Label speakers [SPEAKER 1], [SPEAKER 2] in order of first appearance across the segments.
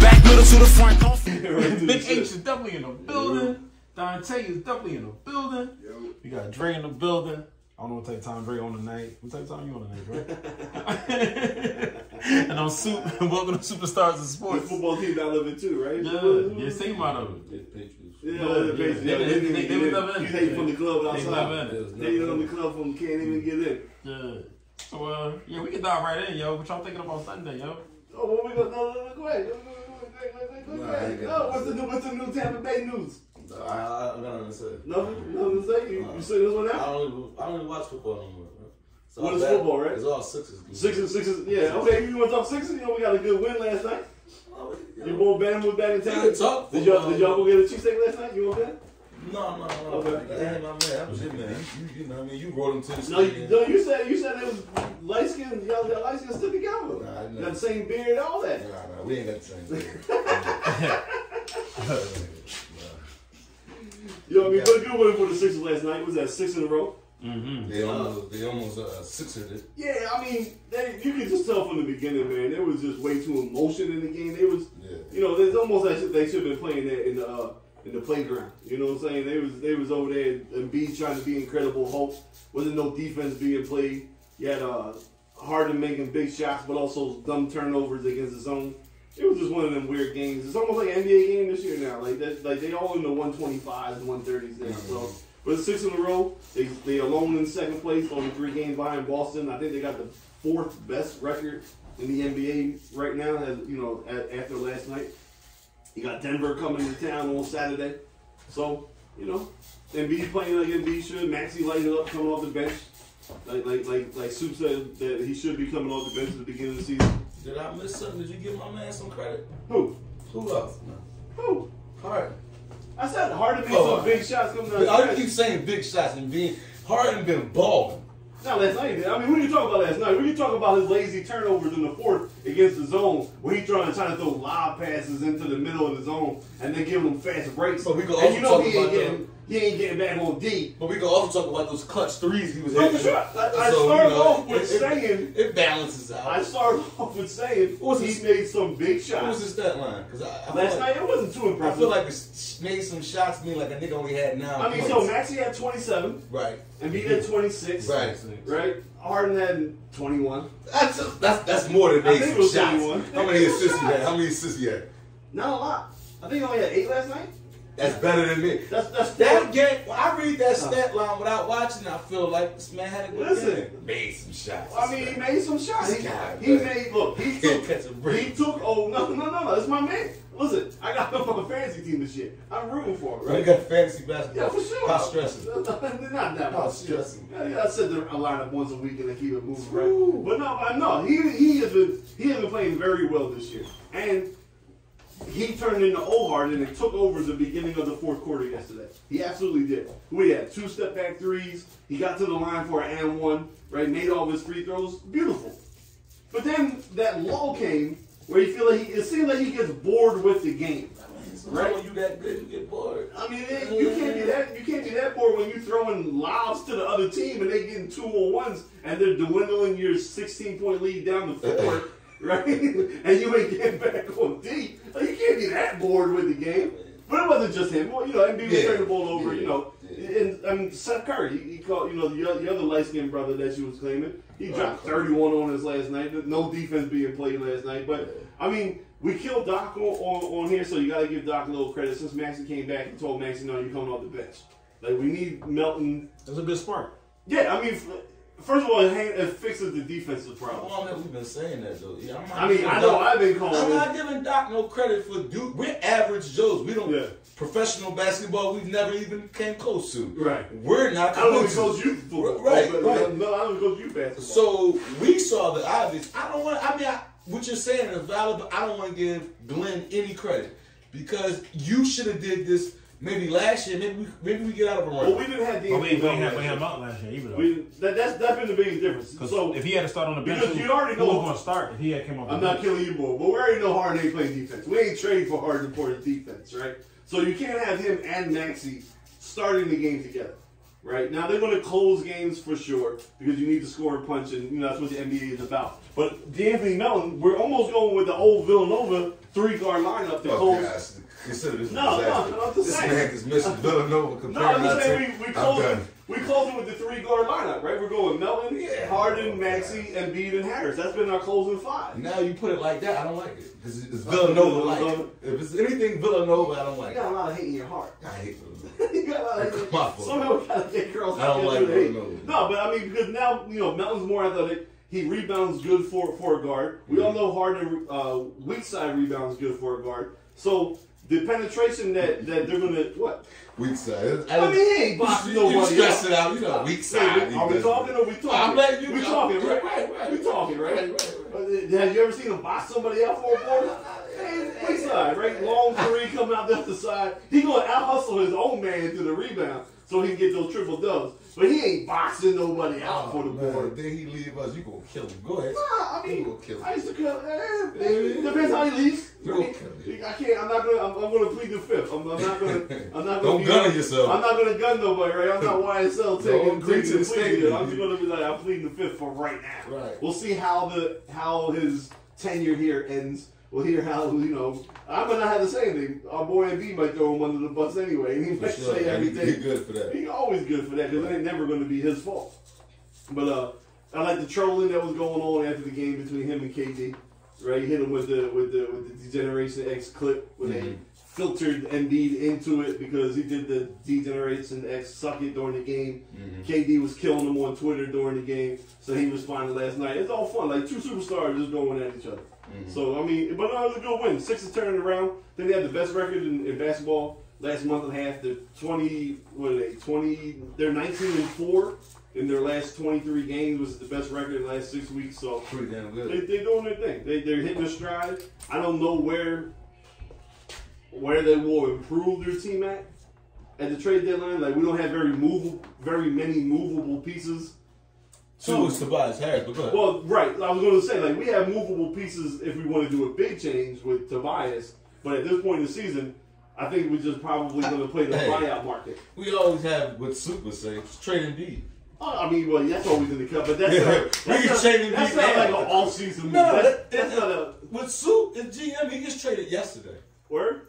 [SPEAKER 1] the front coffee.
[SPEAKER 2] Big H is definitely in the building. Dante is definitely in the building. We got Dre in the building. I don't know what type of time Dre on tonight. What type of time you on tonight, Dre? and I'm Soup. and Welcome to Superstars of Sports.
[SPEAKER 3] Football team that live in too, right?
[SPEAKER 2] Yeah, yeah, same out of it.
[SPEAKER 4] It's pictures.
[SPEAKER 3] Yeah,
[SPEAKER 2] Yeah,
[SPEAKER 3] yeah,
[SPEAKER 2] yeah.
[SPEAKER 3] basically.
[SPEAKER 2] They- they- they- they was never in.
[SPEAKER 3] You hate from the club
[SPEAKER 2] They never
[SPEAKER 3] outside.
[SPEAKER 2] in it.
[SPEAKER 3] They on the club from can't even get in.
[SPEAKER 2] Yeah. So, uh, yeah, we can dive right in, yo. What y'all thinking about Sunday, yo?
[SPEAKER 3] Oh, what we gonna no, no, no, go ahead. Go, go, go, go, go, go, go, go,
[SPEAKER 4] Nah,
[SPEAKER 3] go,
[SPEAKER 4] you
[SPEAKER 3] go.
[SPEAKER 4] got
[SPEAKER 3] Oh, what's
[SPEAKER 4] it.
[SPEAKER 3] the new what's the new Tampa Bay news?
[SPEAKER 4] I, I, I don't understand.
[SPEAKER 3] Nothing, nothing to say. You, you say this one
[SPEAKER 4] I
[SPEAKER 3] out?
[SPEAKER 4] don't even, I don't even watch football no more. man. It's all
[SPEAKER 3] What is football, right?
[SPEAKER 4] It's all sixes. games.
[SPEAKER 3] Sixes, sixes. Yeah, okay. You want to talk sixes? You know, we got a good win last night.
[SPEAKER 4] Oh, yeah.
[SPEAKER 3] You both Bannon was back in town.
[SPEAKER 4] can talk
[SPEAKER 3] Did y'all,
[SPEAKER 4] football.
[SPEAKER 3] did y'all go get a cheesesteak last night? You want that?
[SPEAKER 4] No, no, no.
[SPEAKER 3] Okay.
[SPEAKER 4] That ain't my man. That was your man. You, you know what I mean? You wrote him to the
[SPEAKER 3] No, you, no, you said you said it was light skin. Y'all got light skin still together.
[SPEAKER 4] Nah, I know.
[SPEAKER 3] got the same beard, all that.
[SPEAKER 4] Nah, nah, we ain't got the same thing.
[SPEAKER 3] You know what I mean? But a good win for the Sixers last night. Was that six in a row?
[SPEAKER 2] Mm-hmm.
[SPEAKER 4] They almost, they almost uh, sixered it.
[SPEAKER 3] Yeah, I mean, they, you could just tell from the beginning, man. There was just way too emotion in the game. It was,
[SPEAKER 4] Yeah.
[SPEAKER 3] you know, there's almost like they should have been playing that in the uh, in the playground. You know what I'm saying? They was they was over there and B trying to be incredible Hulk. Wasn't no defense being played. You had uh, Harden making big shots, but also dumb turnovers against his own. It was just one of them weird games. It's almost like an NBA game this year now. Like that, like they all in the 125s and 130s now. So, but it's six in a row. They they alone in second place, only three games behind Boston. I think they got the fourth best record in the NBA right now. As you know, a after last night, you got Denver coming to town on Saturday. So you know, Embiid playing like Embiid should. Maxi lighting up, coming off the bench. Like like like like Soup said that he should be coming off the bench at the beginning of the season.
[SPEAKER 4] Did I miss something? Did you give my man some credit?
[SPEAKER 3] Who
[SPEAKER 4] Who else?
[SPEAKER 3] who?
[SPEAKER 4] Harden.
[SPEAKER 3] I said Harden made
[SPEAKER 4] Oh,
[SPEAKER 3] some big shots coming down.
[SPEAKER 4] But
[SPEAKER 3] the
[SPEAKER 4] I
[SPEAKER 3] stretch.
[SPEAKER 4] keep saying big shots and being Harden been balling.
[SPEAKER 3] Not last night. he did. I mean, what are you talking about last night? What are you talking about his lazy turnovers in the fourth against the zone where he trying, trying to throw lob passes into the middle of the zone and then giving him fast breaks?
[SPEAKER 4] But we can
[SPEAKER 3] and you know
[SPEAKER 4] also
[SPEAKER 3] he
[SPEAKER 4] talk
[SPEAKER 3] ain't,
[SPEAKER 4] about
[SPEAKER 3] getting, he ain't getting back on D.
[SPEAKER 4] But we can also talk about those clutch threes he was
[SPEAKER 3] No,
[SPEAKER 4] hitting.
[SPEAKER 3] for sure. I- I
[SPEAKER 4] you
[SPEAKER 3] started
[SPEAKER 4] know,
[SPEAKER 3] off with
[SPEAKER 4] it,
[SPEAKER 3] saying-
[SPEAKER 4] it, balances out.
[SPEAKER 3] I started off with saying
[SPEAKER 4] What was
[SPEAKER 3] he
[SPEAKER 4] his-
[SPEAKER 3] made some big
[SPEAKER 4] what was
[SPEAKER 3] shots.
[SPEAKER 4] his stat line? Because I, I
[SPEAKER 3] Last night
[SPEAKER 4] feel like,
[SPEAKER 3] it wasn't too
[SPEAKER 4] I
[SPEAKER 3] impressive.
[SPEAKER 4] feel like it's made some shots mean like a nigga only had nine.
[SPEAKER 3] I mean, so
[SPEAKER 4] points.
[SPEAKER 3] Maxi had 27,
[SPEAKER 4] right,
[SPEAKER 3] and he had 26,
[SPEAKER 4] right.
[SPEAKER 3] right? Harden had 21.
[SPEAKER 4] That's a, that's that's more than
[SPEAKER 3] I
[SPEAKER 4] made
[SPEAKER 3] think it
[SPEAKER 4] some
[SPEAKER 3] was
[SPEAKER 4] shots.
[SPEAKER 3] 21.
[SPEAKER 4] How many assists he had? How many assists he had?
[SPEAKER 3] Not a lot. I think he only had eight last night.
[SPEAKER 4] That's better than me.
[SPEAKER 3] That's that's
[SPEAKER 4] That game, when I read that stat line without watching, I feel like this man had a good
[SPEAKER 3] Listen.
[SPEAKER 4] game. Made some shots.
[SPEAKER 3] I mean, he made some shots. He,
[SPEAKER 4] God,
[SPEAKER 3] he
[SPEAKER 4] man.
[SPEAKER 3] made look. He
[SPEAKER 4] Can't
[SPEAKER 3] took.
[SPEAKER 4] catch a break.
[SPEAKER 3] He took. Oh no, no, no, no! It's my man. Listen, I got him on the fantasy team this year. I'm rooting for him,
[SPEAKER 4] We
[SPEAKER 3] right?
[SPEAKER 4] got fantasy basketball.
[SPEAKER 3] Yeah, for sure.
[SPEAKER 4] How stressing.
[SPEAKER 3] Not that
[SPEAKER 4] How
[SPEAKER 3] much.
[SPEAKER 4] stressing.
[SPEAKER 3] Yeah, yeah, I said there a lineup once a week and I keep it moving, right? But no, but no, he he has been he has been playing very well this year, and he turned into old Harden and took over the beginning of the fourth quarter yesterday. He absolutely did. We had two step back threes. He got to the line for an and one, right? Made all of his free throws. Beautiful. But then that lull came where you feel like he it seemed like he gets bored with the game.
[SPEAKER 4] Right when you that good, you get bored.
[SPEAKER 3] I mean, it, you can't be that you can't be that bored when you're throwing lobs to the other team and they getting two on ones and they're dwindling your 16 point lead down to four, right? And you ain't getting back on D. Like, you can't be that bored with the game. But it wasn't just him. Well, you know, MB was
[SPEAKER 4] Yeah.
[SPEAKER 3] turning the ball over. You
[SPEAKER 4] Yeah.
[SPEAKER 3] know, and I mean Seth Curry. He, he called. You know, the, oth- the other light skinned brother that you was claiming. He dropped
[SPEAKER 4] okay.
[SPEAKER 3] 31 on us last night. No defense being played last night. But I mean, we killed Doc on, on, on here, so you got to give Doc a little credit. Since Maxie came back and told Maxie, "No, you're coming off the bench." Like we need Melton.
[SPEAKER 2] That's a bit smart.
[SPEAKER 3] Yeah, I mean, f- first of all, it, hand- it fixes the defensive
[SPEAKER 4] How
[SPEAKER 3] problem.
[SPEAKER 4] long have we Oh, been saying that though? Yeah, I'm not
[SPEAKER 3] I mean,
[SPEAKER 4] giving
[SPEAKER 3] I know
[SPEAKER 4] Doc-
[SPEAKER 3] I've been calling
[SPEAKER 4] I'm
[SPEAKER 3] it.
[SPEAKER 4] not giving Doc no credit for dude. We're average Joes. We don't
[SPEAKER 3] Yeah.
[SPEAKER 4] professional basketball. We've never even came close to.
[SPEAKER 3] Right.
[SPEAKER 4] We're not.
[SPEAKER 3] I don't even
[SPEAKER 4] coaches.
[SPEAKER 3] coach you football.
[SPEAKER 4] Right,
[SPEAKER 3] but-
[SPEAKER 4] right.
[SPEAKER 3] No, I don't even coach you basketball.
[SPEAKER 4] So we saw the obvious. I don't want. I mean, I, what you're saying is valid, but I don't want to give Glenn any credit because you should have did this maybe last year. Maybe we, maybe we get out of a run.
[SPEAKER 3] well, we didn't have the.
[SPEAKER 2] But we ain't going to him out last year either, though.
[SPEAKER 3] We, that, that's that's been the biggest difference.
[SPEAKER 2] Because
[SPEAKER 3] So
[SPEAKER 2] if he had to start on the bench,
[SPEAKER 3] Because
[SPEAKER 2] who-
[SPEAKER 3] you already
[SPEAKER 2] who
[SPEAKER 3] know-
[SPEAKER 2] was going to start if he had came up.
[SPEAKER 3] I'm not killing you, boy, but we already know Harden ain't playing defense. We ain't trading for Harden for his defense, right? So you can't have him and Maxi starting the game together. right? Now they're going to close games for sure because you need to score and punch, and you know that's what the NBA is about. But D'Anthony Melton, we're almost going with the old Villanova three guard lineup to
[SPEAKER 1] Fuck
[SPEAKER 3] close.
[SPEAKER 1] guys. Consider this a
[SPEAKER 3] No, no,
[SPEAKER 1] disaster.
[SPEAKER 3] no, I'm just
[SPEAKER 1] This
[SPEAKER 3] saying.
[SPEAKER 1] man is missing Villanova
[SPEAKER 3] No, I'm
[SPEAKER 1] compared
[SPEAKER 3] just
[SPEAKER 1] to
[SPEAKER 3] saying we, we
[SPEAKER 1] I'm
[SPEAKER 3] closing
[SPEAKER 1] done.
[SPEAKER 3] we closing with the three guard lineup, right? We're going Melton,
[SPEAKER 1] Yeah.
[SPEAKER 3] Harden, Maxey, and Embiid, and Harris. That's been our closing five.
[SPEAKER 4] Now you put it like that, I don't like it. Because it's Villanova like. If it's anything Villanova, I don't
[SPEAKER 3] You
[SPEAKER 4] like it.
[SPEAKER 3] got a lot of hate in your heart.
[SPEAKER 4] I hate Villanova.
[SPEAKER 3] you got a lot of hate.
[SPEAKER 4] My fault.
[SPEAKER 3] Somehow we gotta get girls.
[SPEAKER 4] I don't
[SPEAKER 3] to
[SPEAKER 4] like
[SPEAKER 3] get through the
[SPEAKER 4] Villanova.
[SPEAKER 3] hate. No, but I mean because now you know Melton's more athletic. He rebounds good for for a guard. We
[SPEAKER 4] Mm-hmm.
[SPEAKER 3] all know Harden uh, weak side rebounds good for a guard. So the penetration that that they're gonna what?
[SPEAKER 1] Weak side.
[SPEAKER 3] I, mean, he ain't boxing
[SPEAKER 4] you, you,
[SPEAKER 3] nobody. out.
[SPEAKER 4] stressed it out. You know, weak
[SPEAKER 3] Hey,
[SPEAKER 4] side.
[SPEAKER 3] we- are we talking or we talking?
[SPEAKER 4] I'm letting you
[SPEAKER 3] we
[SPEAKER 4] know.
[SPEAKER 3] talking, right?
[SPEAKER 4] Right, right.
[SPEAKER 3] We talking, right?
[SPEAKER 4] Right, right, right.
[SPEAKER 3] Uh, Have you ever seen him box somebody out for a corner? Wayside, right? Long three coming out the other side. He gonna out hustle his own man to the rebound so he can get those triple dubs. But he ain't boxing nobody out for the
[SPEAKER 4] Oh,
[SPEAKER 3] board.
[SPEAKER 1] Then he leave us. You gonna kill him. Go ahead.
[SPEAKER 3] Nah, I
[SPEAKER 1] You
[SPEAKER 3] mean,
[SPEAKER 1] gonna kill him.
[SPEAKER 3] I used to cut. Eh, it depends how he leaves.
[SPEAKER 1] You gonna kill him.
[SPEAKER 3] I can't. I'm not gonna. I'm, I'm gonna plead the fifth. I'm, I'm not gonna. I'm not gonna.
[SPEAKER 4] Don't
[SPEAKER 3] be-
[SPEAKER 4] gun yourself.
[SPEAKER 3] I'm not gonna gun nobody. Right. I'm not YSL taking
[SPEAKER 4] agree
[SPEAKER 3] pleading
[SPEAKER 4] to the
[SPEAKER 3] the fifth.
[SPEAKER 4] statement.
[SPEAKER 3] I'm just gonna be like I'm pleading the fifth for right now.
[SPEAKER 4] Right.
[SPEAKER 3] We'll see how the how his tenure here ends. We'll hear how you know. I might not have to say anything. Our boy MB might throw him under the bus anyway, and he
[SPEAKER 1] For
[SPEAKER 3] might
[SPEAKER 1] sure.
[SPEAKER 3] say
[SPEAKER 1] And he-
[SPEAKER 3] everything.
[SPEAKER 1] He good for that.
[SPEAKER 3] He's always good for that because it ain't never going to be his fault. But uh, I like the trolling that was going on after the game between him and KD. Right, he hit him with the with the with the Degeneration X clip when they filtered Embiid into it because he did the Degeneration X suck it during the game.
[SPEAKER 1] Mm-hmm.
[SPEAKER 4] Mm-hmm.
[SPEAKER 3] KD was killing him on Twitter during the game, so he responded last night. It's all fun, like two superstars just going at each other.
[SPEAKER 1] Mm-hmm.
[SPEAKER 3] So I mean, but no, it was a good win. Six is turning around. Then they had the best record in, in basketball last month and a half. They're twenty. What are they? Twenty. They're nineteen and four in their last twenty-three games. Was the best record in the last six weeks. So
[SPEAKER 1] Pretty damn
[SPEAKER 3] they
[SPEAKER 1] good.
[SPEAKER 3] they doing their thing. They they're hitting their stride. I don't know where where they will improve their team at at the trade deadline. Like we don't have very movable, very many movable pieces.
[SPEAKER 4] So is Tobias Harris, but go ahead.
[SPEAKER 3] Well, right. I was going to say like we have movable pieces if we want to do a big change with Tobias, but at this point in the season, I think we're just probably going to play the
[SPEAKER 4] Hey.
[SPEAKER 3] buyout market.
[SPEAKER 4] we always have what Super say, trade and beat.
[SPEAKER 3] Oh, I mean, well, that's always in the cup, but that's
[SPEAKER 4] Yeah.
[SPEAKER 3] not,
[SPEAKER 4] We
[SPEAKER 3] that's
[SPEAKER 4] can
[SPEAKER 3] not,
[SPEAKER 4] trade him
[SPEAKER 3] that's
[SPEAKER 4] deep
[SPEAKER 3] not
[SPEAKER 4] now.
[SPEAKER 3] like an all-season move.
[SPEAKER 4] No,
[SPEAKER 3] that's,
[SPEAKER 4] that-
[SPEAKER 3] that's not a
[SPEAKER 4] With Soup and GM, he gets traded yesterday.
[SPEAKER 3] word.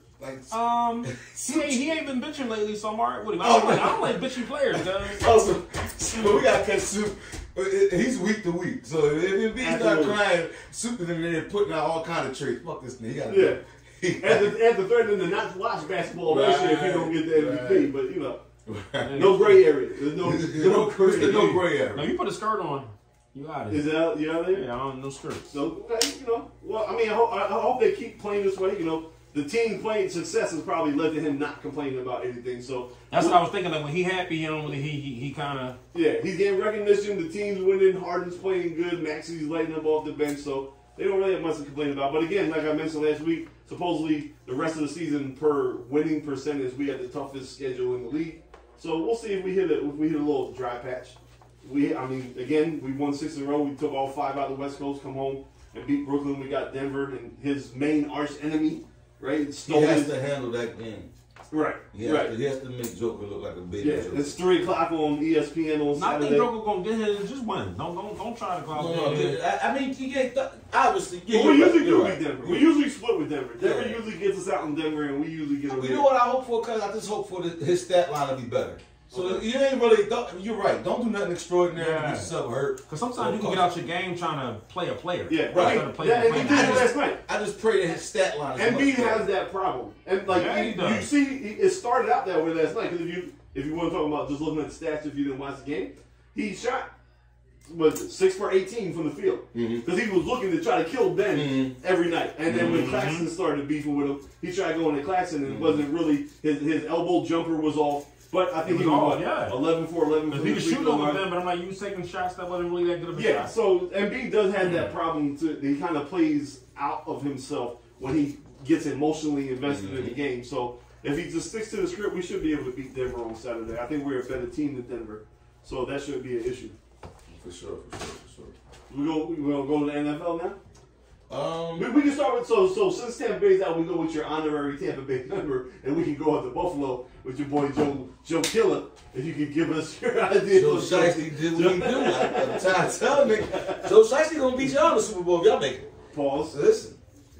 [SPEAKER 1] Like,
[SPEAKER 2] Um, he ain't, he ain't been bitching lately, so I'm alright with him. I
[SPEAKER 3] Oh,
[SPEAKER 2] don't like, I don't like bitchy players, guys.
[SPEAKER 4] Also, but we gotta catch Soup. Uh, uh, He's week to week, so if- if he start
[SPEAKER 3] Absolutely.
[SPEAKER 4] crying, Soup is in there putting out all kind of trades. Fuck this nigga. He gotta
[SPEAKER 3] Yeah.
[SPEAKER 4] He
[SPEAKER 3] After, after threatening to not watch basketball this year if he don't get the MVP, but you know,
[SPEAKER 4] Right.
[SPEAKER 3] no gray area. There's no, no
[SPEAKER 4] No,
[SPEAKER 3] gray
[SPEAKER 4] Chris,
[SPEAKER 3] area.
[SPEAKER 4] no gray
[SPEAKER 2] Now
[SPEAKER 4] area.
[SPEAKER 2] you put a skirt on, you out of
[SPEAKER 3] Is
[SPEAKER 2] here.
[SPEAKER 3] that you know what I mean?
[SPEAKER 2] Yeah, I don't no skirts.
[SPEAKER 3] So okay, you know, well, I mean, I hope, I I hope they keep playing this way. You know, the team playing success has probably led to him not complaining about anything. So
[SPEAKER 2] That's what I was thinking. Like when he happy, he don't really he he, he kind of
[SPEAKER 3] yeah, he's getting recognition. The team's winning. Harden's playing good. Maxey's lighting up off the bench. So they don't really have much to complain about. But again, like I mentioned last week, supposedly the rest of the season per winning percentage, we have the toughest schedule in the league. So we'll see if we hit a, if we hit a little dry patch. We, I mean, again, we won six in a row. We took all five out of the West Coast, come home and beat Brooklyn. We got Denver and his main arch enemy, right?
[SPEAKER 4] He
[SPEAKER 3] Stole
[SPEAKER 4] has
[SPEAKER 3] his,
[SPEAKER 4] to handle that game.
[SPEAKER 3] right,
[SPEAKER 4] He has, to,
[SPEAKER 3] right.
[SPEAKER 4] he has to make Joker look like a baby.
[SPEAKER 3] Yeah,
[SPEAKER 4] Joker.
[SPEAKER 3] it's three o'clock on E ESPN on
[SPEAKER 2] I
[SPEAKER 3] Saturday.
[SPEAKER 2] think Joker gonna get his just win. Don't don't don't try to go out
[SPEAKER 4] No, no,
[SPEAKER 2] there.
[SPEAKER 4] I, I mean, you get th- obviously. Yeah,
[SPEAKER 3] Well, we
[SPEAKER 4] you're right,
[SPEAKER 3] usually
[SPEAKER 4] you're
[SPEAKER 3] do
[SPEAKER 4] right.
[SPEAKER 3] beat Denver. We usually split with Denver. Denver
[SPEAKER 4] Yeah.
[SPEAKER 3] usually gets us out in Denver, and we usually get them.
[SPEAKER 4] You
[SPEAKER 3] here.
[SPEAKER 4] know what I hope for? Cause I just hope for the, his stat line to be better. So
[SPEAKER 3] Okay.
[SPEAKER 4] you ain't really. Don't, you're right. Don't do nothing extraordinary to
[SPEAKER 2] Yeah.
[SPEAKER 4] get yourself hurt.
[SPEAKER 2] Because sometimes you can get out your game trying to play a player.
[SPEAKER 3] Yeah,
[SPEAKER 2] Instead
[SPEAKER 3] right.
[SPEAKER 2] of playing
[SPEAKER 3] Yeah,
[SPEAKER 2] the
[SPEAKER 3] and he
[SPEAKER 2] player.
[SPEAKER 3] did it last night.
[SPEAKER 4] I just pray that his stat line. Is
[SPEAKER 3] Embiid
[SPEAKER 4] much better.
[SPEAKER 3] has that problem, and like
[SPEAKER 2] Yeah,
[SPEAKER 3] you,
[SPEAKER 2] he does.
[SPEAKER 3] you see, he- it started out that way last night. Because if you if you want to talk about just looking at the stats, if you didn't watch the game, he shot was it, six for eighteen from the field because he was looking to try to kill Ben every night. And then when Claxton started beefing with him, he tried going to Claxton, and it wasn't really his his elbow jumper was off. But I think
[SPEAKER 2] It
[SPEAKER 3] he
[SPEAKER 2] was
[SPEAKER 3] was
[SPEAKER 2] off, yeah.
[SPEAKER 3] eleven for eleven.
[SPEAKER 2] Because
[SPEAKER 3] from
[SPEAKER 2] he
[SPEAKER 3] the
[SPEAKER 2] was
[SPEAKER 3] free
[SPEAKER 2] shooting
[SPEAKER 3] throw
[SPEAKER 2] over
[SPEAKER 3] line.
[SPEAKER 2] them, but I'm like, you was taking shots that wasn't really that good of a
[SPEAKER 3] Yeah,
[SPEAKER 2] shot.
[SPEAKER 3] so Embiid does have that problem too. He kind of plays out of himself when he gets emotionally invested in
[SPEAKER 4] Mm-hmm.
[SPEAKER 3] the game. So if he just sticks to the script, we should be able to beat Denver on Saturday. I think we're a better team than Denver, so that shouldn't be an issue.
[SPEAKER 1] for sure, for sure, for sure.
[SPEAKER 3] We go. We gonna go to the NFL now.
[SPEAKER 4] Um,
[SPEAKER 3] We, we can start with so so since Tampa Bay's out, we go with your honorary Tampa Bay number, and we can go out to Buffalo with your boy Joe Joe Killer, if you can give us your idea.
[SPEAKER 4] Joe
[SPEAKER 3] of-
[SPEAKER 4] Shiesty did what he do. I'm trying to tell nigga. Joe Shiesty gonna beat y'all in the Super Bowl if y'all make it.
[SPEAKER 3] Pause.
[SPEAKER 4] Listen,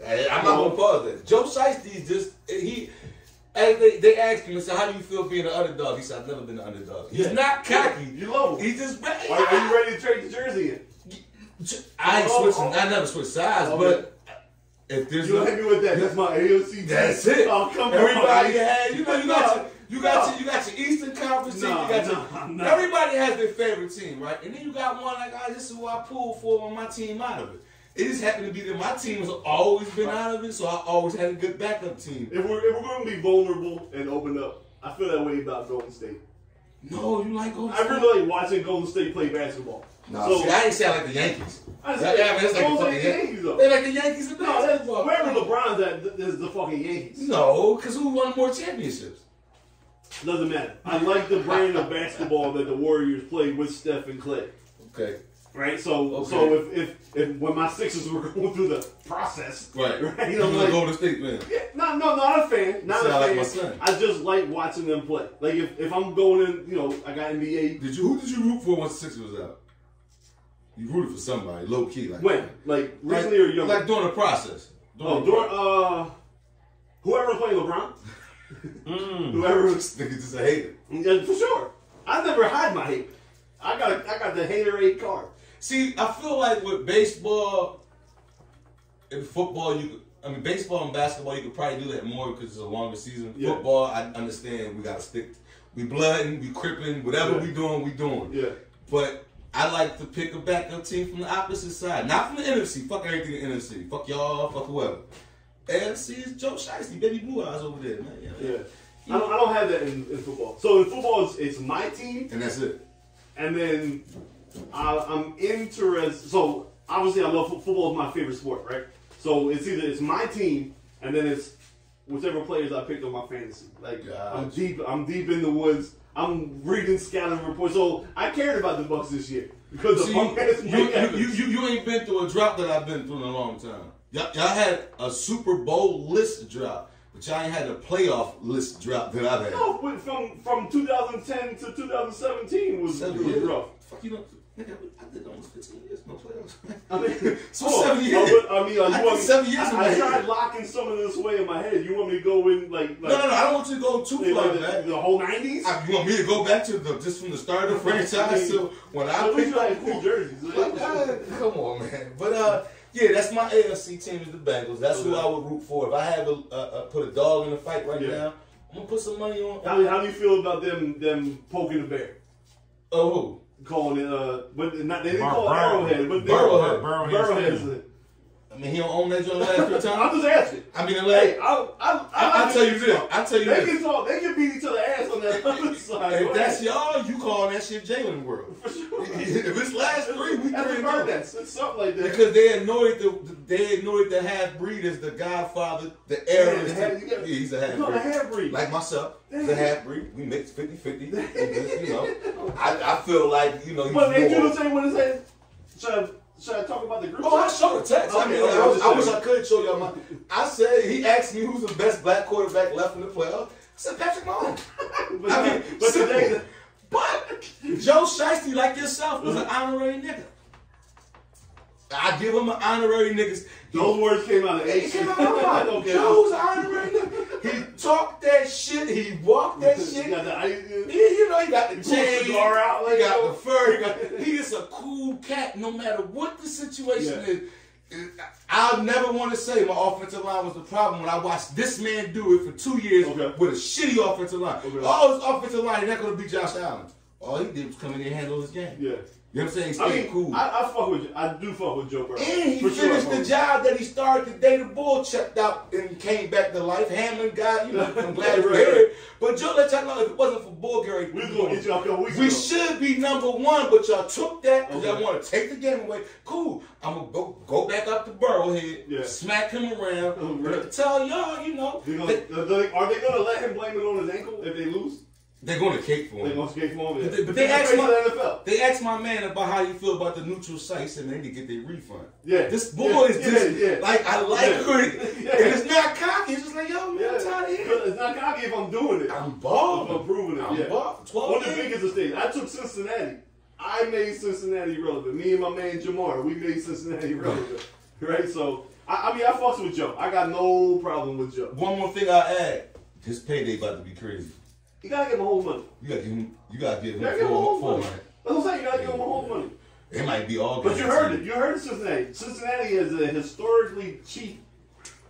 [SPEAKER 4] I, am not gonna pause this. Joe Shiesty is just he. As they, they asked him, they said, "How do you feel being an underdog?" He said, "I've never been an underdog." He's
[SPEAKER 3] Yeah.
[SPEAKER 4] not cocky.
[SPEAKER 3] You love him.
[SPEAKER 4] He's just ready.
[SPEAKER 3] Are, are you ready to trade the jersey in?
[SPEAKER 4] I ain't
[SPEAKER 3] Oh,
[SPEAKER 4] switching.
[SPEAKER 3] oh.
[SPEAKER 4] I never switch sides,
[SPEAKER 3] Oh,
[SPEAKER 4] but if there's
[SPEAKER 3] You
[SPEAKER 4] no,
[SPEAKER 3] happy with that? That's my AOC.
[SPEAKER 4] that's it.
[SPEAKER 3] Oh come
[SPEAKER 4] Everybody
[SPEAKER 3] on.
[SPEAKER 4] had you know you got your, you got your, you got your Eastern Conference team.
[SPEAKER 3] No,
[SPEAKER 4] you got
[SPEAKER 3] no,
[SPEAKER 4] your,
[SPEAKER 3] no.
[SPEAKER 4] Everybody has their favorite team, right? And then you got one like, ah, this is who I pulled for when my team out of it. It just happened to be that my team has always been out of it, so I always had a good backup team.
[SPEAKER 3] If we're if we're gonna be vulnerable and open up, I feel that way about Golden State.
[SPEAKER 4] No, you like Golden
[SPEAKER 3] I
[SPEAKER 4] State?
[SPEAKER 3] really like watching Golden State play basketball.
[SPEAKER 1] Nah,
[SPEAKER 3] so
[SPEAKER 4] See, I ain't sound like the Yankees.
[SPEAKER 3] I
[SPEAKER 4] That- yeah, that's like the
[SPEAKER 3] Golden
[SPEAKER 4] fucking
[SPEAKER 3] State
[SPEAKER 4] Yankees.
[SPEAKER 3] Yankees though.
[SPEAKER 4] They like the Yankees in
[SPEAKER 3] No, that's
[SPEAKER 4] basketball.
[SPEAKER 3] wherever LeBron's at, th- is the fucking Yankees.
[SPEAKER 4] No, because who won more championships?
[SPEAKER 3] Doesn't matter. I like the brand of basketball that the Warriors play with Steph and Clay.
[SPEAKER 4] Okay.
[SPEAKER 3] Right, so
[SPEAKER 4] Okay.
[SPEAKER 3] so if, if if when my Sixers were going through the process,
[SPEAKER 4] Right.
[SPEAKER 3] right,
[SPEAKER 4] You
[SPEAKER 3] I'm
[SPEAKER 4] know,
[SPEAKER 3] like,
[SPEAKER 4] Golden State, man.
[SPEAKER 3] yeah, no, no, not a fan, not
[SPEAKER 4] See,
[SPEAKER 3] a
[SPEAKER 4] I like
[SPEAKER 3] fan.
[SPEAKER 4] my son.
[SPEAKER 3] I just like watching them play. Like if, if I'm going in, you know, I got NBA.
[SPEAKER 4] Did you? Who did you root for once the Sixers was out? You rooted for somebody, low key, like
[SPEAKER 3] When like
[SPEAKER 4] like,
[SPEAKER 3] recently or young?
[SPEAKER 4] like during the process.
[SPEAKER 3] oh, during uh, whoever played LeBron,
[SPEAKER 2] Mm.
[SPEAKER 3] whoever
[SPEAKER 4] this nigga just a hater.
[SPEAKER 3] Yeah, for sure. I never hide my hate. I got I got the hater aid card.
[SPEAKER 4] See, I feel like with baseball and football, you could. I mean, baseball and basketball, you could probably do that more because it's a longer season.
[SPEAKER 3] Yeah.
[SPEAKER 4] Football, I understand. We gotta stick. We blooding, we crippling, whatever
[SPEAKER 3] Yeah.
[SPEAKER 4] we doing, we doing.
[SPEAKER 3] Yeah.
[SPEAKER 4] But I like to pick a backup team from the opposite side, not from the NFC. Fuck everything in the NFC. Fuck y'all. Fuck whoever. AFC is Joe Shiesty, baby blue eyes over there, man. Yeah.
[SPEAKER 3] Yeah. I don't, I don't have that in, in football. So in football, it's, it's my team,
[SPEAKER 4] And that's it.
[SPEAKER 3] and then I, I'm interested. So obviously, I love fo- football is my favorite sport, right? So it's either it's my team, and then it's whichever players I picked on my fantasy. Like I'm
[SPEAKER 4] Gotcha.
[SPEAKER 3] deep, I'm deep in the woods. I'm reading scouting reports. So I cared about the Bucks this year because
[SPEAKER 4] See,
[SPEAKER 3] the
[SPEAKER 4] you,
[SPEAKER 3] Bucks.
[SPEAKER 4] you, you, you, you, you ain't been through a drop that I've been through in a long time. Y'all, y'all had a Super Bowl list drop, but y'all ain't had a playoff list drop that I've had.
[SPEAKER 3] No, but from from 2010 to 2017 was,
[SPEAKER 4] Seven
[SPEAKER 3] was
[SPEAKER 4] years.
[SPEAKER 3] rough.
[SPEAKER 4] Fuck you, know, nigga, I did almost 15 years, no playoffs.
[SPEAKER 3] I mean,
[SPEAKER 4] So
[SPEAKER 3] hold on.
[SPEAKER 4] seven years.
[SPEAKER 3] Oh, but, I mean, uh,
[SPEAKER 4] I
[SPEAKER 3] you
[SPEAKER 4] think
[SPEAKER 3] want me,
[SPEAKER 4] seven years in
[SPEAKER 3] I,
[SPEAKER 4] my
[SPEAKER 3] I
[SPEAKER 4] head.
[SPEAKER 3] tried locking some of this way in my head. You want me to go in like like,
[SPEAKER 4] no, no, no, I don't want you to go too far
[SPEAKER 3] like,
[SPEAKER 4] back.
[SPEAKER 3] the, the whole 90s?
[SPEAKER 4] I- You want me to go back to the just from the start of the franchise to when I
[SPEAKER 3] At least
[SPEAKER 4] picked
[SPEAKER 3] you had cool jerseys.
[SPEAKER 4] Like, uh, come on, man. But uh, yeah, that's my AFC team is the Bengals. That's who I would root for. If I had to uh, uh, put a dog in the fight right
[SPEAKER 3] Yeah.
[SPEAKER 4] now, I'm gonna put some money
[SPEAKER 3] how, do-
[SPEAKER 4] on.
[SPEAKER 3] how do you feel about them them poking the bear?
[SPEAKER 4] Oh,
[SPEAKER 3] Calling it uh, but not they didn't
[SPEAKER 2] Bur-
[SPEAKER 3] call it
[SPEAKER 2] Bur-
[SPEAKER 3] Arrowhead, but they
[SPEAKER 4] Burrowhead.
[SPEAKER 2] Burrowhead
[SPEAKER 3] Burrowhead.
[SPEAKER 2] Stadium.
[SPEAKER 3] is
[SPEAKER 4] who? I mean, he don't own that joint the last three
[SPEAKER 3] it.
[SPEAKER 4] times.
[SPEAKER 3] I'm just asking.
[SPEAKER 4] I mean,
[SPEAKER 3] Hey,
[SPEAKER 4] like,
[SPEAKER 3] I I I,
[SPEAKER 4] I,
[SPEAKER 3] like
[SPEAKER 4] I tell you
[SPEAKER 3] this
[SPEAKER 4] this.
[SPEAKER 3] talk.
[SPEAKER 4] I tell you
[SPEAKER 3] They
[SPEAKER 4] this.
[SPEAKER 3] can talk. They can beat each other ass on that other side.
[SPEAKER 4] If that's y'all, you call that shit Jalen World.
[SPEAKER 3] for sure.
[SPEAKER 4] if it's last three, we
[SPEAKER 3] That's
[SPEAKER 4] three
[SPEAKER 3] a
[SPEAKER 4] and oh.
[SPEAKER 3] bird nest. It's something like that.
[SPEAKER 4] Because they anointed the they anointed the half breed as the godfather, the heir.
[SPEAKER 3] Yeah,
[SPEAKER 4] is
[SPEAKER 3] the
[SPEAKER 4] to-
[SPEAKER 3] half- you
[SPEAKER 4] yeah,
[SPEAKER 3] gotta-
[SPEAKER 4] he's a half
[SPEAKER 3] No,
[SPEAKER 4] breed.
[SPEAKER 3] the half breed.
[SPEAKER 4] Like myself, he's a
[SPEAKER 3] Yeah.
[SPEAKER 4] half breed. We mix 50 50. You know, I, I feel like, you know, he's
[SPEAKER 3] but they do
[SPEAKER 4] more-
[SPEAKER 3] the same when it says, should I, should I talk about the group?
[SPEAKER 4] Oh, I showed a text. I
[SPEAKER 3] Okay,
[SPEAKER 4] mean,
[SPEAKER 3] okay,
[SPEAKER 4] I,
[SPEAKER 3] I'm just
[SPEAKER 4] I wish
[SPEAKER 3] saying.
[SPEAKER 4] I could show y'all my. I said, he asked me who's the best black quarterback left in the playoffs. I said, Patrick Mahomes.
[SPEAKER 3] but,
[SPEAKER 4] I mean,
[SPEAKER 3] but
[SPEAKER 4] simple.
[SPEAKER 3] today,
[SPEAKER 4] But Joe Shiesty, like yourself, was an honorary nigga. I give him an honorary niggas.
[SPEAKER 3] those words came out of
[SPEAKER 4] He
[SPEAKER 3] eight.
[SPEAKER 4] came out of my mouth.
[SPEAKER 3] okay.
[SPEAKER 4] Joe's an honorary nigga. He talked that shit. He walked that
[SPEAKER 3] You
[SPEAKER 4] shit.
[SPEAKER 3] got the- I-
[SPEAKER 4] He, you know, he got the
[SPEAKER 3] Pulled
[SPEAKER 4] chain,
[SPEAKER 3] cigar out like
[SPEAKER 4] he got
[SPEAKER 3] that.
[SPEAKER 4] the fur. He, got, he is a cool cat, no matter what the situation
[SPEAKER 3] Yeah.
[SPEAKER 4] is. I'll never want to say my offensive line was the problem when I watched this man do it for two years
[SPEAKER 3] Okay.
[SPEAKER 4] with a shitty offensive line.
[SPEAKER 3] Okay.
[SPEAKER 4] All his offensive line, he's not going to beat Josh Allen. All he did was come in there and handle his game.
[SPEAKER 3] Yeah.
[SPEAKER 4] You know what I'm saying?
[SPEAKER 3] I
[SPEAKER 4] Stay
[SPEAKER 3] mean,
[SPEAKER 4] cool.
[SPEAKER 3] I, I fuck with, I do fuck with Joe Burrow.
[SPEAKER 4] And he
[SPEAKER 3] For sure,
[SPEAKER 4] finished
[SPEAKER 3] I
[SPEAKER 4] the
[SPEAKER 3] fuck
[SPEAKER 4] job that he started the day the bull checked out and came back to life. Hamlin got, you know, I'm glad we're
[SPEAKER 3] Right.
[SPEAKER 4] here. But Joe, let y'all know if it wasn't for Bull Gary,
[SPEAKER 3] with him. We was gonna get you out a couple weeks
[SPEAKER 4] we
[SPEAKER 3] ago.
[SPEAKER 4] should be number one, but y'all took that because y'all
[SPEAKER 3] Okay.
[SPEAKER 4] want to take the game away. Cool. I'm gonna go go back up to Burrowhead,
[SPEAKER 3] Yeah.
[SPEAKER 4] smack him around,
[SPEAKER 3] Oh, really?
[SPEAKER 4] tell y'all, you know,
[SPEAKER 3] You know,
[SPEAKER 4] that-
[SPEAKER 3] are they gonna let him blame it on his ankle if they lose?
[SPEAKER 4] They're going to cake for
[SPEAKER 3] They
[SPEAKER 4] him.
[SPEAKER 3] gonna skate for him.
[SPEAKER 4] But
[SPEAKER 3] yeah.
[SPEAKER 4] they- but they asked
[SPEAKER 3] Crazy
[SPEAKER 4] my-
[SPEAKER 3] NFL.
[SPEAKER 4] They asked my man about how he feel about the neutral sites and they need to get their refund.
[SPEAKER 3] Yeah.
[SPEAKER 4] This boy
[SPEAKER 3] Yeah,
[SPEAKER 4] is just
[SPEAKER 3] yeah, yeah.
[SPEAKER 4] like I like
[SPEAKER 3] Yeah.
[SPEAKER 4] it,
[SPEAKER 3] Yeah.
[SPEAKER 4] and it's not cocky. It's just like yo, man,
[SPEAKER 3] Yeah.
[SPEAKER 4] I'm tired of hearing.
[SPEAKER 3] But It's not cocky if I'm doing it.
[SPEAKER 4] I'm
[SPEAKER 3] I'm
[SPEAKER 4] balling.
[SPEAKER 3] approving it.
[SPEAKER 4] I'm
[SPEAKER 3] yeah.
[SPEAKER 4] balling.
[SPEAKER 3] One
[SPEAKER 4] Twelve
[SPEAKER 3] of the
[SPEAKER 4] games.
[SPEAKER 3] biggest mistakes. I took Cincinnati. I made Cincinnati relevant. Me and my man Jamar, we made Cincinnati relevant. right? So, I, I mean, I fucks with Joe. I got no problem with Joe.
[SPEAKER 4] One more thing I add: his payday about to be crazy.
[SPEAKER 3] You gotta give him whole money.
[SPEAKER 4] You gotta give him. You gotta give
[SPEAKER 3] You
[SPEAKER 4] him
[SPEAKER 3] gotta give him
[SPEAKER 4] four,
[SPEAKER 3] whole
[SPEAKER 4] four
[SPEAKER 3] money.
[SPEAKER 4] hundred.
[SPEAKER 3] That's what I'm saying. You gotta give him whole money.
[SPEAKER 4] It might be all.
[SPEAKER 3] But you
[SPEAKER 4] guaranteed.
[SPEAKER 3] heard it. You heard Cincinnati. Cincinnati is a historically cheap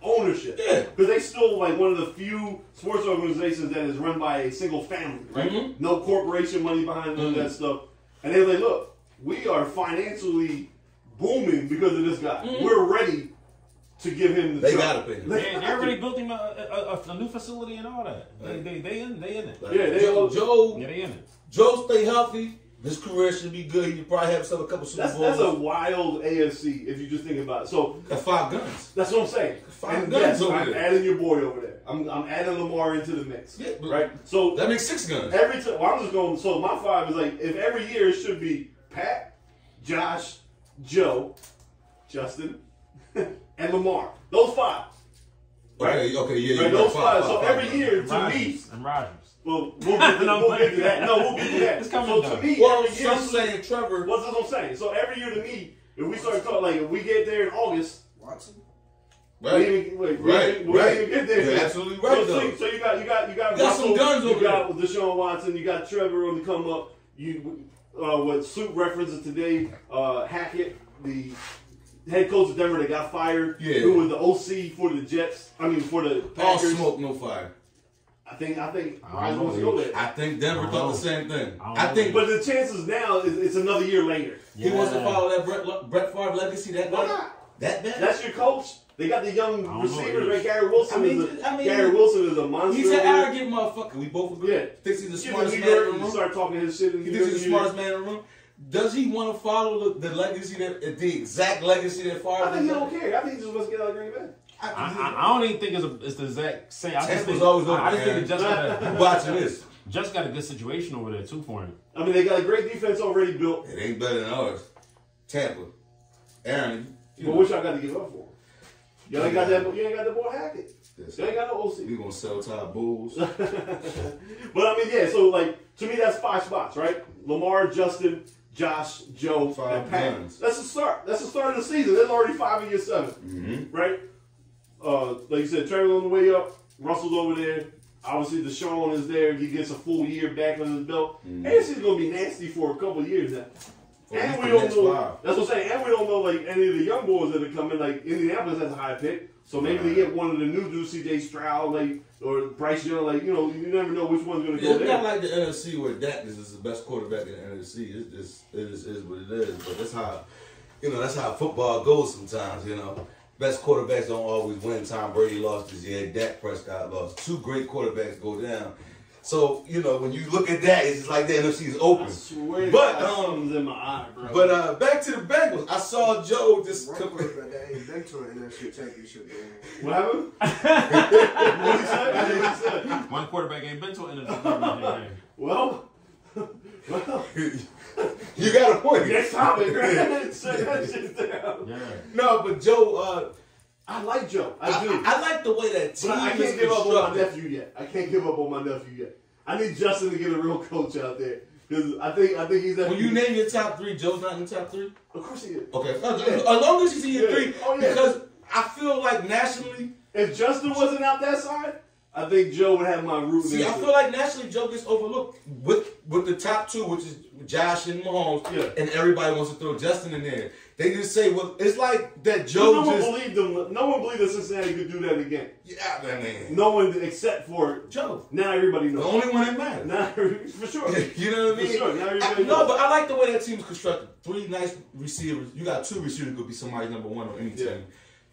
[SPEAKER 3] ownership.
[SPEAKER 4] Yeah.
[SPEAKER 3] Because they still like one of the few sports organizations that is run by a single family, right?
[SPEAKER 4] Mhm.
[SPEAKER 3] No corporation money behind none of
[SPEAKER 4] Mm.
[SPEAKER 3] that stuff. And they're like, look, we are financially booming because of this guy.
[SPEAKER 4] Mm.
[SPEAKER 3] We're ready to give him the
[SPEAKER 4] They
[SPEAKER 3] job.
[SPEAKER 4] gotta pay him.
[SPEAKER 3] They
[SPEAKER 2] They, they
[SPEAKER 3] gotta.
[SPEAKER 2] already built him a, a, a, a new facility and all that. They, they, they in they in it.
[SPEAKER 4] Like,
[SPEAKER 3] Yeah, they
[SPEAKER 4] Joe,
[SPEAKER 3] all-
[SPEAKER 4] Joe,
[SPEAKER 2] Yeah, they in it.
[SPEAKER 4] Joe, stay healthy. His career should be good. He could probably have himself a couple Super
[SPEAKER 3] That's,
[SPEAKER 4] Bowls.
[SPEAKER 3] that's a wild AFC if you just think about it. So
[SPEAKER 4] Got five guns.
[SPEAKER 3] That's what I'm saying.
[SPEAKER 4] Five
[SPEAKER 3] And
[SPEAKER 4] guns
[SPEAKER 3] yes,
[SPEAKER 4] over
[SPEAKER 3] I'm
[SPEAKER 4] there.
[SPEAKER 3] adding your boy over there. I'm, I'm adding Lamar into the mix.
[SPEAKER 4] Yeah, but-
[SPEAKER 3] right? So
[SPEAKER 4] That makes six guns.
[SPEAKER 3] every time, well, I'm just going, so my five is like, if every year it should be Pat, Josh, Joe, Justin, and Lamar. Those five.
[SPEAKER 4] Okay, okay, yeah,
[SPEAKER 3] Right,
[SPEAKER 4] yeah.
[SPEAKER 3] those
[SPEAKER 4] five,
[SPEAKER 3] five. So
[SPEAKER 4] five,
[SPEAKER 3] every
[SPEAKER 4] five.
[SPEAKER 3] year, to me,
[SPEAKER 2] Rodgers and Rodgers.
[SPEAKER 3] well, we'll, get to-
[SPEAKER 2] No,
[SPEAKER 3] we'll get
[SPEAKER 2] but-
[SPEAKER 3] to that. No, we'll get to that.
[SPEAKER 2] It's coming
[SPEAKER 3] so
[SPEAKER 2] down.
[SPEAKER 3] to me,
[SPEAKER 4] Well,
[SPEAKER 3] every year,
[SPEAKER 4] some saying Trevor.
[SPEAKER 3] what's what I'm saying? So every year to me, if we start talking, like, if we get there in August,
[SPEAKER 1] Watson.
[SPEAKER 3] We didn't even, wait, we
[SPEAKER 4] Right,
[SPEAKER 3] didn't- we
[SPEAKER 4] right.
[SPEAKER 3] didn't even get there.
[SPEAKER 4] You're
[SPEAKER 3] yet.
[SPEAKER 4] absolutely
[SPEAKER 3] So,
[SPEAKER 4] right,
[SPEAKER 3] so,
[SPEAKER 4] though.
[SPEAKER 3] so you got you got you got,
[SPEAKER 4] You got some
[SPEAKER 3] Russell,
[SPEAKER 4] guns
[SPEAKER 3] You
[SPEAKER 4] over
[SPEAKER 3] got Deshaun Watson. You got Trevor on the come up. You uh, what Soup references today? Uh, Hackett, the head coach of Denver, that got fired.
[SPEAKER 4] Yeah.
[SPEAKER 3] Who was the OC for the Jets? I mean, for the
[SPEAKER 4] All
[SPEAKER 3] Packers.
[SPEAKER 4] smoke, no fire.
[SPEAKER 3] I think I think
[SPEAKER 2] I
[SPEAKER 3] I
[SPEAKER 2] don't
[SPEAKER 3] wants to
[SPEAKER 2] know.
[SPEAKER 3] go there.
[SPEAKER 4] I think Denver
[SPEAKER 2] I
[SPEAKER 4] thought the
[SPEAKER 2] don't-
[SPEAKER 4] same thing.
[SPEAKER 2] I don't
[SPEAKER 4] I think
[SPEAKER 3] But the chances now is it's another year later.
[SPEAKER 4] he wants to
[SPEAKER 2] Yeah.
[SPEAKER 4] follow that Brett, Le- Brett Favre legacy that
[SPEAKER 3] Why
[SPEAKER 4] bad.
[SPEAKER 3] not?
[SPEAKER 4] That bad.
[SPEAKER 3] That's your coach. They got the
[SPEAKER 2] I don't
[SPEAKER 3] young
[SPEAKER 2] know,
[SPEAKER 3] receivers.
[SPEAKER 2] dude.
[SPEAKER 3] Right, Gary Wilson.
[SPEAKER 4] I mean,
[SPEAKER 3] is a,
[SPEAKER 4] I mean-
[SPEAKER 3] Gary Wilson is a monster.
[SPEAKER 4] he's an
[SPEAKER 3] over there.
[SPEAKER 4] arrogant motherfucker. We both agree.
[SPEAKER 3] Yeah.
[SPEAKER 4] Thinks he's the
[SPEAKER 3] He's
[SPEAKER 4] smartest
[SPEAKER 3] a
[SPEAKER 4] man
[SPEAKER 3] leader.
[SPEAKER 4] in the
[SPEAKER 3] You
[SPEAKER 4] room.
[SPEAKER 3] start talking his shit. And
[SPEAKER 4] He thinks he's the smartest man in the room. Does he want to follow the, the legacy that the exact legacy that Favre?
[SPEAKER 3] I think he
[SPEAKER 4] left?
[SPEAKER 3] don't care. I think he just wants to get out of Green Bay.
[SPEAKER 4] I,
[SPEAKER 2] I, I, I don't even think it's, a, it's the exact same. I just
[SPEAKER 4] Texas
[SPEAKER 2] think,
[SPEAKER 4] was always over
[SPEAKER 2] I, I just
[SPEAKER 4] there.
[SPEAKER 2] think just got,
[SPEAKER 4] You
[SPEAKER 2] a,
[SPEAKER 4] watching this?
[SPEAKER 2] just got a good situation over there too for him.
[SPEAKER 3] I mean, they got a great defense already built.
[SPEAKER 4] It ain't better than ours. Tampa, Aaron. You
[SPEAKER 3] But
[SPEAKER 4] know,
[SPEAKER 3] what y'all got to give up for? Y'all ain't got that. You ain't got the boy Hackett.
[SPEAKER 4] this.
[SPEAKER 3] Y'all ain't got no
[SPEAKER 4] we
[SPEAKER 3] OC.
[SPEAKER 4] gonna sell Todd Bulls.
[SPEAKER 3] But I mean, yeah. So like to me, that's five spots, right? Lamar, Justin, Josh, Joe,
[SPEAKER 4] Five
[SPEAKER 3] and Pat.
[SPEAKER 4] guns.
[SPEAKER 3] That's the start. That's the start of the season. That's already five of your 7
[SPEAKER 4] Mm-hmm.
[SPEAKER 3] right? Uh, like you said, Trevor on the way up. Russell's over there. Obviously, Deshaun is there. He gets a full year back on his belt.
[SPEAKER 4] Mm.
[SPEAKER 3] And this is gonna be nasty for a couple of years now.
[SPEAKER 4] For at
[SPEAKER 3] and
[SPEAKER 4] least
[SPEAKER 3] we
[SPEAKER 4] the
[SPEAKER 3] don't
[SPEAKER 4] next
[SPEAKER 3] know.
[SPEAKER 4] five.
[SPEAKER 3] That's what I'm saying. And we don't know like any of the young boys that are coming. Like Indianapolis has a high pick, so maybe they get one of the new dudes, C.J. Stroud, like or Bryce Young. Like you know, you never know which one's gonna
[SPEAKER 4] Yeah,
[SPEAKER 3] go
[SPEAKER 4] it's
[SPEAKER 3] there.
[SPEAKER 4] not like the NFC where Dak is the best quarterback in the NFC. It's just it is, is what it is. But that's how you know that's how football goes sometimes. You know, best quarterbacks don't always win. Tom Brady lost this year. Dak Prescott lost. Two great quarterbacks go down. So you know when you look at that, it's just like the NFC is open.
[SPEAKER 3] I swear, to
[SPEAKER 4] but
[SPEAKER 3] God,
[SPEAKER 4] um,
[SPEAKER 3] something's in my eye, bro.
[SPEAKER 4] but uh, back to the Bengals. I saw Joe just.
[SPEAKER 1] Right
[SPEAKER 4] compl-
[SPEAKER 1] quick, but that ain't been to an NFC championship game.
[SPEAKER 3] what happened? what he said? I didn't say it.
[SPEAKER 2] One quarterback ain't been to an NFL
[SPEAKER 3] Well, well,
[SPEAKER 4] you got a point.
[SPEAKER 3] next topic. Right? Shut that shit down.
[SPEAKER 2] Yeah,
[SPEAKER 4] No, but Joe, uh,
[SPEAKER 3] I like Joe. I,
[SPEAKER 4] I,
[SPEAKER 3] do.
[SPEAKER 4] I, like the way that team
[SPEAKER 3] But I, I
[SPEAKER 4] is
[SPEAKER 3] can't give up on my
[SPEAKER 4] constructed.
[SPEAKER 3] nephew yet. I can't give up on my nephew yet. I need Justin to get a real coach out there because I think I think he's. at-
[SPEAKER 4] When you name your top three, Joe's not in the top three.
[SPEAKER 3] of course he is.
[SPEAKER 4] Okay, Uh, as long as he's in your
[SPEAKER 3] Oh, Yeah.
[SPEAKER 4] three,
[SPEAKER 3] Oh, yeah.
[SPEAKER 4] because I feel like nationally,
[SPEAKER 3] If Justin wasn't out that side, I think Joe would have my root.
[SPEAKER 4] see, I feel like nationally Joe gets overlooked with with the top two, which is Josh and Mahomes,
[SPEAKER 3] Yeah.
[SPEAKER 4] and everybody wants to throw Justin in there. They just say, well, it's like that
[SPEAKER 3] no
[SPEAKER 4] Joe
[SPEAKER 3] one
[SPEAKER 4] just
[SPEAKER 3] believed them. No one believed that Cincinnati could do that again.
[SPEAKER 4] yeah, that man,
[SPEAKER 3] No one except for
[SPEAKER 4] Joe,
[SPEAKER 3] now. Everybody
[SPEAKER 4] the
[SPEAKER 3] knows.
[SPEAKER 4] only one that matters.
[SPEAKER 3] Now, for sure.
[SPEAKER 4] you know what I
[SPEAKER 3] For
[SPEAKER 4] mean?
[SPEAKER 3] sure, now
[SPEAKER 4] I-
[SPEAKER 3] everybody
[SPEAKER 4] no,
[SPEAKER 3] knows.
[SPEAKER 4] but I like the way that team's constructed. Three nice receivers. You got two receivers could be somebody's number one on any
[SPEAKER 3] Yeah.
[SPEAKER 4] team.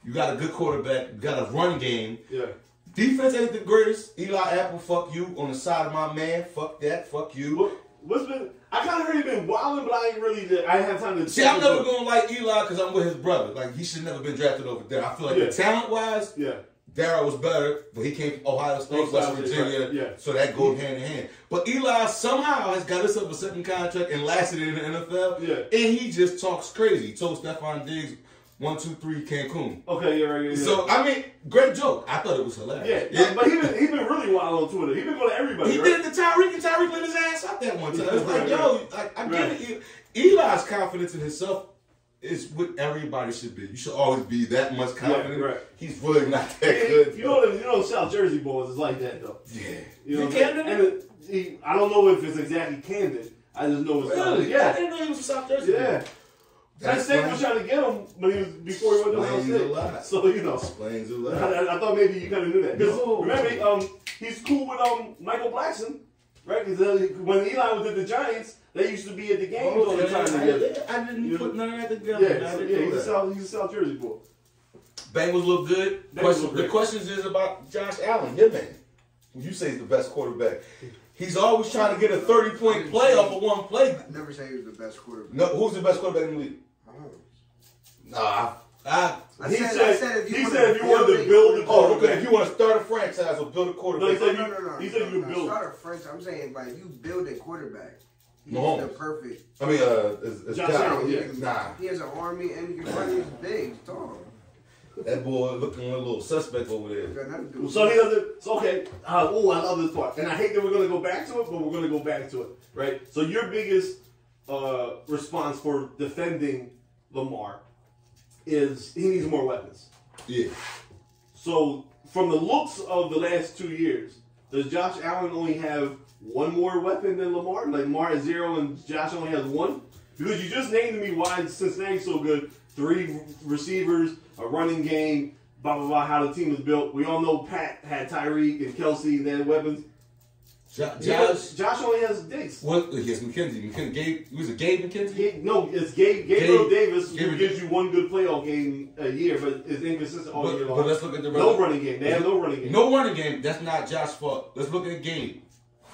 [SPEAKER 4] You got a good quarterback. You got a run game.
[SPEAKER 3] yeah.
[SPEAKER 4] Defense ain't the greatest. Eli Apple, fuck you. On the side of my man, fuck that, fuck you.
[SPEAKER 3] What, what's been? I kind of heard he been wilding, but I ain't really. I ain't have time to.
[SPEAKER 4] See,
[SPEAKER 3] check
[SPEAKER 4] I'm
[SPEAKER 3] it,
[SPEAKER 4] never
[SPEAKER 3] but-
[SPEAKER 4] gonna like Eli because I'm with his brother. Like he should never been drafted over there. I feel like
[SPEAKER 3] Yeah.
[SPEAKER 4] talent wise,
[SPEAKER 3] Yeah.
[SPEAKER 4] Darrell was better, but he came from Ohio State,
[SPEAKER 3] Ohio
[SPEAKER 4] West
[SPEAKER 3] State,
[SPEAKER 4] Virginia,
[SPEAKER 3] right, yeah.
[SPEAKER 4] so that goes hand in hand. But Eli somehow has got himself a second contract and lasted in the NFL,
[SPEAKER 3] Yeah.
[SPEAKER 4] and he just talks crazy. He told Stephon Diggs, one, two, three, Cancun.
[SPEAKER 3] Okay, yeah, right, yeah, yeah.
[SPEAKER 4] So I mean, great joke. I thought it was
[SPEAKER 3] yeah,
[SPEAKER 4] hilarious.
[SPEAKER 3] but he been he been really wild on Twitter. He been going to everybody.
[SPEAKER 4] He
[SPEAKER 3] right?
[SPEAKER 4] did it to Tyreek, and Tyreek let his ass out that one time. It's like,
[SPEAKER 3] Right,
[SPEAKER 4] yo, like, I get it. E, Eli's confidence in himself is what everybody should be. You should always be that much confident.
[SPEAKER 3] right.
[SPEAKER 4] He's really not that good.
[SPEAKER 3] You know, them- you know, South Jersey boys is like that though.
[SPEAKER 4] yeah.
[SPEAKER 3] You know,
[SPEAKER 4] From
[SPEAKER 3] what I'm
[SPEAKER 4] Camden?
[SPEAKER 3] saying? And it- he- I don't know if it's exactly Camden. I just know it's South.
[SPEAKER 4] Really? I
[SPEAKER 3] Yeah,
[SPEAKER 4] didn't know he was from South Jersey.
[SPEAKER 3] yeah. That
[SPEAKER 4] That's
[SPEAKER 3] state was
[SPEAKER 4] why-
[SPEAKER 3] trying to get him when he was before he went to Ohio
[SPEAKER 4] Explains a
[SPEAKER 3] State.
[SPEAKER 4] lot.
[SPEAKER 3] So you know,
[SPEAKER 4] Explains a
[SPEAKER 3] I,
[SPEAKER 4] lot.
[SPEAKER 3] I- I thought maybe you kind of knew that. 'Cause
[SPEAKER 4] No.
[SPEAKER 3] remember, um, he's cool with um Michael Blackson, right? 'Cause, uh, when Eli was at the Giants, they used to be at the games all the time together.
[SPEAKER 4] Oh, I, didn't
[SPEAKER 3] You-
[SPEAKER 4] put none of that together.
[SPEAKER 3] Yeah,
[SPEAKER 4] I
[SPEAKER 3] so,
[SPEAKER 4] didn't
[SPEAKER 3] yeah,
[SPEAKER 4] know
[SPEAKER 3] he's a
[SPEAKER 4] that.
[SPEAKER 3] South, he's a South Jersey boy.
[SPEAKER 4] Bengals look good.
[SPEAKER 3] Bengals
[SPEAKER 4] Question-
[SPEAKER 3] look
[SPEAKER 4] the
[SPEAKER 3] good.
[SPEAKER 4] questions is about Josh Allen, your man. who You say he's the best quarterback. He's always trying to get a 30 point play off of one play.
[SPEAKER 1] I never say he was the best quarterback.
[SPEAKER 4] No, who's the best quarterback in the league? Nah. I,
[SPEAKER 1] I
[SPEAKER 3] He
[SPEAKER 1] said, I
[SPEAKER 3] said-
[SPEAKER 1] said if you
[SPEAKER 3] he
[SPEAKER 1] wanted
[SPEAKER 3] said
[SPEAKER 1] to
[SPEAKER 3] if you wanted to build a-
[SPEAKER 4] oh, okay. If you want to start a franchise or build
[SPEAKER 3] No,
[SPEAKER 4] a
[SPEAKER 3] he
[SPEAKER 4] quarterback,
[SPEAKER 3] said-
[SPEAKER 1] no, no, no, no.
[SPEAKER 3] He said
[SPEAKER 1] no,
[SPEAKER 3] you
[SPEAKER 1] no,
[SPEAKER 3] build.
[SPEAKER 1] Start a French. I'm saying like you build a quarterback. He's
[SPEAKER 4] Mahomes.
[SPEAKER 1] the perfect.
[SPEAKER 4] I mean, uh, it's, it's
[SPEAKER 3] Josh
[SPEAKER 4] Josh.
[SPEAKER 3] Allen, yeah.
[SPEAKER 4] Nah,
[SPEAKER 1] He has an army and he can run. He's big, he's tall.
[SPEAKER 4] that boy looking a little suspect over there.
[SPEAKER 1] He's got nothing to do
[SPEAKER 3] Well,
[SPEAKER 1] with
[SPEAKER 3] So
[SPEAKER 1] it.
[SPEAKER 3] he doesn't. So okay. Uh, oh, I love this part, and I hate that we're gonna go back to it, but we're gonna go back to it, right? So your biggest uh, response for defending Lamar is he needs more weapons.
[SPEAKER 4] Yeah,
[SPEAKER 3] So from the looks of the last two years, does Josh Allen only have one more weapon than Lamar? Like Lamar has zero and Josh only has one? Because you just named me why Cincinnati's so good. Three receivers, a running game, blah blah blah. How the team is built. We all know Pat had Tyreek and Kelsey and they had weapons.
[SPEAKER 4] Jo- Josh.
[SPEAKER 3] Josh, Josh only has Diggs.
[SPEAKER 4] What? Yes, McKenzie. McKenzie. Gabe. Was it Gabe McKenzie?
[SPEAKER 3] Ga- No, it's Gabe, Gabriel
[SPEAKER 4] Gabe-
[SPEAKER 3] Davis who
[SPEAKER 4] Gabriel-
[SPEAKER 3] gives you one good playoff game a year, but is inconsistent all
[SPEAKER 4] But-
[SPEAKER 3] year long.
[SPEAKER 4] but let's look at the
[SPEAKER 3] no
[SPEAKER 4] rest-
[SPEAKER 3] running game. They have no running game.
[SPEAKER 4] No running game. That's not Josh's fault. Let's look at the game.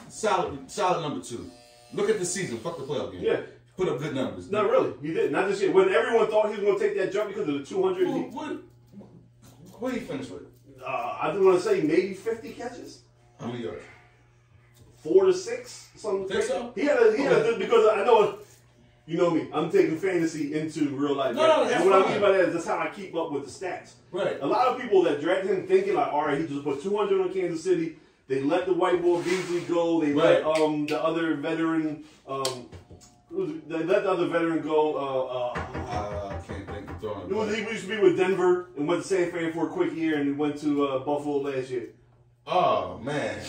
[SPEAKER 4] Solid, solid number two. Look at the season. Fuck the playoff game.
[SPEAKER 3] Yeah.
[SPEAKER 4] Put up good numbers.
[SPEAKER 3] Not really. He did. Not this year. When everyone thought he was going to take that jump because of the 200,
[SPEAKER 4] What?
[SPEAKER 3] he,
[SPEAKER 4] What? What did he finish with?
[SPEAKER 3] uh, I do want to say maybe 50 catches,
[SPEAKER 4] How many yards?
[SPEAKER 3] four to six, something.
[SPEAKER 4] Think so?
[SPEAKER 3] He had a he had a
[SPEAKER 4] Okay.
[SPEAKER 3] good because I know. You know me. I'm taking fantasy into real life.
[SPEAKER 4] No, no, that's
[SPEAKER 3] and what I
[SPEAKER 4] fine.
[SPEAKER 3] mean by that is that's how I keep up with the stats.
[SPEAKER 4] Right.
[SPEAKER 3] A lot of people that dragged him thinking like, all right, he just put 200 on Kansas City. They let the white boy Beasley go. They let
[SPEAKER 4] Right.
[SPEAKER 3] um the other veteran um who's- they let the other veteran go. Uh, uh,
[SPEAKER 4] Ah, I can't think. of Throwing.
[SPEAKER 3] It was, he used to be with Denver and went to San Fran for a quick year and then went to uh, Buffalo last year.
[SPEAKER 4] Oh man,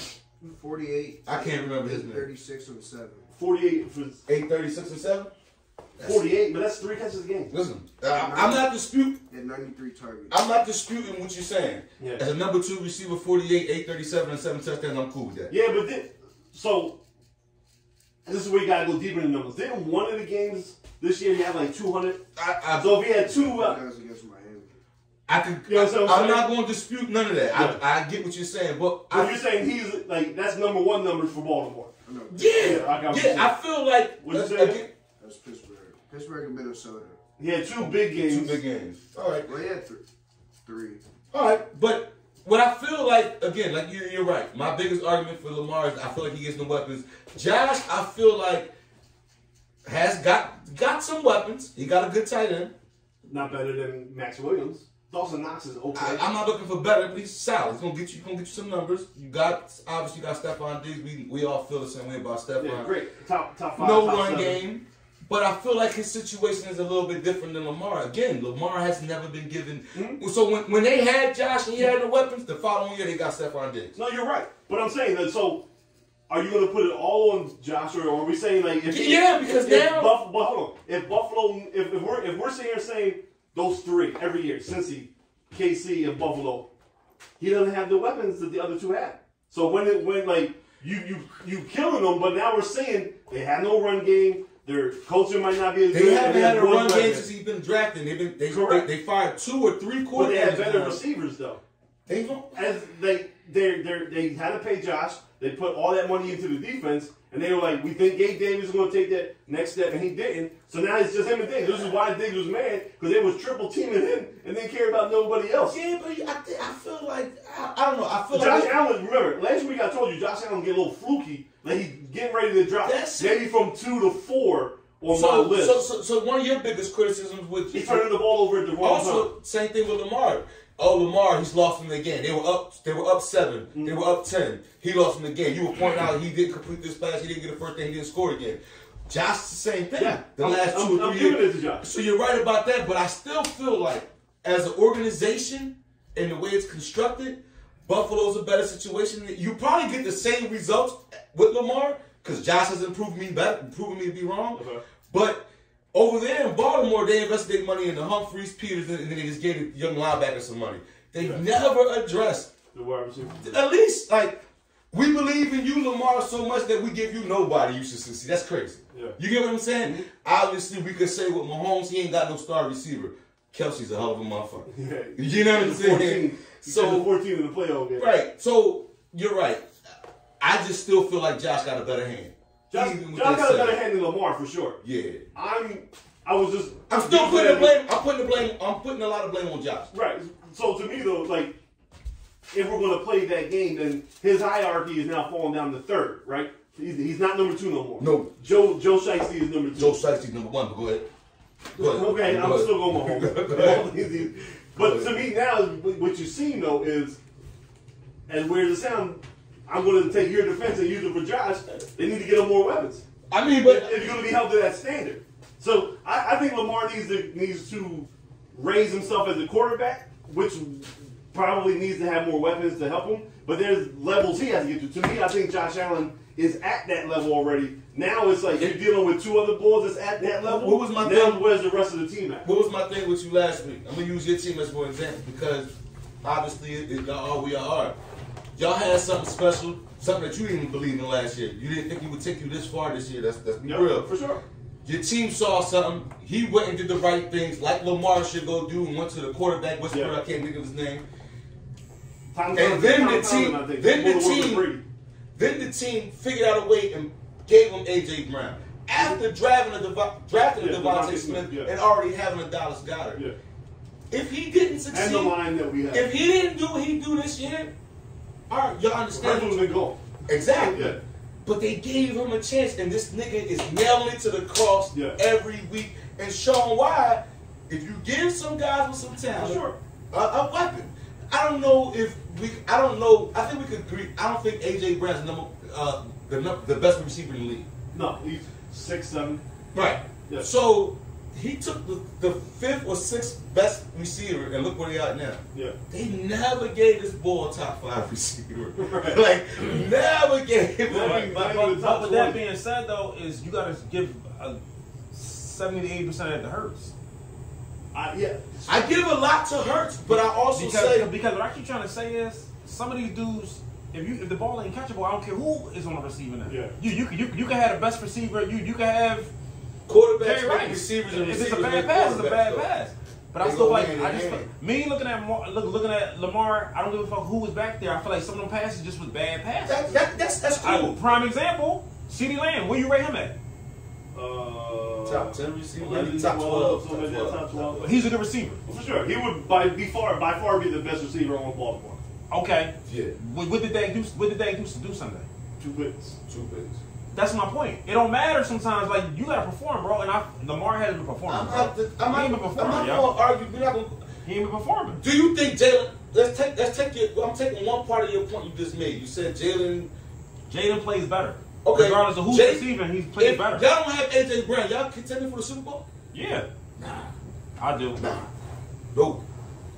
[SPEAKER 1] 48.
[SPEAKER 4] I can't remember his name.
[SPEAKER 1] 36 and 7.
[SPEAKER 3] 48, for
[SPEAKER 4] eight thirty six and seven.
[SPEAKER 3] 48 but that's three catches a game.
[SPEAKER 4] Listen, I, I'm not dispute.
[SPEAKER 1] He had 93 targets.
[SPEAKER 4] I'm not disputing what you're saying.
[SPEAKER 3] Yeah.
[SPEAKER 4] As a number two receiver, 48, 837, and seven touchdowns, I'm cool with that.
[SPEAKER 3] Yeah, but then, so this is where you got to go deeper in the numbers. Didn't one of the games this year he had like 200?
[SPEAKER 4] I, I,
[SPEAKER 3] So if he had two,
[SPEAKER 1] That
[SPEAKER 3] uh,
[SPEAKER 1] was against Miami. Oh,
[SPEAKER 4] I could.
[SPEAKER 3] You know what I'm saying?
[SPEAKER 4] I'm not going to dispute none of that.
[SPEAKER 3] Yeah.
[SPEAKER 4] I, I get what you're saying, but
[SPEAKER 3] so
[SPEAKER 4] I,
[SPEAKER 3] you're saying he's like, that's number one numbers for Baltimore.
[SPEAKER 1] I know.
[SPEAKER 4] yeah,
[SPEAKER 3] Yeah, I got what
[SPEAKER 4] yeah,
[SPEAKER 3] you're
[SPEAKER 4] I feel like
[SPEAKER 3] What you
[SPEAKER 4] I- I
[SPEAKER 3] saying?
[SPEAKER 4] get
[SPEAKER 1] That's Pittsburgh. Pittsburgh and Minnesota.
[SPEAKER 3] He had two big games.
[SPEAKER 4] two big games. All right,
[SPEAKER 1] Well, he had th- three.
[SPEAKER 4] all right, but what I feel like again, like you're, you're right. My biggest argument for Lamar is I feel like he gets no weapons. Josh, I feel like has got got some weapons. He got a good tight end.
[SPEAKER 3] Not better than Max Williams. Dawson Knox is okay.
[SPEAKER 4] I, I'm not looking for better, but he's solid. He's gonna get you. He's gonna get you some numbers. You got obviously you got Stephon Diggs. We, we all feel the same way about Stephon.
[SPEAKER 3] yeah, great. Top, top five.
[SPEAKER 4] no
[SPEAKER 3] top
[SPEAKER 4] run
[SPEAKER 3] seven.
[SPEAKER 4] game. But I feel like his situation is a little bit different than Lamar. Again, Lamar has never been given.
[SPEAKER 3] Hmm?
[SPEAKER 4] So when, when they had Josh and he had the weapons, the following year they got Stephon Diggs.
[SPEAKER 3] No, you're right. But I'm saying that. So, are you going to put it all on Josh, or are we saying like if
[SPEAKER 4] Yeah, because
[SPEAKER 3] if, if
[SPEAKER 4] now-
[SPEAKER 3] Buff, but hold on, if Buffalo, if, if we're if we're sitting here saying those three every year, Cincy, KC, and Buffalo, he doesn't have the weapons that the other two had. So when it when like you you you killing them, but now we're saying they have no run game. Their culture might not be as
[SPEAKER 4] They
[SPEAKER 3] good. and
[SPEAKER 4] haven't had a
[SPEAKER 3] one
[SPEAKER 4] run game
[SPEAKER 3] weapon.
[SPEAKER 4] since he's been drafted. They've been they, they,
[SPEAKER 3] Correct.
[SPEAKER 4] they fired two or three
[SPEAKER 3] But they had
[SPEAKER 4] quarterbacks.
[SPEAKER 3] better
[SPEAKER 4] now.
[SPEAKER 3] receivers though.
[SPEAKER 4] They don't-
[SPEAKER 3] as they they they they had to pay Josh. They put all that money into the defense, and they were like, "We think Gabe Davis is going to take that next step," and he didn't. So now it's just him and Diggs. This is why Diggs was mad because they was triple teaming him, and they didn't care about nobody else.
[SPEAKER 4] Yeah, but I, thi- I feel like I, I don't know. I feel
[SPEAKER 3] Josh
[SPEAKER 4] like
[SPEAKER 3] Allen, remember last week I told you Josh Allen get a little fluky, like he getting ready to drop
[SPEAKER 4] That's-
[SPEAKER 3] maybe from two to four on my
[SPEAKER 4] so,
[SPEAKER 3] list.
[SPEAKER 4] so, so, so one of your biggest criticisms with
[SPEAKER 3] He's turning the ball over at the wrong time.
[SPEAKER 4] Also, same thing with Lamar. Oh, Lamar, he's lost in the game. They were up. They were up 7
[SPEAKER 3] Mm.
[SPEAKER 4] They were up ten. He lost in the game. You were pointing out he didn't complete this pass. He didn't get the first thing. He didn't score again. Josh, the same thing.
[SPEAKER 3] Yeah,
[SPEAKER 4] the
[SPEAKER 3] I'm-
[SPEAKER 4] last
[SPEAKER 3] I'm-
[SPEAKER 4] 2 or
[SPEAKER 3] I'm
[SPEAKER 4] three
[SPEAKER 3] giving
[SPEAKER 4] years.
[SPEAKER 3] it to Josh.
[SPEAKER 4] So you're right about that. But I still feel like, as an organization and the way it's constructed, Buffalo's a better situation. You probably get the same results with Lamar because Josh has improved me back, proven me to be wrong.
[SPEAKER 3] Uh-huh.
[SPEAKER 4] But over there in Baltimore, they invested their money in the Humphreys, Peters, and then they just gave the young linebacker some money. They never addressed.
[SPEAKER 3] The wide receiver.
[SPEAKER 4] At least, like, we believe in you, Lamar, so much that we give you nobody you should succeed. That's crazy.
[SPEAKER 3] Yeah.
[SPEAKER 4] You get what I'm saying? Obviously, we could say with Mahomes, he ain't got no star receiver. Kelsey's a hell of a motherfucker.
[SPEAKER 3] Yeah.
[SPEAKER 4] You know what I'm saying?
[SPEAKER 3] 14. So
[SPEAKER 4] So
[SPEAKER 3] 14 in the playoff game.
[SPEAKER 4] Right. So you're right. I just still feel like Josh got a better hand.
[SPEAKER 3] Josh,
[SPEAKER 4] Even with
[SPEAKER 3] Josh
[SPEAKER 4] that
[SPEAKER 3] got a
[SPEAKER 4] said.
[SPEAKER 3] better hand than Lamar for sure.
[SPEAKER 4] Yeah.
[SPEAKER 3] I'm. I was just.
[SPEAKER 4] I'm still putting the blame. I'm putting the blame. I'm putting a lot of blame on Josh.
[SPEAKER 3] Right. So to me though, like, if we're gonna play that game, then his hierarchy is now falling down to third. Right. He's, he's not number two no more.
[SPEAKER 4] No.
[SPEAKER 3] Joe Joe Shiesty is number two.
[SPEAKER 4] Joe Shiesty number one. But go ahead. Go ahead.
[SPEAKER 3] Okay,
[SPEAKER 4] Go
[SPEAKER 3] I'm
[SPEAKER 4] ahead.
[SPEAKER 3] still going Mahomes. but to me now, what you've seen though is, and where the sound, I'm going to take your defense and use it for Josh. They need to get him more weapons
[SPEAKER 4] I mean,
[SPEAKER 3] but
[SPEAKER 4] but
[SPEAKER 3] if you're going to be held to that standard. So I, I think Lamar needs to needs to raise himself as a quarterback, which probably needs to have more weapons to help him. But there's levels he has to get to. To me, I think Josh Allen is at that level already. Now it's like you're dealing with two other bulls that's at that level.
[SPEAKER 4] What was my
[SPEAKER 3] now
[SPEAKER 4] thing?
[SPEAKER 3] where's the rest of the team at?
[SPEAKER 4] what was my thing with you last week? I'm gonna use your team as for example because obviously it, it, y'all are we are. Y'all had something special, something that you didn't even believe in last year. You didn't think it would take you this far this year. That's that's be
[SPEAKER 3] Yeah,
[SPEAKER 4] real.
[SPEAKER 3] for sure.
[SPEAKER 4] Your team saw something. He went and did the right things, like Lamar should go do, and went to the quarterback whisperer.
[SPEAKER 3] Yeah.
[SPEAKER 4] I can't think of his name.
[SPEAKER 3] Tom
[SPEAKER 4] And then
[SPEAKER 3] Tom Tomlin,
[SPEAKER 4] the team-
[SPEAKER 3] I think,
[SPEAKER 4] then the
[SPEAKER 3] more than
[SPEAKER 4] team-
[SPEAKER 3] Brady.
[SPEAKER 4] Then the team figured out a way and gave him AJ Brown after driving a Devo- drafting
[SPEAKER 3] Yeah,
[SPEAKER 4] a
[SPEAKER 3] Devontae
[SPEAKER 4] Devontae
[SPEAKER 3] Smith,
[SPEAKER 4] Smith
[SPEAKER 3] yeah.
[SPEAKER 4] and already having a Dallas Goddard.
[SPEAKER 3] Yeah.
[SPEAKER 4] If he didn't succeed,
[SPEAKER 3] And the line that we have.
[SPEAKER 4] if he didn't do what he do this year, all right, y'all understand?
[SPEAKER 3] Hercules and Gold.
[SPEAKER 4] Exactly.
[SPEAKER 3] Yeah.
[SPEAKER 4] But they gave him a chance, and this nigga is nailing it to the cross
[SPEAKER 3] Yeah.
[SPEAKER 4] every week and showing why. If you give some guys with some talent
[SPEAKER 3] Sure.
[SPEAKER 4] a, a weapon, I don't know if we. I don't know. I think we could agree. I don't think AJ Brown's number uh, the num- the best receiver in the league.
[SPEAKER 3] No, he's six, seven.
[SPEAKER 4] Right.
[SPEAKER 3] Yeah.
[SPEAKER 4] So he took the, the fifth or sixth best receiver, and look where they are now.
[SPEAKER 3] Yeah.
[SPEAKER 4] They never gave this boy a top five receiver.
[SPEAKER 3] Right.
[SPEAKER 4] Like never gave him.
[SPEAKER 3] Never
[SPEAKER 4] a-
[SPEAKER 3] even
[SPEAKER 2] But,
[SPEAKER 3] Not
[SPEAKER 2] but,
[SPEAKER 3] even top
[SPEAKER 2] but with that
[SPEAKER 3] 20.
[SPEAKER 2] being said, though, is you gotta give uh, seventy to eighty percent of the hurts.
[SPEAKER 3] I, yeah.
[SPEAKER 4] I give a lot to Hurts, but I also
[SPEAKER 2] Because,
[SPEAKER 4] say
[SPEAKER 2] because what I keep trying to say is some of these dudes, if you if the ball ain't catchable, I don't care who is on the receiving end.
[SPEAKER 3] Yeah.
[SPEAKER 2] You you can you, can- you can have the best receiver. You you can have
[SPEAKER 4] quarterbacks,
[SPEAKER 2] Jerry
[SPEAKER 4] make
[SPEAKER 2] Rice.
[SPEAKER 4] receivers, and
[SPEAKER 2] if
[SPEAKER 4] receivers
[SPEAKER 2] it's a bad
[SPEAKER 4] make
[SPEAKER 2] pass, it's a
[SPEAKER 4] quarterbacks,
[SPEAKER 2] bad
[SPEAKER 4] though.
[SPEAKER 2] pass. But I
[SPEAKER 4] They
[SPEAKER 2] feel
[SPEAKER 4] go
[SPEAKER 2] like
[SPEAKER 4] hand
[SPEAKER 2] I
[SPEAKER 4] in
[SPEAKER 2] just feel,
[SPEAKER 4] hand.
[SPEAKER 2] me looking at Mar- look, looking at Lamar. I don't give a fuck who was back there. I feel like some of them passes just was bad passes.
[SPEAKER 4] That, that, that's that's
[SPEAKER 2] I-
[SPEAKER 4] cool.
[SPEAKER 2] prime example, CeeDee Lamb. Where you rate him at?
[SPEAKER 3] Uh,
[SPEAKER 4] Top ten receiver,
[SPEAKER 3] eleven,
[SPEAKER 4] top twelve,
[SPEAKER 3] something like
[SPEAKER 4] top
[SPEAKER 3] that,
[SPEAKER 4] 12.
[SPEAKER 3] top 12.
[SPEAKER 2] He's a good receiver.
[SPEAKER 3] For sure, he would by be far by far be the best receiver on Baltimore.
[SPEAKER 2] Okay.
[SPEAKER 4] Yeah,
[SPEAKER 2] What, what did they do? What did they do to do Sunday?
[SPEAKER 3] Two wins.
[SPEAKER 4] two bigs.
[SPEAKER 2] That's my point. It don't matter sometimes. Like you gotta perform, bro. And I, Lamar hasn't been performing.
[SPEAKER 4] I'm
[SPEAKER 2] bro.
[SPEAKER 4] not. I'm
[SPEAKER 2] he ain't
[SPEAKER 4] not.
[SPEAKER 2] been
[SPEAKER 4] I'm not
[SPEAKER 2] performing.
[SPEAKER 4] gonna
[SPEAKER 2] yo.
[SPEAKER 4] argue. We're not gonna.
[SPEAKER 2] He ain't been performing.
[SPEAKER 4] Do you think Jalen? Let's take. Let's take your. I'm taking one part of your point you just made. You said Jalen.
[SPEAKER 2] Jaden plays better.
[SPEAKER 4] Okay.
[SPEAKER 2] Regardless of who's
[SPEAKER 4] Jay-
[SPEAKER 2] receiving, he's
[SPEAKER 4] If
[SPEAKER 2] played
[SPEAKER 4] y'all
[SPEAKER 2] better.
[SPEAKER 4] don't have AJ Brown, y'all contending for the Super Bowl?
[SPEAKER 2] yeah. I do.
[SPEAKER 4] Nah. No.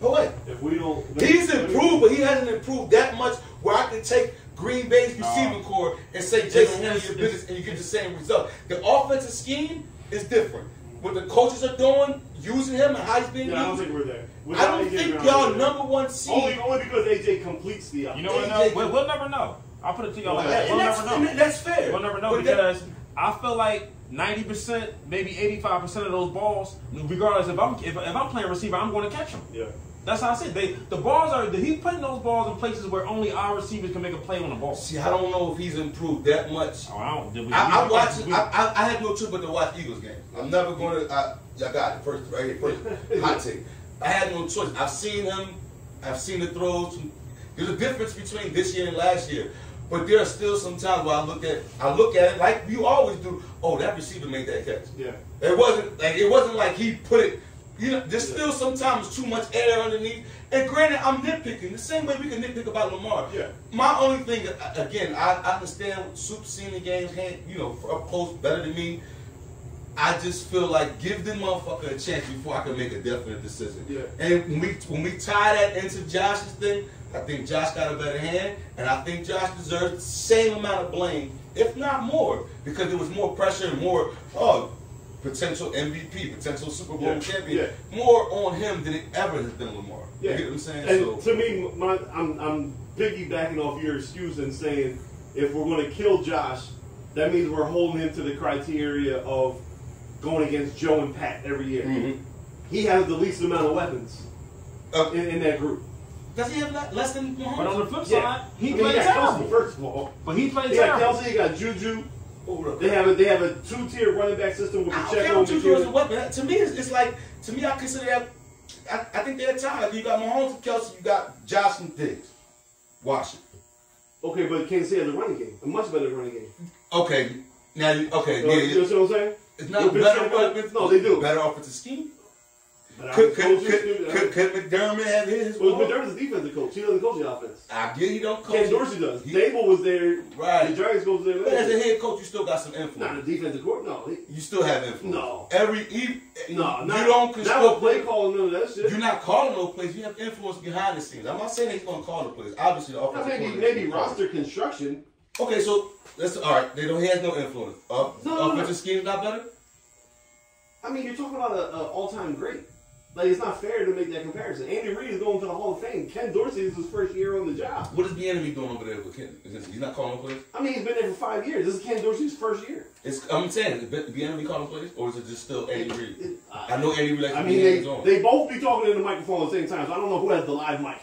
[SPEAKER 4] No way.
[SPEAKER 3] If we don't,
[SPEAKER 4] He's improved, but he hasn't improved that much where I can take Green Bay's receiving core and say
[SPEAKER 2] It's-
[SPEAKER 4] Jason Henry
[SPEAKER 2] it's-
[SPEAKER 4] your business and you get the same result. The offensive scheme is different. What the coaches are doing, using him and how he's being
[SPEAKER 3] Yeah, I don't
[SPEAKER 4] used.
[SPEAKER 3] think we're there.
[SPEAKER 4] I don't think y'all number one seed.
[SPEAKER 3] Only only because AJ completes the.
[SPEAKER 2] You know what?
[SPEAKER 4] AJ
[SPEAKER 2] No, we'll, we'll never know. I'll put it to y'all like
[SPEAKER 4] and,
[SPEAKER 2] that. We'll
[SPEAKER 4] that's,
[SPEAKER 2] never know.
[SPEAKER 4] and that's fair.
[SPEAKER 2] We'll never know
[SPEAKER 4] But that-
[SPEAKER 2] because I feel like ninety percent, maybe eighty-five percent of those balls, regardless if I'm if, if I'm playing receiver, I'm going to catch them.
[SPEAKER 3] Yeah.
[SPEAKER 2] That's how I said they the balls are. He's putting those balls in places where only our receivers can make a play on the ball.
[SPEAKER 4] see, I don't know if he's improved that much.
[SPEAKER 2] Oh, I don't. did we-
[SPEAKER 4] I, I
[SPEAKER 2] we-
[SPEAKER 4] watch.
[SPEAKER 2] we-
[SPEAKER 4] I, I, I have no choice but to watch Eagles game. I'm never going to. I, I got it first right here first hot take. I had no choice. I've seen him I've seen the throws. From, there's a difference between this year and last year. But there are still some times where I look at I look at it like you always do. Oh, that receiver made that catch.
[SPEAKER 3] Yeah.
[SPEAKER 4] It wasn't like it wasn't like he put it. You know, there's still sometimes too much air underneath. And granted, I'm nitpicking the same way we can nitpick about Lamar.
[SPEAKER 3] Yeah.
[SPEAKER 4] My only thing, again, I, I understand Super seeing the games, hand- you know, up close better than me. I just feel like give them motherfucker a chance before I can make a definite decision.
[SPEAKER 3] Yeah.
[SPEAKER 4] And when we when we tie that into Josh's thing, I think Josh got a better hand, and I think Josh deserves the same amount of blame, if not more, because there was more pressure and more oh potential MVP, potential Super Bowl
[SPEAKER 3] Yeah.
[SPEAKER 4] champion, more on him than it ever has been Lamar.
[SPEAKER 3] Yeah.
[SPEAKER 4] You get what I'm saying?
[SPEAKER 3] And
[SPEAKER 4] so
[SPEAKER 3] to me, my, I'm, I'm piggybacking off your excuse and saying if we're going to kill Josh, that means we're holding him to the criteria of going against Joe and Pat every year.
[SPEAKER 4] Mhm.
[SPEAKER 3] He has the least amount of weapons
[SPEAKER 4] Uh,
[SPEAKER 3] in, in that group.
[SPEAKER 4] does he have le- less than Mahomes?
[SPEAKER 2] But on the flip side,
[SPEAKER 3] I
[SPEAKER 2] he
[SPEAKER 3] mean,
[SPEAKER 2] played
[SPEAKER 3] got Kelsey,
[SPEAKER 2] terrible.
[SPEAKER 3] first of all.
[SPEAKER 2] But he played
[SPEAKER 3] They got
[SPEAKER 2] terrible.
[SPEAKER 3] Kelsey, they got Juju.
[SPEAKER 4] Hold up.
[SPEAKER 3] They have a they have a two tier running back system with
[SPEAKER 4] I don't
[SPEAKER 3] Pacheco
[SPEAKER 4] count
[SPEAKER 3] and
[SPEAKER 4] Juju as a
[SPEAKER 3] McKinnon.
[SPEAKER 4] weapon. To me, it's, it's like to me, I consider that. I, I think they're tied. You got Mahomes and Kelsey. You got Josh and Diggs. Washington.
[SPEAKER 3] Okay, but Kansas City has a running game, a much better running game.
[SPEAKER 4] Okay. Now, you, okay,
[SPEAKER 3] You know,
[SPEAKER 4] yeah,
[SPEAKER 3] you
[SPEAKER 4] yeah.
[SPEAKER 3] see what I'm saying?
[SPEAKER 4] It's
[SPEAKER 3] Well,
[SPEAKER 4] not
[SPEAKER 3] Bill
[SPEAKER 4] better
[SPEAKER 3] Belichick-
[SPEAKER 4] weapons.
[SPEAKER 3] no, they do.
[SPEAKER 4] Better offensive scheme.
[SPEAKER 3] But I
[SPEAKER 4] Could
[SPEAKER 3] told
[SPEAKER 4] could,
[SPEAKER 3] you,
[SPEAKER 4] could,
[SPEAKER 3] I-
[SPEAKER 4] could, could McDermott have his?
[SPEAKER 3] Well,
[SPEAKER 4] ball?
[SPEAKER 3] McDermott's a defensive coach. He doesn't coach the offense.
[SPEAKER 4] I get you don't coach.
[SPEAKER 3] Ken Dorsey does.
[SPEAKER 4] He-
[SPEAKER 3] Dable was there.
[SPEAKER 4] Right.
[SPEAKER 3] The Dragons goes there.
[SPEAKER 4] but as a
[SPEAKER 3] Last year.
[SPEAKER 4] head coach, you still got some influence.
[SPEAKER 3] Not a defensive court. No. He,
[SPEAKER 4] You still have influence.
[SPEAKER 3] No.
[SPEAKER 4] Every eve,
[SPEAKER 3] no.
[SPEAKER 4] you
[SPEAKER 3] Not,
[SPEAKER 4] don't
[SPEAKER 3] Not
[SPEAKER 4] construct
[SPEAKER 3] a play call. None of that shit.
[SPEAKER 4] You're not calling no plays. You have influence behind the scenes. I'm not saying he's going to call the plays. Obviously, the
[SPEAKER 3] I
[SPEAKER 4] offensive
[SPEAKER 3] think he-
[SPEAKER 4] coordinator-
[SPEAKER 3] maybe roster construction.
[SPEAKER 4] Okay, so that's all right. They don't. He has no influence. Uh,
[SPEAKER 3] No, no, no.
[SPEAKER 4] offensive scheme's not better.
[SPEAKER 3] I mean, you're talking about a, a all time great. Like it's not fair to make that comparison. Andy Reid is going to the Hall of Fame. Ken Dorsey is his first year on the job.
[SPEAKER 4] What is the enemy doing over there with Ken? Is this- He's not calling plays.
[SPEAKER 3] I mean, he's been there for five years. This is Ken Dorsey's first year.
[SPEAKER 4] It's I'm saying is the enemy calling plays, or is it just still Andy Reid?
[SPEAKER 3] It- I-
[SPEAKER 4] I know Andy Reid. likes
[SPEAKER 3] I
[SPEAKER 4] to
[SPEAKER 3] mean,
[SPEAKER 4] be
[SPEAKER 3] they,
[SPEAKER 4] hands-on.
[SPEAKER 3] they both be talking in the microphone at the same time, so I don't know who has the live mic.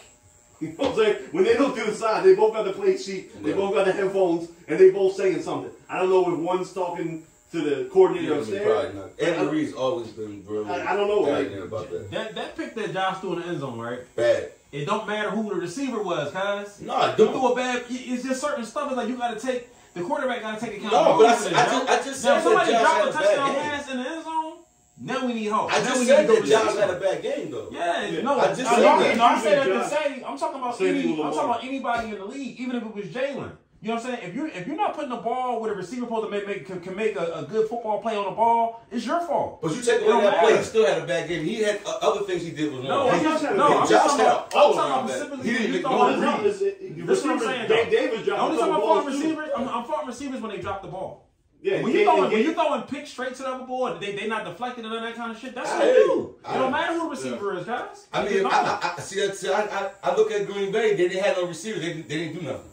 [SPEAKER 3] You know what I'm saying? When they look to the side, they both got the play sheet, they
[SPEAKER 4] Yeah.
[SPEAKER 3] both got the headphones, and they both saying something. I don't know if one's talking to the coordinator
[SPEAKER 4] Yeah, I mean, probably
[SPEAKER 3] upstairs.
[SPEAKER 4] not.
[SPEAKER 3] I-
[SPEAKER 4] Andy Reid's always been really.
[SPEAKER 3] I- I don't know, like-
[SPEAKER 4] arrogant about that.
[SPEAKER 2] That that pick that Josh threw in the end zone, right?
[SPEAKER 4] Bad.
[SPEAKER 2] It don't matter who the receiver was, guys.
[SPEAKER 4] No, I
[SPEAKER 2] Don't
[SPEAKER 4] don't.
[SPEAKER 2] do a bad. It's just certain stuff. It's like you got to take the quarterback got to take account.
[SPEAKER 4] No,
[SPEAKER 2] of
[SPEAKER 4] but I,
[SPEAKER 2] both
[SPEAKER 4] s-
[SPEAKER 2] of
[SPEAKER 4] I
[SPEAKER 2] them, yo.
[SPEAKER 4] just, I just
[SPEAKER 2] Now,
[SPEAKER 4] said
[SPEAKER 2] if somebody
[SPEAKER 4] that Josh
[SPEAKER 2] dropped
[SPEAKER 4] had
[SPEAKER 2] a
[SPEAKER 4] a bad
[SPEAKER 2] touchdown
[SPEAKER 4] game.
[SPEAKER 2] pass in the end zone, now we need help.
[SPEAKER 4] I
[SPEAKER 2] Now
[SPEAKER 4] just
[SPEAKER 2] we
[SPEAKER 4] said
[SPEAKER 2] need to
[SPEAKER 4] that
[SPEAKER 2] go
[SPEAKER 4] Josh
[SPEAKER 2] to
[SPEAKER 4] had a bad game though.
[SPEAKER 2] Yeah,
[SPEAKER 3] Yeah.
[SPEAKER 2] no,
[SPEAKER 4] I
[SPEAKER 2] I
[SPEAKER 4] just
[SPEAKER 2] just
[SPEAKER 4] said
[SPEAKER 2] no,
[SPEAKER 4] that.
[SPEAKER 2] no, I said
[SPEAKER 3] Using
[SPEAKER 2] that to
[SPEAKER 3] Josh.
[SPEAKER 2] say I'm talking about
[SPEAKER 3] Same
[SPEAKER 2] any,
[SPEAKER 3] rule
[SPEAKER 2] I'm
[SPEAKER 3] of
[SPEAKER 2] talking
[SPEAKER 3] law.
[SPEAKER 2] about anybody in the league, even if it was Jalen. You know what I'm saying? If you if you're not putting the ball where the receiver supposed to make, make can, can make a, a good football play on the ball, it's your fault.
[SPEAKER 4] But you take
[SPEAKER 2] It
[SPEAKER 4] away
[SPEAKER 2] don't
[SPEAKER 4] that play,
[SPEAKER 2] matter.
[SPEAKER 4] he still had a bad game. He had uh, other things he did was
[SPEAKER 2] No,
[SPEAKER 4] wrong.
[SPEAKER 2] I'm
[SPEAKER 4] He-
[SPEAKER 2] not
[SPEAKER 3] Josh had a
[SPEAKER 2] no,
[SPEAKER 3] bad
[SPEAKER 2] I'm
[SPEAKER 4] Josh
[SPEAKER 2] just talking
[SPEAKER 4] had
[SPEAKER 2] about,
[SPEAKER 4] all
[SPEAKER 2] I'm talking
[SPEAKER 4] around
[SPEAKER 2] about
[SPEAKER 4] bad.
[SPEAKER 2] specifically.
[SPEAKER 4] He didn't
[SPEAKER 2] you
[SPEAKER 4] make
[SPEAKER 2] thought
[SPEAKER 4] no
[SPEAKER 2] it was
[SPEAKER 4] read.
[SPEAKER 2] wrong.
[SPEAKER 3] You
[SPEAKER 2] That's what I'm saying,
[SPEAKER 3] Dave
[SPEAKER 2] though.
[SPEAKER 3] Davis
[SPEAKER 2] The
[SPEAKER 3] dropped
[SPEAKER 2] only
[SPEAKER 3] a
[SPEAKER 2] time
[SPEAKER 3] couple
[SPEAKER 2] I'm
[SPEAKER 3] balls
[SPEAKER 2] faulting
[SPEAKER 3] too.
[SPEAKER 2] receivers, I'm, I'm faulting receivers when they drop the ball.
[SPEAKER 3] Yeah,
[SPEAKER 2] When
[SPEAKER 3] Gabe-
[SPEAKER 2] you throwing,
[SPEAKER 3] and
[SPEAKER 2] when
[SPEAKER 3] Gabe-
[SPEAKER 2] you throwing picks straight to the other board, they they not deflecting and all that kind of shit. That's
[SPEAKER 4] I
[SPEAKER 2] what they
[SPEAKER 4] hear
[SPEAKER 2] do.
[SPEAKER 4] you.
[SPEAKER 2] It don't matter who the receiver is, guys.
[SPEAKER 4] I
[SPEAKER 2] It
[SPEAKER 4] mean,
[SPEAKER 2] don't matter.
[SPEAKER 4] I, I, I see. I, see I, I, I look at Green Bay. They didn't have no receivers. They, didn't- they didn't do nothing.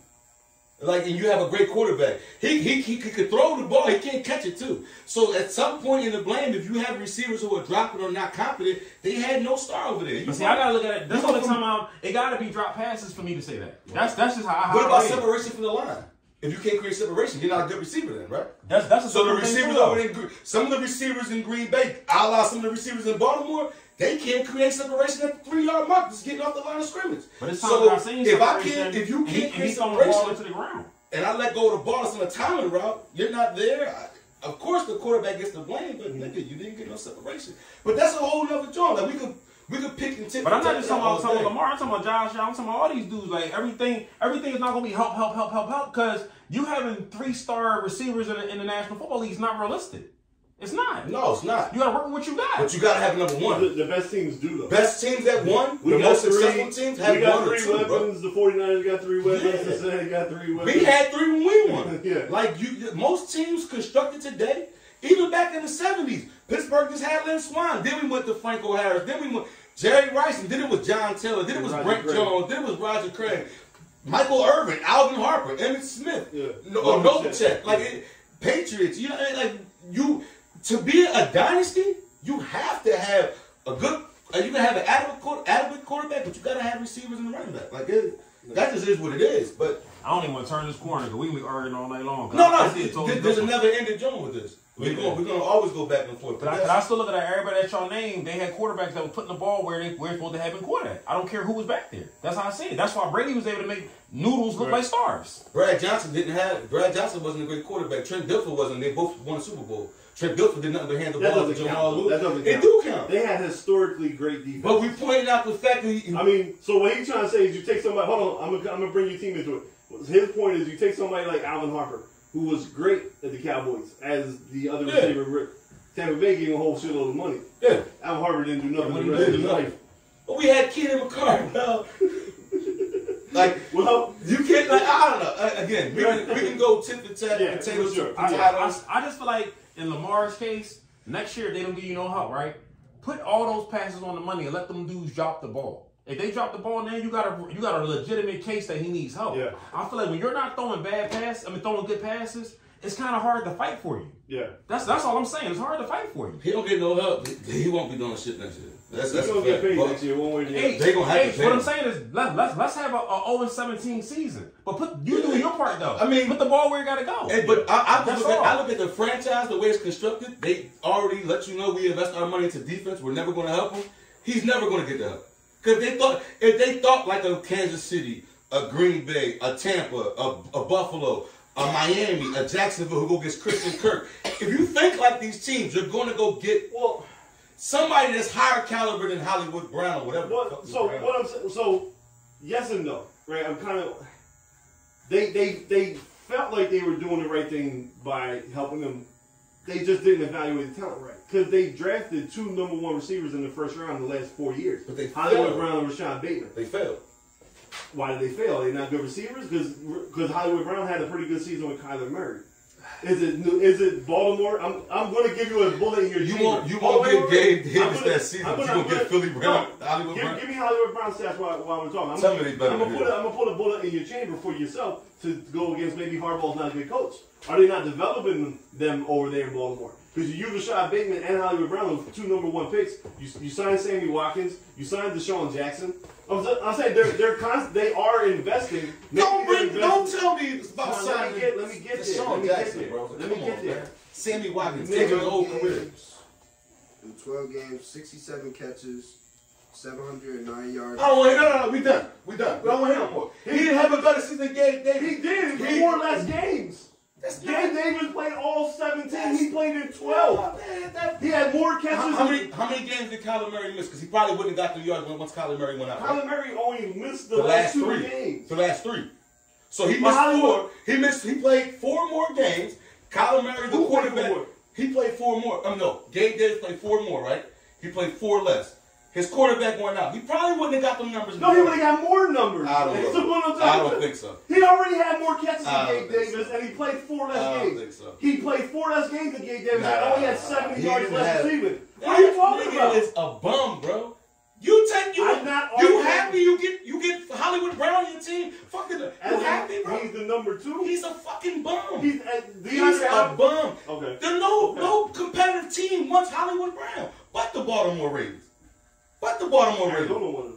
[SPEAKER 4] Like, and you have a great quarterback. He he he could, could throw the ball. He can't catch it too. So at some point in the blame, if you have receivers who are dropping or not confident, they had no star over there. You
[SPEAKER 2] But see, I
[SPEAKER 4] got.
[SPEAKER 2] gotta look at it. That's
[SPEAKER 4] You
[SPEAKER 2] all the
[SPEAKER 4] go
[SPEAKER 2] time I'm. It gotta be drop passes for me to say that. That's that's just how I. How
[SPEAKER 4] What
[SPEAKER 2] I
[SPEAKER 4] about
[SPEAKER 2] rate it.
[SPEAKER 4] separation from the line? If you can't create separation, you're not a good receiver then, right?
[SPEAKER 2] That's that's a
[SPEAKER 4] So
[SPEAKER 2] simple
[SPEAKER 4] the
[SPEAKER 2] thing,
[SPEAKER 4] receivers
[SPEAKER 2] too,
[SPEAKER 4] over
[SPEAKER 2] though.
[SPEAKER 4] in Gre- some of the receivers in Green Bay, a la some of the receivers in Baltimore, they can't create separation at the three yard mark, just getting off the line of scrimmage.
[SPEAKER 2] But it's
[SPEAKER 4] so
[SPEAKER 2] times I've seen
[SPEAKER 4] if I
[SPEAKER 2] separation,
[SPEAKER 4] can't, if you
[SPEAKER 2] and he-
[SPEAKER 4] can't
[SPEAKER 2] and
[SPEAKER 4] create
[SPEAKER 2] he's throwing the ball
[SPEAKER 4] separation,
[SPEAKER 2] into the ground.
[SPEAKER 4] and I let go of the ball, it's on a timing route, you're not there. I, of course, the quarterback gets the blame, but nigga, you didn't get no separation. But that's a whole nother job. Like we could, we could pick and tip.
[SPEAKER 2] But I'm not
[SPEAKER 4] and
[SPEAKER 2] just
[SPEAKER 4] tap
[SPEAKER 2] talking about,
[SPEAKER 4] all
[SPEAKER 2] talking about
[SPEAKER 4] day.
[SPEAKER 2] Lamar. I'm talking about Josh. Allen. I'm talking about all these dudes. Like everything, everything is not gonna be help, help, help, help, help. Because you having three star receivers in the, in the National Football League is not realistic. It's not.
[SPEAKER 4] No, it's not.
[SPEAKER 2] You gotta work with what you got.
[SPEAKER 4] But you gotta have number
[SPEAKER 3] the,
[SPEAKER 4] one.
[SPEAKER 3] the best teams do though.
[SPEAKER 4] Best teams that won, the most successful teams
[SPEAKER 3] we
[SPEAKER 4] have
[SPEAKER 3] got
[SPEAKER 4] one or
[SPEAKER 3] three
[SPEAKER 4] two, bro.
[SPEAKER 3] weapons. The 49ers got three weapons.
[SPEAKER 4] Yeah.
[SPEAKER 3] Cincinnati got three weapons.
[SPEAKER 4] We had three when we won.
[SPEAKER 3] Yeah.
[SPEAKER 4] Like you, you- most teams constructed today, even back in the seventies, Pittsburgh just had Lynn Swan. Then we went to Franco Harris. Then we went Jerry Rice, and then it was John Taylor. Then it was
[SPEAKER 3] Roger
[SPEAKER 4] Brent
[SPEAKER 3] Craig.
[SPEAKER 4] Jones. Then it was Roger Craig, Michael Irvin, Alvin Harper, Emmett Smith,
[SPEAKER 3] Yeah.
[SPEAKER 4] no, or
[SPEAKER 3] Novacek.
[SPEAKER 4] Novacek. Like it, Patriots. You know, and, like you to be a dynasty, you have to have a good. uh, You can have an adequate, quarter- adequate quarterback, but you gotta have receivers and running back. Like it, that just is what it is. But
[SPEAKER 2] I don't even want to turn this corner because we be arguing all night long. 'Cause
[SPEAKER 4] No,
[SPEAKER 2] I-
[SPEAKER 4] no,
[SPEAKER 2] I see it totally
[SPEAKER 4] there- there's
[SPEAKER 2] different.
[SPEAKER 4] another ended joint with this. We're
[SPEAKER 2] Yeah.
[SPEAKER 4] going, we're going to always go back and forth.
[SPEAKER 2] But I, 'cause I still look at everybody at y'all name. They had quarterbacks that was putting the ball where they were supposed to have been caught at. I don't care who was back there. That's how I see it. That's why Brady was able to make noodles look
[SPEAKER 3] Right.
[SPEAKER 2] like stars.
[SPEAKER 4] Brad Johnson didn't have Brad Johnson wasn't a great quarterback. Trent Dilfer wasn't. They both won a Super Bowl. Trent Dilfer did nothing but hand the
[SPEAKER 3] That
[SPEAKER 4] ball to
[SPEAKER 3] doesn't count,
[SPEAKER 4] Jamal
[SPEAKER 3] though.
[SPEAKER 4] Lewis.
[SPEAKER 3] That doesn't
[SPEAKER 4] It
[SPEAKER 3] count.
[SPEAKER 4] do count.
[SPEAKER 3] They had historically great defense.
[SPEAKER 4] But we pointed out the fact that he,
[SPEAKER 3] I mean, so what he's trying to say is you take somebody. Hold on, I'm gonna, I'm gonna bring your team into it. His point is you take somebody like Alvin Harper, who was great at the Cowboys as the other
[SPEAKER 4] Yeah.
[SPEAKER 3] receiver. Rick. Tampa Bay gave him a whole shitload of money.
[SPEAKER 4] yeah.
[SPEAKER 3] Alvin Harper didn't do nothing
[SPEAKER 4] Yeah,
[SPEAKER 3] for
[SPEAKER 4] what
[SPEAKER 3] the
[SPEAKER 4] he
[SPEAKER 3] rest of
[SPEAKER 4] did,
[SPEAKER 3] his
[SPEAKER 4] no.
[SPEAKER 3] life.
[SPEAKER 4] But we had Keenan McCardell. like
[SPEAKER 3] Well,
[SPEAKER 4] you can't. Like I don't know. Uh, Again, we can, we can go tip to tat,
[SPEAKER 3] Yeah,
[SPEAKER 4] potatoes
[SPEAKER 3] for sure.
[SPEAKER 4] to
[SPEAKER 3] I-
[SPEAKER 2] I,
[SPEAKER 4] potatoes.
[SPEAKER 2] I just feel like in Lamar's case, next year they don't give you no help, right? Put all those passes on the money and let them dudes drop the ball. If they drop the ball, then you got a you got a legitimate case that he needs help.
[SPEAKER 3] Yeah.
[SPEAKER 2] I feel like when you're not throwing bad passes, I mean throwing good passes, it's kind of hard to fight for you.
[SPEAKER 3] yeah.
[SPEAKER 2] That's that's all I'm saying. It's hard to fight for you.
[SPEAKER 4] He don't get no help. He, he won't be doing shit next year. That's
[SPEAKER 3] He's
[SPEAKER 4] that's
[SPEAKER 3] gonna
[SPEAKER 4] a
[SPEAKER 3] get
[SPEAKER 4] fact.
[SPEAKER 3] paid
[SPEAKER 4] But-
[SPEAKER 3] next year, one way or the
[SPEAKER 2] Hey,
[SPEAKER 3] other.
[SPEAKER 4] They gonna have
[SPEAKER 2] hey,
[SPEAKER 4] to pay
[SPEAKER 2] What
[SPEAKER 4] him.
[SPEAKER 2] I'm saying is, let, let's let's have a, a 0 17 season. But put you do your part though.
[SPEAKER 4] I mean-
[SPEAKER 2] put the ball where it gotta go.
[SPEAKER 4] Hey, but I, I,
[SPEAKER 2] That's
[SPEAKER 4] just look at, I
[SPEAKER 2] all.
[SPEAKER 4] look at the franchise, the way it's constructed. They already let you know we invest our money into defense. We're never going to help him. He's never going to get the help because they thought if they thought like a Kansas City, a Green Bay, a Tampa, a, a Buffalo, a Miami, a Jacksonville who go gets Christian Kirk. If you think like these teams, you're going to go get
[SPEAKER 3] Well,
[SPEAKER 4] somebody that's higher caliber than Hollywood Brown or whatever. the fuck
[SPEAKER 3] what,
[SPEAKER 4] was
[SPEAKER 3] so
[SPEAKER 4] Brown.
[SPEAKER 3] what I'm saying, so yes and no, right? I'm kind of they they they felt like they were doing the right thing by helping them. They just didn't evaluate the talent right because they drafted two number one receivers in the first round in the last four years.
[SPEAKER 4] But they
[SPEAKER 3] Hollywood
[SPEAKER 4] failed.
[SPEAKER 3] Brown and Rashawn Bateman.
[SPEAKER 4] they failed.
[SPEAKER 3] Why did they fail? They not good receivers because Hollywood Brown had a pretty good season with Kyler Murray. Is it New- is it Baltimore? I'm I'm going to give you a bullet in your
[SPEAKER 4] You
[SPEAKER 3] chamber.
[SPEAKER 4] won't- you
[SPEAKER 3] Oh,
[SPEAKER 4] won't
[SPEAKER 3] wait,
[SPEAKER 4] get
[SPEAKER 3] wait, wait.
[SPEAKER 4] Gabe
[SPEAKER 3] I'm
[SPEAKER 4] Davis
[SPEAKER 3] gonna-
[SPEAKER 4] that season.
[SPEAKER 3] I'm
[SPEAKER 4] You
[SPEAKER 3] gonna-
[SPEAKER 4] gonna get
[SPEAKER 3] I'm
[SPEAKER 4] Philly
[SPEAKER 3] gonna-
[SPEAKER 4] Brown-
[SPEAKER 3] no,
[SPEAKER 4] Hollywood
[SPEAKER 3] give,
[SPEAKER 4] Brown.
[SPEAKER 3] Give me Hollywood Brown stats while, while we're talking. I'm
[SPEAKER 4] Tell
[SPEAKER 3] gonna-
[SPEAKER 4] me they better
[SPEAKER 3] I'm gonna
[SPEAKER 4] than
[SPEAKER 3] put
[SPEAKER 4] him.
[SPEAKER 3] a, I'm gonna put a bullet in your chamber for yourself to go against maybe Harbaugh's not a good coach. Are they not developing them over there in Baltimore? Because you used Rashad Bateman and Hollywood Brown, those two number one picks. You, you signed Sammy Watkins. You signed Deshaun Jackson. I'm, s- I'm saying they're they're const- they are investing.
[SPEAKER 4] Don't
[SPEAKER 3] Maybe they're
[SPEAKER 4] bring, don't
[SPEAKER 3] investing-
[SPEAKER 4] tell me it's
[SPEAKER 3] Come
[SPEAKER 4] about
[SPEAKER 3] on, let
[SPEAKER 4] signing
[SPEAKER 3] me get- let me get there.
[SPEAKER 4] Deshaun
[SPEAKER 3] Let me get
[SPEAKER 4] Jackson,
[SPEAKER 3] there.
[SPEAKER 4] bro.
[SPEAKER 3] Let me
[SPEAKER 4] Come
[SPEAKER 3] get
[SPEAKER 4] on,
[SPEAKER 3] there.
[SPEAKER 4] man. Sammy Watkins,
[SPEAKER 3] Nigga,
[SPEAKER 4] take his whole
[SPEAKER 1] games.
[SPEAKER 4] career.
[SPEAKER 1] In 12 games, 67 catches, 709 yards.
[SPEAKER 4] I don't want him. Oh, No, no, no. We done. We done. We don't want him no more. He didn't have a better season than Gabe Davis.
[SPEAKER 3] He did in
[SPEAKER 4] He-
[SPEAKER 3] four less games.
[SPEAKER 4] That's
[SPEAKER 3] Gabe
[SPEAKER 4] not-
[SPEAKER 3] Davis Oh, played all 17. He played in 12.
[SPEAKER 4] Man, that-
[SPEAKER 3] He had more catches.
[SPEAKER 4] How,
[SPEAKER 3] than
[SPEAKER 4] how many, how many games did Kyler Murray miss? Because he probably wouldn't have got the yards when- once Kyler Murray went out. right?
[SPEAKER 3] Kyler Murray only missed the,
[SPEAKER 4] The
[SPEAKER 3] last
[SPEAKER 4] last
[SPEAKER 3] two
[SPEAKER 4] three.
[SPEAKER 3] games.
[SPEAKER 4] The last three. So he
[SPEAKER 3] But
[SPEAKER 4] missed
[SPEAKER 3] Hollywood-
[SPEAKER 4] four. He missed. He played four more games. Kyler Murray, the
[SPEAKER 3] Who played
[SPEAKER 4] quarterback,
[SPEAKER 3] four?
[SPEAKER 4] he played four more. Um, no, Gabe Davis played four more. Right? He played four less. His quarterback went out. He probably wouldn't have got them numbers.
[SPEAKER 3] No, he would have got more numbers.
[SPEAKER 4] I don't
[SPEAKER 3] That's
[SPEAKER 4] know.
[SPEAKER 3] what I'm talking
[SPEAKER 4] I don't
[SPEAKER 3] about.
[SPEAKER 4] think so.
[SPEAKER 3] He already had more catches than
[SPEAKER 4] I don't
[SPEAKER 3] Gabe
[SPEAKER 4] think
[SPEAKER 3] Davis,
[SPEAKER 4] so.
[SPEAKER 3] and he played four less
[SPEAKER 4] I don't
[SPEAKER 3] games.
[SPEAKER 4] think so.
[SPEAKER 3] He played four less games than Gabe Davis, and
[SPEAKER 4] Nah,
[SPEAKER 3] only had
[SPEAKER 4] nah,
[SPEAKER 3] 70
[SPEAKER 4] he
[SPEAKER 3] yards
[SPEAKER 4] didn't
[SPEAKER 3] less
[SPEAKER 4] have-
[SPEAKER 3] receiving. What are you
[SPEAKER 4] That
[SPEAKER 3] talking
[SPEAKER 4] nigga
[SPEAKER 3] about?
[SPEAKER 4] Is a bum, bro. You take you.
[SPEAKER 3] I'm not
[SPEAKER 4] you
[SPEAKER 3] arguing.
[SPEAKER 4] happy? You get you get Hollywood Brown on your team. Fucking you
[SPEAKER 3] As in,
[SPEAKER 4] happy, bro?
[SPEAKER 3] He's the number two.
[SPEAKER 4] He's a fucking bum.
[SPEAKER 3] he's, at the
[SPEAKER 4] He's a bum.
[SPEAKER 3] Okay.
[SPEAKER 4] There no
[SPEAKER 3] Okay.
[SPEAKER 4] no competitive team wants Hollywood Brown, but the Baltimore Ravens, but the Baltimore Ravens.
[SPEAKER 3] Arizona wanted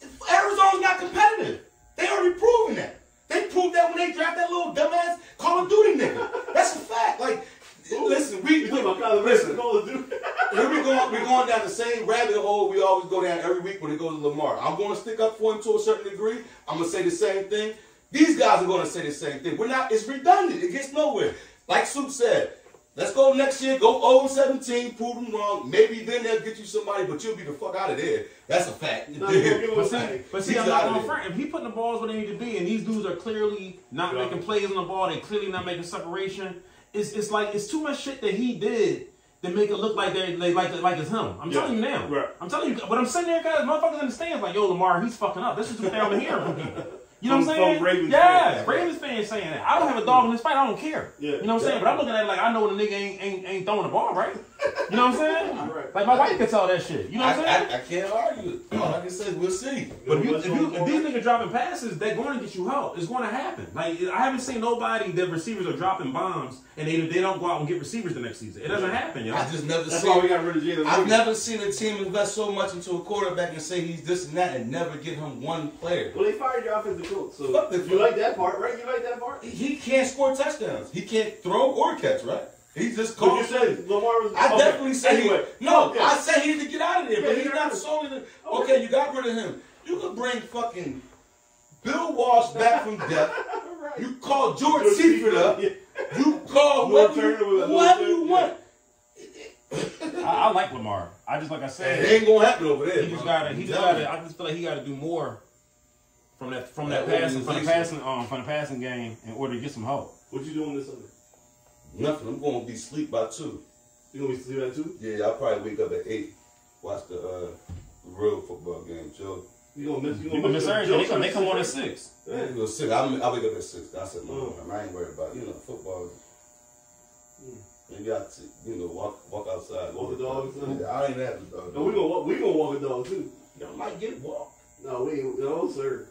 [SPEAKER 3] him.
[SPEAKER 4] Arizona's not competitive. They already proven that. They proved that when they draft that little dumbass Call of Duty nigga. That's a fact. Like, listen, we,
[SPEAKER 3] You
[SPEAKER 4] we
[SPEAKER 3] talking about Kyler Murray
[SPEAKER 4] listen.
[SPEAKER 3] and Call of Duty?
[SPEAKER 4] Here we going. We're going down the same rabbit hole we always go down every week when it goes to Lamar. I'm going to stick up for him to a certain degree. I'm going to say the same thing. These guys are going to say the same thing. We're not. It's redundant. It gets nowhere. Like Soup said, let's go next year. Go 017. Prove them wrong. Maybe then they'll get you somebody, but you'll be the fuck out of there. That's a fact.
[SPEAKER 3] No, you don't give him a
[SPEAKER 2] But see,
[SPEAKER 3] second.
[SPEAKER 2] but see
[SPEAKER 4] He's
[SPEAKER 2] I'm not
[SPEAKER 4] outta
[SPEAKER 2] going
[SPEAKER 4] there.
[SPEAKER 2] front. If he putting the balls where they need to be, and these dudes are clearly not
[SPEAKER 3] Yeah.
[SPEAKER 2] making plays on the ball, they clearly not making separation. It's it's like it's too much shit that he did to make it look like they they like like it's him. I'm
[SPEAKER 3] Yeah.
[SPEAKER 2] telling you now.
[SPEAKER 3] Right.
[SPEAKER 2] I'm telling you. But I'm sitting there, guys. Motherfuckers understand. Like, yo, Lamar, he's fucking up. This is what they're hearing from people. You know what I'm
[SPEAKER 3] From-
[SPEAKER 2] saying?
[SPEAKER 3] from Ravens
[SPEAKER 2] yeah,
[SPEAKER 3] fans.
[SPEAKER 2] Ravens fans saying that. I don't have a dog in this fight. I don't care.
[SPEAKER 3] Yeah.
[SPEAKER 2] You know what I'm saying? But I'm looking at it like I know when the nigga ain't ain't, ain't throwing the ball right. You know what I'm saying?
[SPEAKER 3] Right.
[SPEAKER 2] Like my wife can tell that shit. You know what I'm saying?
[SPEAKER 4] I, I, I can't argue. it. All I can say, we'll see.
[SPEAKER 2] But if, you,
[SPEAKER 3] What's
[SPEAKER 2] if, you,
[SPEAKER 3] going
[SPEAKER 2] if
[SPEAKER 3] on?
[SPEAKER 2] these niggas dropping passes, they're going to get you help. It's going to happen. Like I haven't seen nobody that receivers are dropping bombs and they they don't go out and get receivers the next season. It doesn't happen, yo.
[SPEAKER 4] I just never
[SPEAKER 3] That's
[SPEAKER 4] seen.
[SPEAKER 3] why we got rid of Jalen.
[SPEAKER 4] I've
[SPEAKER 3] Ramsey.
[SPEAKER 4] never seen a team invest so much into a quarterback and say he's this and that and never get him one player.
[SPEAKER 3] Well, they fired your offensive coach, so
[SPEAKER 4] Fuck the
[SPEAKER 3] you like that part, right? You like that part?
[SPEAKER 4] He can't score touchdowns. He can't throw or catch, right? He just
[SPEAKER 3] But you
[SPEAKER 4] calls.
[SPEAKER 3] said Lamar was.
[SPEAKER 4] I
[SPEAKER 3] okay.
[SPEAKER 4] definitely say
[SPEAKER 3] anyway.
[SPEAKER 4] he, no.
[SPEAKER 3] Okay.
[SPEAKER 4] I say he needs to get out of there,
[SPEAKER 3] Yeah,
[SPEAKER 4] but he's
[SPEAKER 3] you
[SPEAKER 4] not
[SPEAKER 3] got-
[SPEAKER 4] solely. The, okay, you got rid of him. You could bring fucking Bill Walsh back from death.
[SPEAKER 3] Right.
[SPEAKER 4] You call George
[SPEAKER 3] George
[SPEAKER 4] Seifert up.
[SPEAKER 3] Yeah.
[SPEAKER 4] You call
[SPEAKER 3] Lord
[SPEAKER 4] whoever, you-
[SPEAKER 3] Turner with a little
[SPEAKER 4] whoever you
[SPEAKER 3] bit,
[SPEAKER 4] want.
[SPEAKER 2] I, I like Lamar. I just like I said,
[SPEAKER 4] It ain't gonna happen over there.
[SPEAKER 2] he just
[SPEAKER 4] bro.
[SPEAKER 2] gotta. He
[SPEAKER 4] I'm
[SPEAKER 2] just
[SPEAKER 4] telling
[SPEAKER 2] gotta. I just feel like he gotta do more from that from that,
[SPEAKER 4] That
[SPEAKER 2] passing from the
[SPEAKER 4] organization.
[SPEAKER 2] passing um from the passing game in order to get some help.
[SPEAKER 3] What you doing this Sunday?
[SPEAKER 4] you. Nothing. I'm gonna be asleep by two.
[SPEAKER 3] You gonna be sleeping at two?
[SPEAKER 4] Yeah, I'll probably wake up at eight. Watch the uh, real football game, Joe.
[SPEAKER 3] You gonna miss? You
[SPEAKER 2] You gonna miss everything. They come, they come on at
[SPEAKER 3] this.
[SPEAKER 2] six.
[SPEAKER 4] I go six. I'll, I'll wake up at six. I said, no, man, I ain't worried about you know football. Maybe I, t- you know, walk walk outside.
[SPEAKER 3] Hmm. Walk the dog or something?
[SPEAKER 4] Yeah, I ain't have the dog.
[SPEAKER 3] No, we gonna walk. We gonna walk a dog too.
[SPEAKER 4] Y'all might get walked.
[SPEAKER 3] No, we ain't- no sir.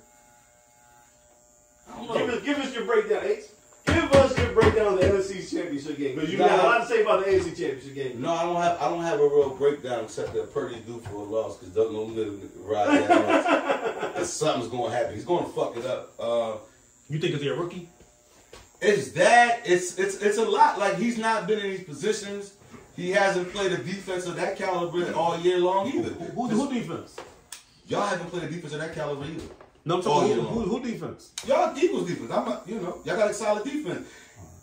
[SPEAKER 4] I don't
[SPEAKER 3] Give
[SPEAKER 4] know.
[SPEAKER 3] us, give us your breakdown, Ace. Give us your breakdown of the NFC Championship game because you got a
[SPEAKER 4] Nah.
[SPEAKER 3] lot to say about the AFC Championship game.
[SPEAKER 4] No, I don't have I don't have a real breakdown except that Purdy due for a loss because Doug don't live ride that much. And something's gonna happen. He's gonna fuck it up. Uh,
[SPEAKER 2] You think it's a rookie?
[SPEAKER 4] It's that. It's it's it's a lot. Like he's not been in these positions. He hasn't played a defense of that caliber all year long either.
[SPEAKER 2] Who, who defense?
[SPEAKER 4] Y'all haven't played a defense of that caliber either.
[SPEAKER 2] No, I'm talking
[SPEAKER 4] Oh,
[SPEAKER 2] who,
[SPEAKER 4] yeah.
[SPEAKER 2] who, who defense?
[SPEAKER 4] Y'all Eagles defense. I'm not, you know y'all got a solid defense.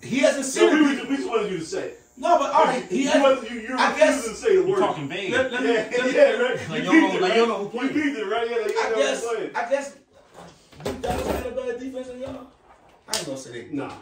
[SPEAKER 4] He hasn't
[SPEAKER 3] So
[SPEAKER 4] seen
[SPEAKER 3] we,
[SPEAKER 4] it.
[SPEAKER 3] we, we just wanted you to say. it.
[SPEAKER 4] No, but all right. He
[SPEAKER 3] you,
[SPEAKER 4] hasn't.
[SPEAKER 3] wasn't- you, you
[SPEAKER 4] I guess-
[SPEAKER 3] refused to say the
[SPEAKER 2] You're
[SPEAKER 3] word.
[SPEAKER 2] talking vague.
[SPEAKER 4] Let, let me,
[SPEAKER 3] Yeah,
[SPEAKER 4] let me-
[SPEAKER 3] yeah,
[SPEAKER 2] Like,
[SPEAKER 3] right. you
[SPEAKER 2] you don't
[SPEAKER 3] beat
[SPEAKER 2] know-
[SPEAKER 3] it,
[SPEAKER 2] like,
[SPEAKER 3] right?
[SPEAKER 2] you don't know who
[SPEAKER 3] You beat it, right? Yeah, like, you
[SPEAKER 4] I
[SPEAKER 3] know
[SPEAKER 4] guess.
[SPEAKER 3] who's playing.
[SPEAKER 4] I guess. You guys had a better defense than y'all. I ain't gonna say they.
[SPEAKER 3] Nah.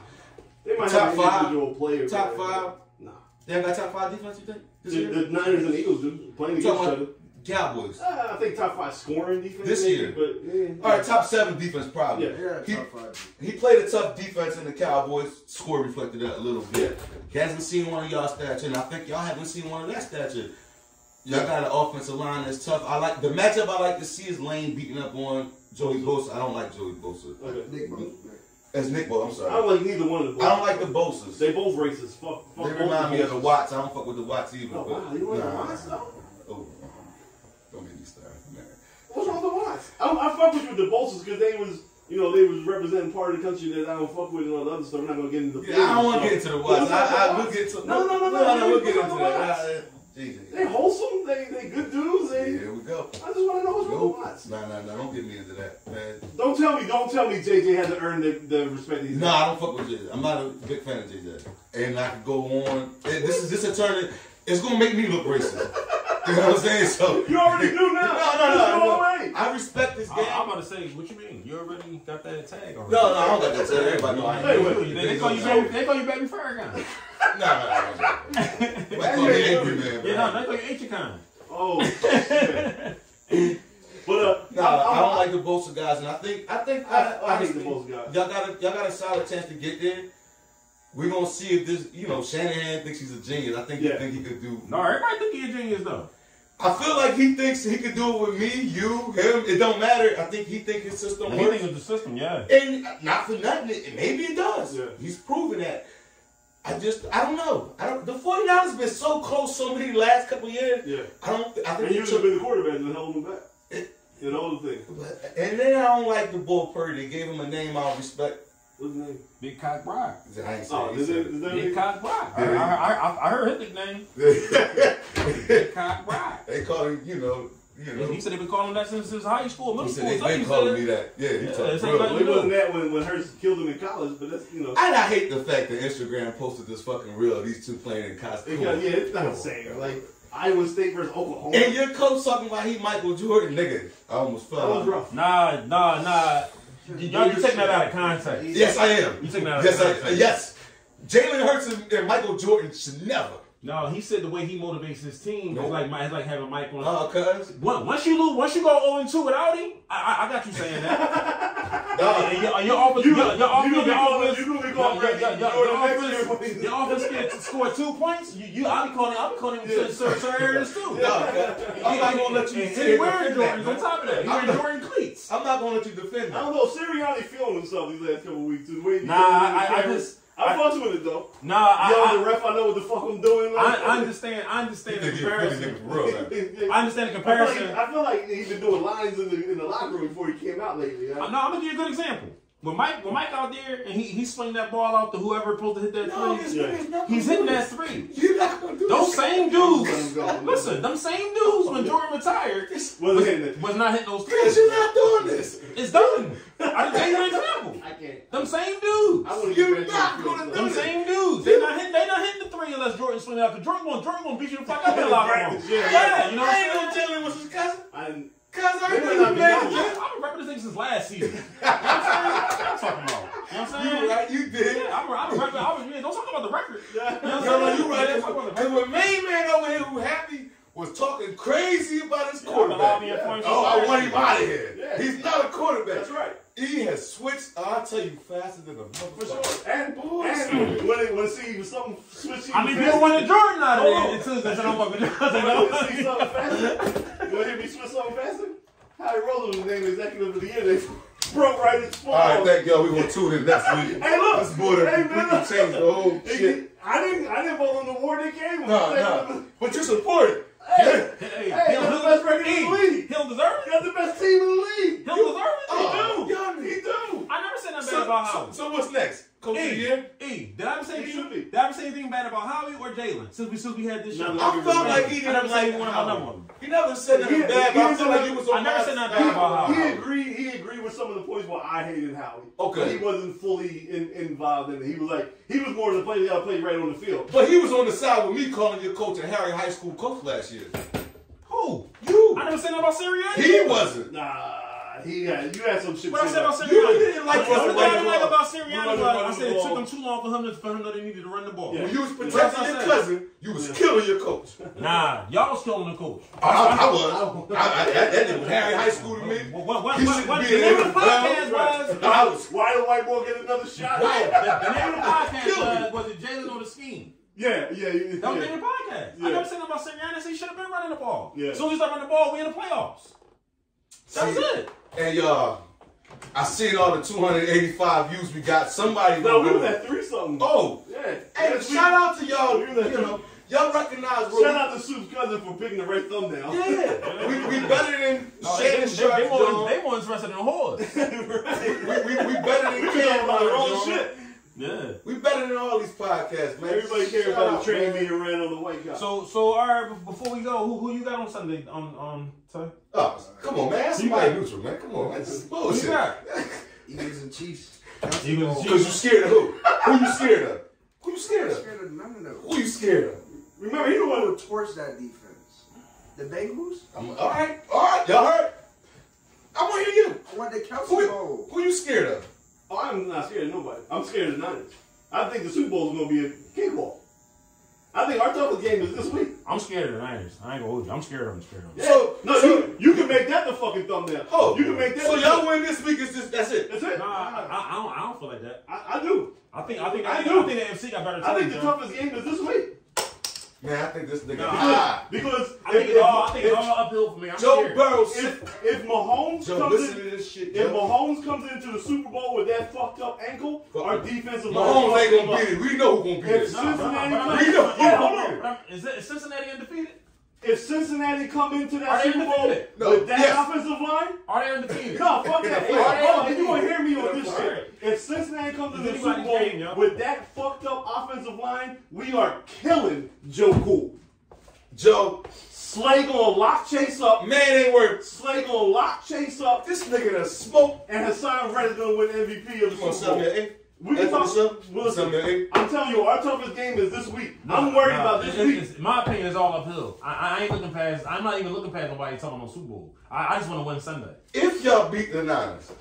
[SPEAKER 3] They might
[SPEAKER 4] Top
[SPEAKER 3] have an
[SPEAKER 4] five.
[SPEAKER 3] individual player.
[SPEAKER 4] Top
[SPEAKER 3] but-
[SPEAKER 4] five.
[SPEAKER 3] Nah.
[SPEAKER 4] They ain't got top five defense. You think?
[SPEAKER 3] The,
[SPEAKER 4] This year?
[SPEAKER 3] the Niners and the Eagles do playing against
[SPEAKER 4] You
[SPEAKER 3] each
[SPEAKER 4] talking
[SPEAKER 3] other.
[SPEAKER 4] about Cowboys.
[SPEAKER 3] Uh, I think top five scoring defense
[SPEAKER 4] This
[SPEAKER 3] maybe,
[SPEAKER 4] year.
[SPEAKER 3] but yeah.
[SPEAKER 4] All right, top seven defense probably.
[SPEAKER 3] Yeah.
[SPEAKER 1] Yeah,
[SPEAKER 4] He-
[SPEAKER 1] top five.
[SPEAKER 4] He played a tough defense in the Cowboys. Score reflected that a little bit. He hasn't seen one of y'all stature, and I think y'all haven't seen one of that stature. Y'all got an offensive line that's tough. I like the matchup. I like to see is Lane beating up on Joey Bosa. I don't like Joey Bosa.
[SPEAKER 3] Okay.
[SPEAKER 1] Nick Bosa.
[SPEAKER 4] That's Nick Bosa. I'm
[SPEAKER 3] I
[SPEAKER 4] sorry.
[SPEAKER 3] don't like neither one of them.
[SPEAKER 4] I don't like the Bosas. They,
[SPEAKER 3] They both racist. Fuck. fuck both
[SPEAKER 4] remind me of the
[SPEAKER 3] them.
[SPEAKER 4] Watts. I don't fuck with the Watts either.
[SPEAKER 3] Oh,
[SPEAKER 4] but-
[SPEAKER 3] wow, you like the
[SPEAKER 4] Nah.
[SPEAKER 3] Watts though?
[SPEAKER 4] Oh, don't get me started. man.
[SPEAKER 3] What's wrong with the Watts? I, don't- I fuck with you with the Bolsas because they was, you know, they was representing part of the country that I don't fuck with and all the other stuff. I'm not gonna get into the.
[SPEAKER 4] Yeah, I don't want to
[SPEAKER 3] stuff.
[SPEAKER 4] get into the Watts. I, I, we'll get to
[SPEAKER 3] No, no, no, no.
[SPEAKER 4] no, no
[SPEAKER 3] we
[SPEAKER 4] we'll get
[SPEAKER 3] fuck
[SPEAKER 4] into
[SPEAKER 3] with the
[SPEAKER 4] that.
[SPEAKER 3] Watts.
[SPEAKER 4] Uh, Jesus.
[SPEAKER 3] They wholesome. They they good dudes. They.
[SPEAKER 4] Here we go.
[SPEAKER 3] I just want to know what's wrong with
[SPEAKER 4] Nope.
[SPEAKER 3] the Watts.
[SPEAKER 4] Nah, nah, nah. Don't get me into that, man.
[SPEAKER 3] Don't tell me, don't tell me JJ had to earn the, the respect he's
[SPEAKER 4] No, I don't fuck with JJ. I'm not a big fan of JJ. And I could go on. And This is this attorney. It's gonna make me look racist. You know what I'm saying? So
[SPEAKER 3] You already do now.
[SPEAKER 4] No, no,
[SPEAKER 3] Just
[SPEAKER 4] no.
[SPEAKER 3] go
[SPEAKER 4] no.
[SPEAKER 3] away.
[SPEAKER 4] I respect this game.
[SPEAKER 2] I, I'm about to say, what you mean? You already got that tag already.
[SPEAKER 4] no, no, I don't got that. Tell everybody. No, I ain't
[SPEAKER 3] Hey,
[SPEAKER 4] doing
[SPEAKER 3] wait,
[SPEAKER 4] it.
[SPEAKER 2] They, they call you baby. They call you baby Farrakhan.
[SPEAKER 4] No, no, no, no. They call me angry man.
[SPEAKER 2] Yeah, no,
[SPEAKER 4] man.
[SPEAKER 2] they call you Inchicon.
[SPEAKER 3] Oh, shit. but uh,
[SPEAKER 4] No,
[SPEAKER 3] I,
[SPEAKER 4] I don't like the Bosa guys, and I think I think
[SPEAKER 3] I, I hate the
[SPEAKER 4] honestly,
[SPEAKER 3] most guys.
[SPEAKER 4] Y'all got a y'all got a solid chance to get there. We're gonna see if this, you know, Shanahan thinks he's a genius. I think he
[SPEAKER 3] Yeah.
[SPEAKER 4] think he could do.
[SPEAKER 2] No, everybody think he a genius though.
[SPEAKER 4] I feel like he thinks he could do it with me, you, him. It don't matter. I think he think his system
[SPEAKER 2] He
[SPEAKER 4] works.
[SPEAKER 2] think of the system, yeah.
[SPEAKER 4] And not for nothing, it- maybe it does.
[SPEAKER 3] Yeah.
[SPEAKER 4] He's proven that. I just I don't know. I don't. The 49ers been so close so many last couple years.
[SPEAKER 3] Yeah,
[SPEAKER 4] I don't. I think
[SPEAKER 3] and you should
[SPEAKER 4] they took-
[SPEAKER 3] have been the quarterback and held him back. You know the thing.
[SPEAKER 4] but- And then I don't like the bull Purdy. They gave him a name I don't respect.
[SPEAKER 3] What's his name?
[SPEAKER 2] Big cock bride.
[SPEAKER 4] I ain't saying
[SPEAKER 3] Oh, is it? Is that
[SPEAKER 2] Big
[SPEAKER 3] name?
[SPEAKER 2] cock bride. I, I, I, I heard his nickname. Big cock bride.
[SPEAKER 4] They call him, you know, you know.
[SPEAKER 2] He said they've been calling him that since his high school, middle
[SPEAKER 4] He
[SPEAKER 2] school.
[SPEAKER 4] said they
[SPEAKER 2] something.
[SPEAKER 4] been
[SPEAKER 2] He
[SPEAKER 4] calling me
[SPEAKER 2] said-
[SPEAKER 4] that. Yeah, he
[SPEAKER 2] Yeah,
[SPEAKER 4] talked
[SPEAKER 2] it's
[SPEAKER 4] real.
[SPEAKER 2] like-
[SPEAKER 3] Well, it wasn't that when when Hurst killed him in college, but that's you know.
[SPEAKER 4] And I hate the fact that Instagram posted this fucking reel of these two playing in
[SPEAKER 3] It
[SPEAKER 4] costume.
[SPEAKER 3] got, yeah, it's not the same. Like Iowa State versus Oklahoma.
[SPEAKER 4] And your coach talking about he Michael Jordan, nigga. I almost
[SPEAKER 3] that
[SPEAKER 4] fell.
[SPEAKER 3] was rough.
[SPEAKER 2] Nah, nah, nah. Y'all, you taking that out of context.
[SPEAKER 4] Yes, I am.
[SPEAKER 2] You taking that out of
[SPEAKER 4] yes, I,
[SPEAKER 2] context.
[SPEAKER 4] yes. Jalen Hurts and, and Michael Jordan should never
[SPEAKER 2] No, he said the way he motivates his team is like my, it's like having Mike on.
[SPEAKER 4] Oh, cuz.
[SPEAKER 2] Once- once you lose, once you go 0 2 without him, I, I, I got you saying that.
[SPEAKER 4] Nah,
[SPEAKER 2] And your, your offense,
[SPEAKER 3] You-
[SPEAKER 2] your, your
[SPEAKER 3] you
[SPEAKER 2] offense,
[SPEAKER 3] gonna be
[SPEAKER 2] your
[SPEAKER 3] calling-
[SPEAKER 2] offense,
[SPEAKER 3] you
[SPEAKER 2] your,
[SPEAKER 3] gonna be
[SPEAKER 2] your,
[SPEAKER 3] calling
[SPEAKER 2] your, your,
[SPEAKER 3] Brady for the next
[SPEAKER 2] your offense,
[SPEAKER 3] year.
[SPEAKER 2] your offense can score two points. You, you, I'll be calling, I'll be calling him certain- certain certain areas too.
[SPEAKER 4] nah, cuz. I'm not gonna let you
[SPEAKER 2] And
[SPEAKER 4] sit
[SPEAKER 2] he
[SPEAKER 4] here
[SPEAKER 2] wearing
[SPEAKER 4] and defend
[SPEAKER 2] Jordans on
[SPEAKER 4] that.
[SPEAKER 2] top of that. He
[SPEAKER 4] I'm
[SPEAKER 2] wearing
[SPEAKER 4] not-
[SPEAKER 2] Jordan cleats.
[SPEAKER 4] I'm not gonna let you defend
[SPEAKER 3] I
[SPEAKER 4] that.
[SPEAKER 3] don't know. Sirianni feeling himself these last couple weeks too. The way he
[SPEAKER 2] Nah,
[SPEAKER 3] goes in
[SPEAKER 2] I-
[SPEAKER 3] the
[SPEAKER 2] I
[SPEAKER 3] camera.
[SPEAKER 2] just-
[SPEAKER 3] I fucked with it though.
[SPEAKER 2] Nah, I,
[SPEAKER 3] Yo,
[SPEAKER 2] I,
[SPEAKER 3] the ref, I know what the fuck I'm doing.
[SPEAKER 2] I,
[SPEAKER 3] Like,
[SPEAKER 2] I understand. I understand the
[SPEAKER 4] Nigga, nigga,
[SPEAKER 2] comparison.
[SPEAKER 4] for real, man.
[SPEAKER 2] I understand the
[SPEAKER 3] I feel, like,
[SPEAKER 2] comparison.
[SPEAKER 3] I feel like he's been doing lines in the in the locker room before he came out lately.
[SPEAKER 2] Uh,
[SPEAKER 3] Huh?
[SPEAKER 2] No, I'm gonna give you a good example. When Mike, when Mike out there and he he swing that ball out to whoever supposed to hit that
[SPEAKER 4] No,
[SPEAKER 2] three,
[SPEAKER 4] this
[SPEAKER 3] Yeah.
[SPEAKER 4] nigga's not
[SPEAKER 2] he's
[SPEAKER 4] gonna
[SPEAKER 2] hitting
[SPEAKER 4] do
[SPEAKER 2] that
[SPEAKER 4] this.
[SPEAKER 2] three.
[SPEAKER 4] You're not gonna do
[SPEAKER 2] Those
[SPEAKER 4] this.
[SPEAKER 2] same
[SPEAKER 3] Let's
[SPEAKER 2] dudes,
[SPEAKER 3] go, let's go.
[SPEAKER 2] listen, them same dudes when Jordan retired
[SPEAKER 3] Wasn't hitting it.
[SPEAKER 2] was not hitting those
[SPEAKER 4] Cuz
[SPEAKER 2] threes.
[SPEAKER 4] you're not doing this.
[SPEAKER 2] It's done. I just gave you an example.
[SPEAKER 3] I can't.
[SPEAKER 2] Them same dudes.
[SPEAKER 3] I want
[SPEAKER 4] You're not gonna
[SPEAKER 2] Them
[SPEAKER 4] do
[SPEAKER 2] same dudes. They not hitting. They not hitting the three unless Jordan swing after Jordan. Going Jordan gonna beat you the fuck up in the locker room.
[SPEAKER 3] Practice, yeah.
[SPEAKER 2] Yeah, you know what
[SPEAKER 4] I ain't
[SPEAKER 2] I'm
[SPEAKER 4] gonna
[SPEAKER 2] saying.
[SPEAKER 4] tell him what's his cousin.
[SPEAKER 3] I'm,
[SPEAKER 4] Cuz I
[SPEAKER 3] They
[SPEAKER 4] ain't
[SPEAKER 3] might
[SPEAKER 4] gonna
[SPEAKER 3] not be down.
[SPEAKER 4] imagine that.
[SPEAKER 2] I've been repping this nigga since last season. You know what I'm saying? What I'm talking about. You know what I'm saying?
[SPEAKER 4] You right, you did.
[SPEAKER 2] Yeah, I'm, I'm, I'm, I'm, don't talk about the record. You know
[SPEAKER 3] yeah.
[SPEAKER 2] what
[SPEAKER 4] No, no,
[SPEAKER 2] I'm saying?
[SPEAKER 4] you
[SPEAKER 2] Don't
[SPEAKER 4] right. That's
[SPEAKER 2] talk about the
[SPEAKER 4] what,
[SPEAKER 2] record.
[SPEAKER 4] cause when main man over here who happy was talking crazy about his
[SPEAKER 2] Yeah,
[SPEAKER 4] quarterback.
[SPEAKER 2] I'm allowed me a point
[SPEAKER 4] Oh, I
[SPEAKER 2] for
[SPEAKER 4] want him
[SPEAKER 2] sure.
[SPEAKER 4] out of here.
[SPEAKER 3] Yeah.
[SPEAKER 4] He's not a quarterback.
[SPEAKER 3] That's right.
[SPEAKER 4] He has switched. I'll tell you faster than a
[SPEAKER 3] For
[SPEAKER 4] motherfucker.
[SPEAKER 3] sure. And, and when they want to see something switchy.
[SPEAKER 2] I mean, people wanted Jordan out
[SPEAKER 3] Hold
[SPEAKER 2] of
[SPEAKER 3] on.
[SPEAKER 2] it until they said, I'm fucking
[SPEAKER 3] want to
[SPEAKER 2] Jordan.
[SPEAKER 3] see something faster. You want to hear me switch something faster? Harry Rollins was named executive of the year. They broke right his phone.
[SPEAKER 4] All right, thank y'all. We're gonna tune in next week.
[SPEAKER 3] Hey, look.
[SPEAKER 4] That's more than
[SPEAKER 3] Hey,
[SPEAKER 4] we
[SPEAKER 3] man,
[SPEAKER 4] can
[SPEAKER 3] look.
[SPEAKER 4] change the whole
[SPEAKER 3] They-
[SPEAKER 4] shit.
[SPEAKER 3] I didn't. I didn't vote on the war they gave him.
[SPEAKER 4] No,
[SPEAKER 3] They-
[SPEAKER 4] no. But you support it.
[SPEAKER 3] Hey,
[SPEAKER 2] Hey, hey,
[SPEAKER 3] hey, that's the best record in the
[SPEAKER 2] he
[SPEAKER 3] league.
[SPEAKER 2] don't deserve
[SPEAKER 3] He
[SPEAKER 2] it.
[SPEAKER 3] got the best team in the league.
[SPEAKER 2] He don't deserve it.
[SPEAKER 4] Oh,
[SPEAKER 3] He do. He do.
[SPEAKER 2] I never said nothing bad
[SPEAKER 4] So,
[SPEAKER 2] about
[SPEAKER 4] so,
[SPEAKER 2] Howie.
[SPEAKER 4] so what's next? Coach of the
[SPEAKER 2] E,
[SPEAKER 4] year?
[SPEAKER 2] E, did I ever say
[SPEAKER 3] He should
[SPEAKER 2] anything?
[SPEAKER 3] be.
[SPEAKER 2] Did I ever say anything bad about Howie or Jalen since we since we had this show?
[SPEAKER 3] No, no.
[SPEAKER 4] I felt like he
[SPEAKER 2] I never
[SPEAKER 4] didn't
[SPEAKER 2] said
[SPEAKER 4] like
[SPEAKER 2] one about
[SPEAKER 4] Howie.
[SPEAKER 2] them.
[SPEAKER 4] He never said nothing
[SPEAKER 3] He-
[SPEAKER 4] bad,
[SPEAKER 3] he
[SPEAKER 4] but I
[SPEAKER 3] didn't
[SPEAKER 4] feel
[SPEAKER 3] say
[SPEAKER 4] like
[SPEAKER 3] nothing-
[SPEAKER 4] you was on
[SPEAKER 2] I never
[SPEAKER 4] my
[SPEAKER 2] said nothing
[SPEAKER 4] side.
[SPEAKER 2] bad about
[SPEAKER 3] He
[SPEAKER 2] Howie.
[SPEAKER 3] agreed. He agreed with some of the points where I hated Howie.
[SPEAKER 4] Okay.
[SPEAKER 3] But he wasn't fully in, involved in it. He was like he was more of the player that got played right on the field.
[SPEAKER 4] But he was on the side with me calling your coach a Harry High School coach last year.
[SPEAKER 2] Who?
[SPEAKER 4] You.
[SPEAKER 2] I never said nothing about Sirianni.
[SPEAKER 4] He wasn't.
[SPEAKER 3] Nah, he had you had some shit.
[SPEAKER 2] What I
[SPEAKER 3] too,
[SPEAKER 2] said about
[SPEAKER 3] though.
[SPEAKER 2] Sirianni.
[SPEAKER 4] You didn't like
[SPEAKER 2] the only
[SPEAKER 4] running
[SPEAKER 2] thing I
[SPEAKER 4] the
[SPEAKER 2] didn't like
[SPEAKER 4] ball.
[SPEAKER 2] about Sirianni was
[SPEAKER 3] Running
[SPEAKER 2] I said it
[SPEAKER 3] the
[SPEAKER 2] took
[SPEAKER 3] ball.
[SPEAKER 2] him too long for him to for him to know they needed to run the ball.
[SPEAKER 3] Yeah.
[SPEAKER 4] When you was
[SPEAKER 2] That's
[SPEAKER 4] protecting
[SPEAKER 2] what I
[SPEAKER 4] your
[SPEAKER 2] said.
[SPEAKER 4] cousin, you was killing your coach.
[SPEAKER 2] Nah, y'all was killing the coach.
[SPEAKER 4] I, I, I was. I, I, that, that nigga was Harry High School to me.
[SPEAKER 2] What, what, what,
[SPEAKER 4] He
[SPEAKER 2] what,
[SPEAKER 4] should
[SPEAKER 2] what,
[SPEAKER 4] be
[SPEAKER 2] the
[SPEAKER 4] in
[SPEAKER 2] name of the
[SPEAKER 4] every
[SPEAKER 2] podcast
[SPEAKER 4] round.
[SPEAKER 2] was?
[SPEAKER 4] And I was.
[SPEAKER 3] Why did white boy get another shot?
[SPEAKER 2] The, the name of the
[SPEAKER 4] Kill
[SPEAKER 2] podcast was,
[SPEAKER 4] me.
[SPEAKER 2] was it Jalen on the scheme?
[SPEAKER 3] Yeah, yeah, yeah.
[SPEAKER 2] That was the
[SPEAKER 3] yeah.
[SPEAKER 2] name of the podcast. I
[SPEAKER 3] Yeah.
[SPEAKER 2] never said nothing about Sirianni. He should have been running the ball.
[SPEAKER 3] Yeah.
[SPEAKER 2] As soon as he started running the ball, we in the playoffs. That was
[SPEAKER 4] See,
[SPEAKER 2] it.
[SPEAKER 4] And y'all, I seen all the 285 views we got. Somebody.
[SPEAKER 3] No,
[SPEAKER 4] gonna
[SPEAKER 3] we
[SPEAKER 4] go-
[SPEAKER 3] was at three something.
[SPEAKER 4] Oh.
[SPEAKER 3] yeah.
[SPEAKER 4] Hey,
[SPEAKER 3] Yes, we-
[SPEAKER 4] shout out to y'all.
[SPEAKER 3] we
[SPEAKER 4] You
[SPEAKER 3] was at three-
[SPEAKER 4] know, y'all recognize
[SPEAKER 3] Shout
[SPEAKER 4] where
[SPEAKER 3] out to Soup's cousin for picking the right thumbnail.
[SPEAKER 4] Yeah, we, we better than
[SPEAKER 3] Oh,
[SPEAKER 2] No, they, they,
[SPEAKER 4] Shannon
[SPEAKER 2] they, they,
[SPEAKER 4] Sharp.
[SPEAKER 2] more,
[SPEAKER 4] dog.
[SPEAKER 2] they more interested in the horse.
[SPEAKER 4] We, we, we better
[SPEAKER 3] We
[SPEAKER 4] than
[SPEAKER 3] was talking
[SPEAKER 4] Cam.
[SPEAKER 3] about our own
[SPEAKER 4] dog.
[SPEAKER 3] shit.
[SPEAKER 2] yeah.
[SPEAKER 4] We better than all these podcasts, man.
[SPEAKER 3] Everybody cares
[SPEAKER 4] Shout
[SPEAKER 3] about
[SPEAKER 4] out,
[SPEAKER 3] the train
[SPEAKER 4] man.
[SPEAKER 3] being ran on the white guy.
[SPEAKER 2] So, so all right. be- Before we go, who, who you got on Sunday? um, On on Sunday?
[SPEAKER 4] Oh, come on, man. That's
[SPEAKER 2] You
[SPEAKER 4] my
[SPEAKER 2] got-
[SPEAKER 4] neutral, man. Come on, man. This is
[SPEAKER 2] Who
[SPEAKER 4] bullshit.
[SPEAKER 2] you got?
[SPEAKER 1] Eagles and Chiefs.
[SPEAKER 2] Eagles and
[SPEAKER 4] Because you scared of who? Who you scared of? Who you scared
[SPEAKER 1] I'm
[SPEAKER 4] of?
[SPEAKER 1] scared of none of those.
[SPEAKER 4] Who you scared of?
[SPEAKER 3] Remember, he the one
[SPEAKER 1] Who
[SPEAKER 3] who
[SPEAKER 1] torched that defense? The Bengals?
[SPEAKER 4] I'm, all right, all right, y'all heard? I want to hear you.
[SPEAKER 1] I want the Kelsey
[SPEAKER 4] Who,
[SPEAKER 1] Bowl.
[SPEAKER 4] who you scared of?
[SPEAKER 3] Oh, I'm not scared of nobody. I'm scared of the Niners. I think the Super Bowl is going to be a cakewalk. I think our toughest game is this week.
[SPEAKER 2] I'm scared of the Niners. I ain't gonna hold you. I'm scared of them. I'm scared of them.
[SPEAKER 3] Yeah.
[SPEAKER 4] So-
[SPEAKER 3] no,
[SPEAKER 4] so-
[SPEAKER 3] you, you can make that the fucking thumbnail.
[SPEAKER 4] Oh,
[SPEAKER 3] you can make that.
[SPEAKER 4] So
[SPEAKER 3] the-
[SPEAKER 4] y'all win this week. It's just that's it.
[SPEAKER 3] That's it.
[SPEAKER 2] Nah, I, I, I don't. I don't feel like that.
[SPEAKER 3] I, I do.
[SPEAKER 2] I think. I think.
[SPEAKER 3] I
[SPEAKER 2] I think,
[SPEAKER 3] do.
[SPEAKER 2] I think the FC got better.
[SPEAKER 3] I think
[SPEAKER 2] teams,
[SPEAKER 3] the
[SPEAKER 2] yo.
[SPEAKER 3] toughest game is this week.
[SPEAKER 4] Man, I think this nigga.
[SPEAKER 2] Nah,
[SPEAKER 4] Ah,
[SPEAKER 3] Because
[SPEAKER 2] I think
[SPEAKER 3] if,
[SPEAKER 2] it's all. I
[SPEAKER 3] if,
[SPEAKER 2] think it's all uphill for me. I'm
[SPEAKER 4] Joe
[SPEAKER 2] scared.
[SPEAKER 4] Burrow. sit-
[SPEAKER 3] if, if Mahomes
[SPEAKER 4] Joe,
[SPEAKER 3] comes
[SPEAKER 4] listen to
[SPEAKER 3] in,
[SPEAKER 4] this shit.
[SPEAKER 3] if
[SPEAKER 4] Joe.
[SPEAKER 3] Mahomes comes into the Super Bowl with that fucked up ankle,
[SPEAKER 4] Fuck
[SPEAKER 3] our
[SPEAKER 4] it.
[SPEAKER 3] defensive line
[SPEAKER 4] Mahomes
[SPEAKER 3] fucks
[SPEAKER 4] ain't
[SPEAKER 3] them
[SPEAKER 4] gonna
[SPEAKER 3] up.
[SPEAKER 4] beat it. We know who gonna beat
[SPEAKER 3] If
[SPEAKER 4] it.
[SPEAKER 2] Nah, but I'm-
[SPEAKER 3] Cincinnati,
[SPEAKER 2] but I'm-
[SPEAKER 3] comes-
[SPEAKER 4] We know-
[SPEAKER 3] yeah, hold on.
[SPEAKER 2] But I'm- Is, it, is Cincinnati undefeated?
[SPEAKER 3] If Cincinnati come into that
[SPEAKER 2] Are they
[SPEAKER 3] Super Bowl
[SPEAKER 2] undefeated?
[SPEAKER 4] No.
[SPEAKER 3] with that
[SPEAKER 4] Yes.
[SPEAKER 3] offensive line,
[SPEAKER 2] Are they undefeated?
[SPEAKER 3] no, fuck that. Hey,
[SPEAKER 4] Are
[SPEAKER 2] they
[SPEAKER 3] hold on,
[SPEAKER 2] undefeated?
[SPEAKER 3] you gonna hear me on this
[SPEAKER 2] All right.
[SPEAKER 3] shit? If Cincinnati comes into the
[SPEAKER 2] Anybody's
[SPEAKER 3] Super Bowl
[SPEAKER 2] game, yo.
[SPEAKER 3] with that fucked up offensive line, we are killing Joe Cool.
[SPEAKER 4] Joe,
[SPEAKER 3] Slay gonna lock chase up.
[SPEAKER 4] man, ain't worth.
[SPEAKER 3] Slay gonna lock chase up.
[SPEAKER 4] This nigga done smoked.
[SPEAKER 3] And Hassan Reddick gonna win MVP of
[SPEAKER 4] You want
[SPEAKER 3] the Super Bowl.
[SPEAKER 4] something to eat?
[SPEAKER 3] We
[SPEAKER 4] That's
[SPEAKER 3] can
[SPEAKER 4] what's
[SPEAKER 3] talk.
[SPEAKER 4] up.
[SPEAKER 3] Listen,
[SPEAKER 4] Something to eat?
[SPEAKER 3] I'm telling you, our toughest game is this week. I'm
[SPEAKER 2] Nah,
[SPEAKER 3] worried
[SPEAKER 2] nah,
[SPEAKER 3] about this
[SPEAKER 2] it's-
[SPEAKER 3] week.
[SPEAKER 2] it's- My opinion is all uphill. I, I ain't looking past. I'm not even looking past nobody telling no Super Bowl. I, I just want to win Sunday.
[SPEAKER 4] If y'all beat the Niners,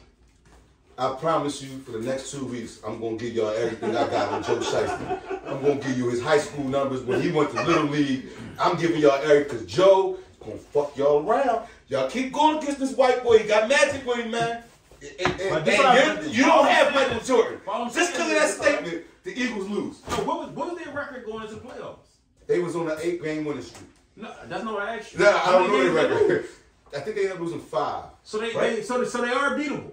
[SPEAKER 4] I promise you, for the next two weeks, I'm gonna give y'all everything I got on Joe Shiesty. I'm gonna give you his high school numbers when he went to Little League. I'm giving y'all everything because Joe gonna fuck y'all around. Y'all keep going against this white boy. He got magic with him, man. And- and-
[SPEAKER 2] But this
[SPEAKER 4] and
[SPEAKER 2] what
[SPEAKER 4] you-
[SPEAKER 2] I'm-
[SPEAKER 4] you don't have Michael Jordan.
[SPEAKER 2] What I'm
[SPEAKER 4] Just because of
[SPEAKER 2] saying
[SPEAKER 4] that
[SPEAKER 2] is-
[SPEAKER 4] statement, the Eagles lose.
[SPEAKER 2] So what was what was their record going into playoffs?
[SPEAKER 4] They was on an eight game winning streak.
[SPEAKER 2] No, that's not what I asked you.
[SPEAKER 4] Nah, I
[SPEAKER 2] How many
[SPEAKER 4] don't know their
[SPEAKER 2] games they
[SPEAKER 4] record.
[SPEAKER 2] lose?
[SPEAKER 4] I think they ended up losing five.
[SPEAKER 2] So they,
[SPEAKER 4] Right.
[SPEAKER 2] they so they, so they are beatable.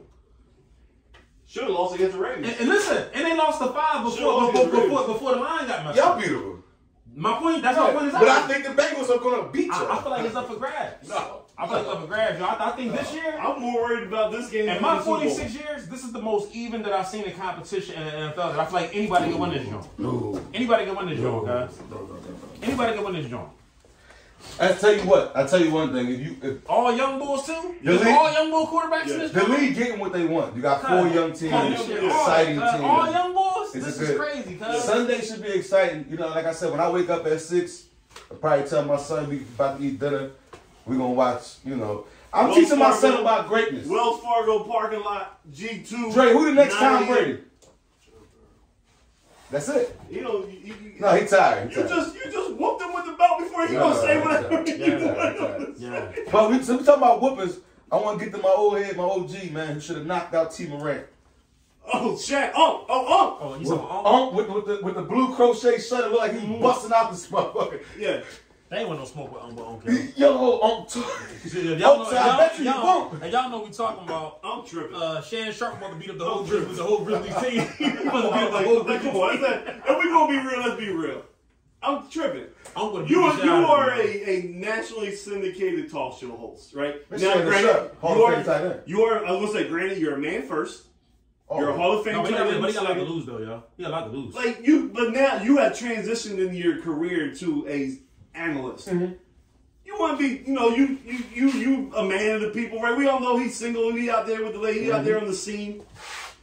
[SPEAKER 3] Should have lost against the
[SPEAKER 2] And,
[SPEAKER 3] Ravens.
[SPEAKER 2] and listen, and they lost the five before
[SPEAKER 3] Sure,
[SPEAKER 2] before,
[SPEAKER 3] it's the
[SPEAKER 2] before
[SPEAKER 3] Ravens.
[SPEAKER 2] before the line got messed
[SPEAKER 4] Y'all
[SPEAKER 2] up.
[SPEAKER 4] beautiful.
[SPEAKER 2] My point. That's my point. Is
[SPEAKER 4] But I think the Bengals are gonna beat y'all.
[SPEAKER 2] I, I feel like it's up for grabs.
[SPEAKER 4] No.
[SPEAKER 2] I feel like it's up for grabs, y'all. I, I think this year
[SPEAKER 3] I'm more worried about this game.
[SPEAKER 2] In
[SPEAKER 3] than
[SPEAKER 2] my
[SPEAKER 3] the Super Bowl.
[SPEAKER 2] 46 years, this is the most even that I've seen in competition in the NFL. That I feel like anybody can win this joint. Anybody can win this joint, guys. Anybody can win this joint.
[SPEAKER 4] I tell you what. I tell you one thing. If you if
[SPEAKER 2] All young bulls too.
[SPEAKER 4] Your
[SPEAKER 2] There's
[SPEAKER 4] league-
[SPEAKER 2] all young bull quarterbacks in this
[SPEAKER 4] the
[SPEAKER 2] joint.
[SPEAKER 4] league getting what they want, you got four
[SPEAKER 2] Cuz,
[SPEAKER 4] young teams,
[SPEAKER 2] all this shit, all-
[SPEAKER 4] exciting
[SPEAKER 2] cuz, All
[SPEAKER 4] teams.
[SPEAKER 2] young bulls.
[SPEAKER 4] It's
[SPEAKER 2] This
[SPEAKER 4] a
[SPEAKER 2] is
[SPEAKER 4] good-
[SPEAKER 2] crazy, cuz.
[SPEAKER 4] Sunday should be exciting. You know, like I said, when I wake up at six, I probably tell my son we about to eat dinner. We gonna watch. You know, I'm
[SPEAKER 3] Wells
[SPEAKER 4] teaching my
[SPEAKER 3] Fargo.
[SPEAKER 4] son about greatness.
[SPEAKER 3] Wells Fargo parking lot G two.
[SPEAKER 4] Dre, who the next Tom
[SPEAKER 3] 98?
[SPEAKER 4] Brady? That's it.
[SPEAKER 3] You know, you, you,
[SPEAKER 4] No, he tired. He
[SPEAKER 3] you
[SPEAKER 4] tired.
[SPEAKER 3] just you just whooped him with the belt before he
[SPEAKER 4] Yeah,
[SPEAKER 3] gonna say
[SPEAKER 4] yeah,
[SPEAKER 3] whatever.
[SPEAKER 4] yeah.
[SPEAKER 3] you
[SPEAKER 4] Yeah,
[SPEAKER 3] want
[SPEAKER 4] yeah,
[SPEAKER 3] him to
[SPEAKER 2] Yeah.
[SPEAKER 3] say.
[SPEAKER 4] But we, so we talking about whoopers. I want to get to my old head, my OG man, who should have knocked out T Morant.
[SPEAKER 3] Oh Shaq. Oh oh oh.
[SPEAKER 2] Oh, you
[SPEAKER 4] With,
[SPEAKER 2] said, oh,
[SPEAKER 4] um, with, with, the, with the blue crochet shutter, look like he
[SPEAKER 3] Mm-hmm.
[SPEAKER 4] was busting out this motherfucker.
[SPEAKER 3] Yeah.
[SPEAKER 2] they ain't want no smoke with Uncle Uncle.
[SPEAKER 4] Yo, um, t-
[SPEAKER 2] Y'all know,
[SPEAKER 4] so I
[SPEAKER 2] y'all,
[SPEAKER 4] bet you you
[SPEAKER 2] y'all,
[SPEAKER 4] won't.
[SPEAKER 2] and y'all know we talking about.
[SPEAKER 3] I'm tripping.
[SPEAKER 2] Uh, Shan Sharp about to beat up the whole Grizzlies, the whole Grizzlies team. He about to beat
[SPEAKER 3] I'm
[SPEAKER 2] up the
[SPEAKER 3] like,
[SPEAKER 2] whole
[SPEAKER 3] like,
[SPEAKER 2] Grizzlies
[SPEAKER 3] come on. That's not- If we gonna be real, let's be real. I'm tripping.
[SPEAKER 2] I'm gonna beat
[SPEAKER 3] You
[SPEAKER 2] the
[SPEAKER 3] are
[SPEAKER 2] shit
[SPEAKER 3] you
[SPEAKER 2] out of
[SPEAKER 3] are
[SPEAKER 2] them.
[SPEAKER 3] a, a nationally syndicated talk show host, right?
[SPEAKER 4] Let's say this up. Hall
[SPEAKER 3] you
[SPEAKER 4] of Fame tight
[SPEAKER 3] are
[SPEAKER 4] end.
[SPEAKER 3] you are. I was gonna say, granted, you're a man first. You're
[SPEAKER 4] Oh,
[SPEAKER 3] a Hall of Fame
[SPEAKER 2] No, but he
[SPEAKER 3] tight
[SPEAKER 2] got,
[SPEAKER 3] end
[SPEAKER 2] but he got a lot to
[SPEAKER 3] second.
[SPEAKER 2] lose though, y'all. He got a lot to lose.
[SPEAKER 3] like you but now you have transitioned in your career to a analyst you want to be you know you you you you a man of the people right we all know he's single and he out there with the lady he out there on the scene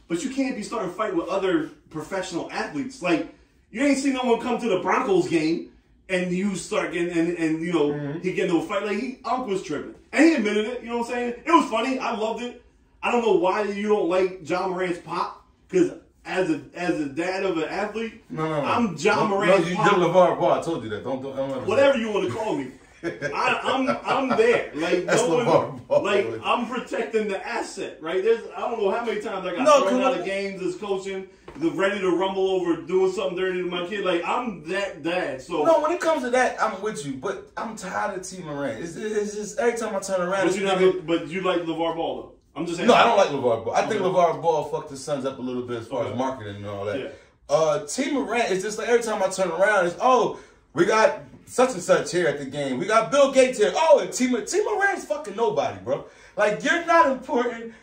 [SPEAKER 3] but you can't be starting to fight with other professional athletes like you ain't seen no one come to the broncos game and you start getting and, and you know
[SPEAKER 4] Mm-hmm.
[SPEAKER 3] he get into a fight like he Unc was tripping and he admitted it you know what i'm saying it was funny i loved it i don't know why you don't like john moran's pop because as a as a dad of an athlete
[SPEAKER 4] No, no, no.
[SPEAKER 3] i'm john
[SPEAKER 4] No,
[SPEAKER 3] moran's
[SPEAKER 4] No, you,
[SPEAKER 3] pop
[SPEAKER 4] you're LeVar Ball. I told you that. Don't, don't, don't ever-
[SPEAKER 3] whatever you want to call me. I, I'm I'm there. Like
[SPEAKER 4] That's
[SPEAKER 3] no
[SPEAKER 4] LeVar
[SPEAKER 3] one,
[SPEAKER 4] Ball.
[SPEAKER 3] like I'm protecting the asset, right? There's I don't know how many times I got
[SPEAKER 4] No,
[SPEAKER 3] thrown
[SPEAKER 4] come
[SPEAKER 3] out
[SPEAKER 4] on.
[SPEAKER 3] of games as coaching, the ready to rumble over doing something dirty to my kid. Like I'm that dad. So
[SPEAKER 4] No, when it comes to that, I'm with you, but I'm tired of T Morant. It's, it's just every time I turn around,
[SPEAKER 3] but
[SPEAKER 4] it's
[SPEAKER 3] you not but you like LeVar Ball though. I'm just saying.
[SPEAKER 4] No, I don't like LeVar Ball. I think LeVar Ball fucked his sons up a little bit as far as
[SPEAKER 3] Okay.
[SPEAKER 4] marketing and all that.
[SPEAKER 3] Yeah.
[SPEAKER 4] Uh, T Morant is just like every time I turn around, it's oh, we got such and such here at the game. We got Bill Gates here. Oh, and T Mor- T Morant's fucking nobody, bro. Like you're not important.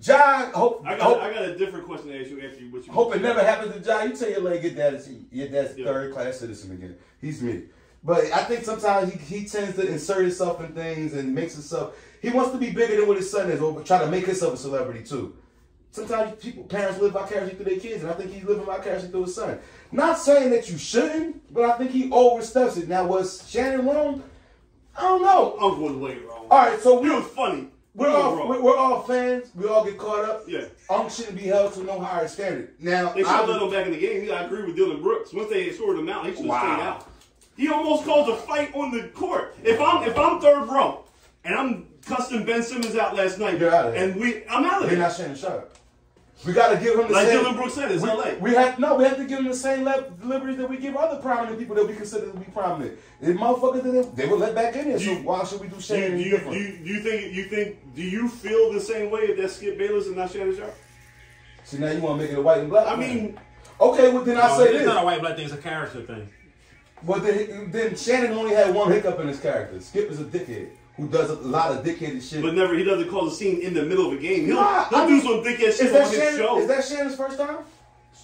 [SPEAKER 4] Jai, hope
[SPEAKER 3] I got
[SPEAKER 4] hope,
[SPEAKER 3] I got a different question to ask you after you. What you
[SPEAKER 4] hope it never happens to Jai. You tell your leg your dad's your dad's
[SPEAKER 3] Yeah.
[SPEAKER 4] third class citizen again. He's me. But I think sometimes he, he tends to insert himself in things and makes himself. He wants to be bigger than what his son is, or try to make himself a celebrity too. Sometimes people, parents live vicariously through their kids, and I think he's living vicariously through his son. Not saying that you shouldn't, but I think he oversteps it. Now, was Shannon wrong? I don't know.
[SPEAKER 3] Uncle was way wrong.
[SPEAKER 4] All right, so we,
[SPEAKER 3] it was funny.
[SPEAKER 4] we're
[SPEAKER 3] You was
[SPEAKER 4] all
[SPEAKER 3] wrong.
[SPEAKER 4] we're, we're all fans. We all get caught up.
[SPEAKER 3] Yeah.
[SPEAKER 4] Unk shouldn't be held to no higher standard. Now,
[SPEAKER 3] They should
[SPEAKER 4] I-
[SPEAKER 3] have let him back in the game. I agree with Dylan Brooks. Once they sorted him out, he should have
[SPEAKER 4] Wow.
[SPEAKER 3] stayed out. He almost caused a fight on the court. If I'm if I'm third row and I'm cussing Ben Simmons out last night,
[SPEAKER 4] You're outta here.
[SPEAKER 3] and we I'm out of
[SPEAKER 4] We're
[SPEAKER 3] here.
[SPEAKER 4] not Shannon Sharp. We gotta give him the
[SPEAKER 3] Like
[SPEAKER 4] same.
[SPEAKER 3] Dylan Brooks said, it's
[SPEAKER 4] we,
[SPEAKER 3] LA.
[SPEAKER 4] we have no. We have to give him the same le- liberties that we give other prominent people that we consider to be prominent. If motherfuckers didn't, they were let back in there.
[SPEAKER 3] Do
[SPEAKER 4] so
[SPEAKER 3] you-
[SPEAKER 4] why should we do
[SPEAKER 3] Do you,
[SPEAKER 4] Shannon
[SPEAKER 3] do, you, do,
[SPEAKER 4] different?
[SPEAKER 3] you, do you think you think do you feel the same way if that's Skip Bayless and not Shannon Sharp?
[SPEAKER 4] See now you want to make it a white and black.
[SPEAKER 3] I
[SPEAKER 4] thing.
[SPEAKER 3] mean,
[SPEAKER 4] okay. Well then I
[SPEAKER 2] No,
[SPEAKER 4] say
[SPEAKER 2] it's
[SPEAKER 4] this.
[SPEAKER 2] not a white black thing. It's a character thing.
[SPEAKER 4] Well then, then Shannon only had one hiccup in his character. Skip is a dickhead who does a lot of dickheaded shit.
[SPEAKER 3] but never he doesn't cause a scene in the middle of a game. He'll,
[SPEAKER 4] Nah,
[SPEAKER 3] he'll
[SPEAKER 4] I
[SPEAKER 3] do
[SPEAKER 4] mean,
[SPEAKER 3] some dick ass
[SPEAKER 4] Is
[SPEAKER 3] shit
[SPEAKER 4] that,
[SPEAKER 3] on his
[SPEAKER 4] Shannon,
[SPEAKER 3] show.
[SPEAKER 4] is that Shannon's first time?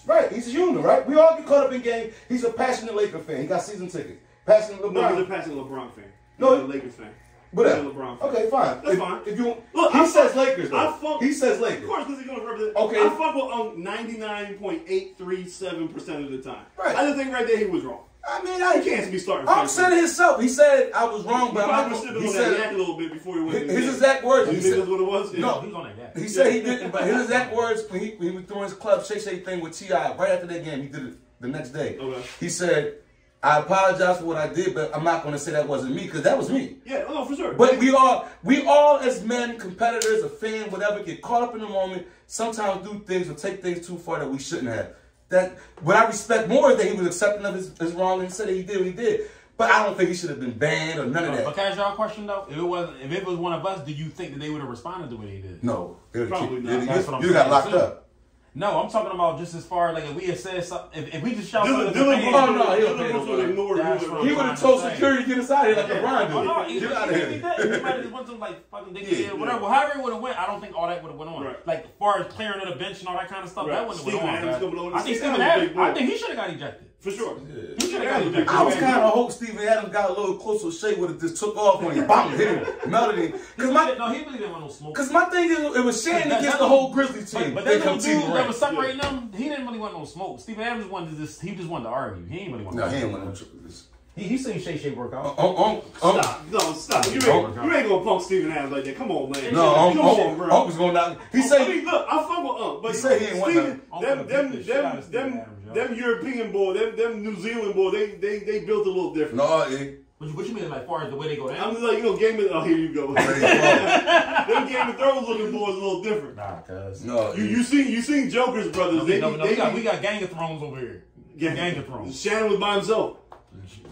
[SPEAKER 4] Right, he's a human, right? We all get caught up in game. He's a passionate Laker fan. He got season tickets. Passionate LeBron.
[SPEAKER 3] no, he's a passing LeBron fan.
[SPEAKER 4] No,
[SPEAKER 3] he's a Lakers fan.
[SPEAKER 4] Whatever.
[SPEAKER 3] He's a LeBron fan.
[SPEAKER 4] Okay, fine.
[SPEAKER 3] That's
[SPEAKER 4] if,
[SPEAKER 3] fine.
[SPEAKER 4] If you
[SPEAKER 3] Look,
[SPEAKER 4] he
[SPEAKER 3] I
[SPEAKER 4] says
[SPEAKER 3] fuck-
[SPEAKER 4] Lakers. Though.
[SPEAKER 3] I fuck-
[SPEAKER 4] he says
[SPEAKER 3] Of
[SPEAKER 4] Lakers.
[SPEAKER 3] course, because he's gonna represent.
[SPEAKER 4] Okay.
[SPEAKER 3] I fuck with um ninety nine point eight three seven percent of the time.
[SPEAKER 4] Right.
[SPEAKER 3] I just think right there he was wrong.
[SPEAKER 5] I mean,
[SPEAKER 3] He
[SPEAKER 5] I,
[SPEAKER 3] can't be starting.
[SPEAKER 4] I'm
[SPEAKER 3] first.
[SPEAKER 4] sitting himself. He said I was wrong,
[SPEAKER 3] He
[SPEAKER 4] but I'm
[SPEAKER 3] probably
[SPEAKER 4] not.
[SPEAKER 3] should
[SPEAKER 4] gonna-
[SPEAKER 3] have
[SPEAKER 4] He
[SPEAKER 3] on that yak
[SPEAKER 4] said
[SPEAKER 3] a little bit before he went. in
[SPEAKER 4] his
[SPEAKER 3] there.
[SPEAKER 4] exact words.
[SPEAKER 3] You
[SPEAKER 4] He
[SPEAKER 3] think
[SPEAKER 4] said,
[SPEAKER 3] that's what it was? Yeah.
[SPEAKER 4] No.
[SPEAKER 2] Oh, He's on that
[SPEAKER 4] He said he didn't, but his exact words when he, when he was doing his club Shay Shay thing with Ti right after that game, he did it the next day.
[SPEAKER 3] Okay.
[SPEAKER 4] He said, "I apologize for what I did, but I'm not going to say that wasn't me because that was me."
[SPEAKER 3] Yeah. Oh, for sure.
[SPEAKER 4] But we all, we all as men, competitors, a fan, whatever, get caught up in the moment. Sometimes do things or take things too far that we shouldn't have. That what I respect more is that he was accepting of his, his wrong and said that he did what he did. But I don't think he should have been banned or none of
[SPEAKER 2] But
[SPEAKER 4] that.
[SPEAKER 2] can I ask y'all a question though? If it wasn't, if it was one of us, do you think that they would have responded to what he did?
[SPEAKER 4] No, they would've
[SPEAKER 3] Probably
[SPEAKER 4] kicked-
[SPEAKER 3] not.
[SPEAKER 4] you-
[SPEAKER 2] That's what I'm
[SPEAKER 4] you got
[SPEAKER 2] saying,
[SPEAKER 4] locked
[SPEAKER 2] too.
[SPEAKER 4] up.
[SPEAKER 2] No, I'm talking about just as far like if we had said something, if, if we just shout
[SPEAKER 3] Dylan,
[SPEAKER 2] something. to
[SPEAKER 3] Dylan,
[SPEAKER 2] the
[SPEAKER 4] Oh,
[SPEAKER 2] fans-
[SPEAKER 4] no, he don't
[SPEAKER 3] Dylan Brooks
[SPEAKER 4] pay no
[SPEAKER 3] would
[SPEAKER 4] money.
[SPEAKER 3] ignore
[SPEAKER 2] That's
[SPEAKER 3] him.
[SPEAKER 2] what
[SPEAKER 4] He
[SPEAKER 2] I'm
[SPEAKER 4] would have
[SPEAKER 2] trying
[SPEAKER 4] told
[SPEAKER 2] to say.
[SPEAKER 4] security to get us out of here like LeBron
[SPEAKER 2] Oh, no,
[SPEAKER 4] did.
[SPEAKER 2] he-
[SPEAKER 4] Get out of
[SPEAKER 2] he- he
[SPEAKER 4] here.
[SPEAKER 2] did. He might have just went to like fucking dick
[SPEAKER 4] Yeah.
[SPEAKER 2] or whatever. However it would have went, I don't think all that would have went on.
[SPEAKER 3] Right.
[SPEAKER 2] Like as far as clearing of the bench and all that kind of stuff,
[SPEAKER 3] Right.
[SPEAKER 2] that wouldn't have
[SPEAKER 3] Steven
[SPEAKER 2] went
[SPEAKER 3] Adams
[SPEAKER 2] on.
[SPEAKER 3] coming
[SPEAKER 2] bro.
[SPEAKER 3] over
[SPEAKER 2] I
[SPEAKER 3] to
[SPEAKER 2] think
[SPEAKER 3] Steven
[SPEAKER 2] Steven
[SPEAKER 3] Adams,
[SPEAKER 2] Adams,
[SPEAKER 3] big boy.
[SPEAKER 2] I think he should have got ejected.
[SPEAKER 3] For sure.
[SPEAKER 2] He should have got
[SPEAKER 3] Yeah,
[SPEAKER 2] ejected.
[SPEAKER 4] I was kind of hope Steven Adams got a little closer. Shea would have just took off on you, bomb hit him, melted him. Cause my,
[SPEAKER 2] no, he really didn't want no smoke.
[SPEAKER 4] cause my thing is, it was Shannon
[SPEAKER 2] That- that
[SPEAKER 4] against the
[SPEAKER 2] little-
[SPEAKER 4] whole Grizzlies
[SPEAKER 2] But,
[SPEAKER 4] team.
[SPEAKER 2] but
[SPEAKER 4] They
[SPEAKER 2] that little
[SPEAKER 4] come
[SPEAKER 2] dude
[SPEAKER 4] Team
[SPEAKER 2] that
[SPEAKER 4] Durant.
[SPEAKER 2] was separating them, he didn't really want no smoke. Steven Adams wanted to just, he just wanted to argue. He ain't really want
[SPEAKER 4] No, he ain't
[SPEAKER 2] smoke.
[SPEAKER 4] want to trip this.
[SPEAKER 2] He, he seen Shay Shay work
[SPEAKER 4] Oh,
[SPEAKER 2] out.
[SPEAKER 4] Unc, Unc, Unc-
[SPEAKER 3] Stop. No, stop. You ain't,
[SPEAKER 2] Oh.
[SPEAKER 3] you ain't gonna punk Steven Adams like that. Come on, man.
[SPEAKER 4] no, oh,
[SPEAKER 3] Come
[SPEAKER 4] Unc,
[SPEAKER 3] on,
[SPEAKER 4] Unc,
[SPEAKER 3] bro. Oh,
[SPEAKER 4] Unc was going down. He
[SPEAKER 3] I
[SPEAKER 4] said,
[SPEAKER 3] mean, look, I fuck with Unc, but
[SPEAKER 4] He said he ain't want
[SPEAKER 3] Steven,
[SPEAKER 2] none.
[SPEAKER 3] them,
[SPEAKER 2] Unc
[SPEAKER 3] them,
[SPEAKER 2] gonna beat the shit out
[SPEAKER 3] them,
[SPEAKER 2] of Steven
[SPEAKER 3] them,
[SPEAKER 2] Adams, y'all.
[SPEAKER 3] them European boy, them, them New Zealand boy, they, they, they built a little different.
[SPEAKER 4] no, it.
[SPEAKER 2] What you, what you mean, like, far as the way they go down?
[SPEAKER 3] I'm just like, you know, Game of Oh, here you go. them Game of Thrones looking boys a little different.
[SPEAKER 2] Nah, cuz.
[SPEAKER 4] No,
[SPEAKER 3] You,
[SPEAKER 4] it-
[SPEAKER 3] you seen, you seen Joker's brothers. They,
[SPEAKER 2] no,
[SPEAKER 3] be-
[SPEAKER 2] no,
[SPEAKER 3] they
[SPEAKER 2] we, got,
[SPEAKER 3] be-
[SPEAKER 2] we got Gang of Thrones over here. Gang of Thrones.
[SPEAKER 3] Shannon was by himself.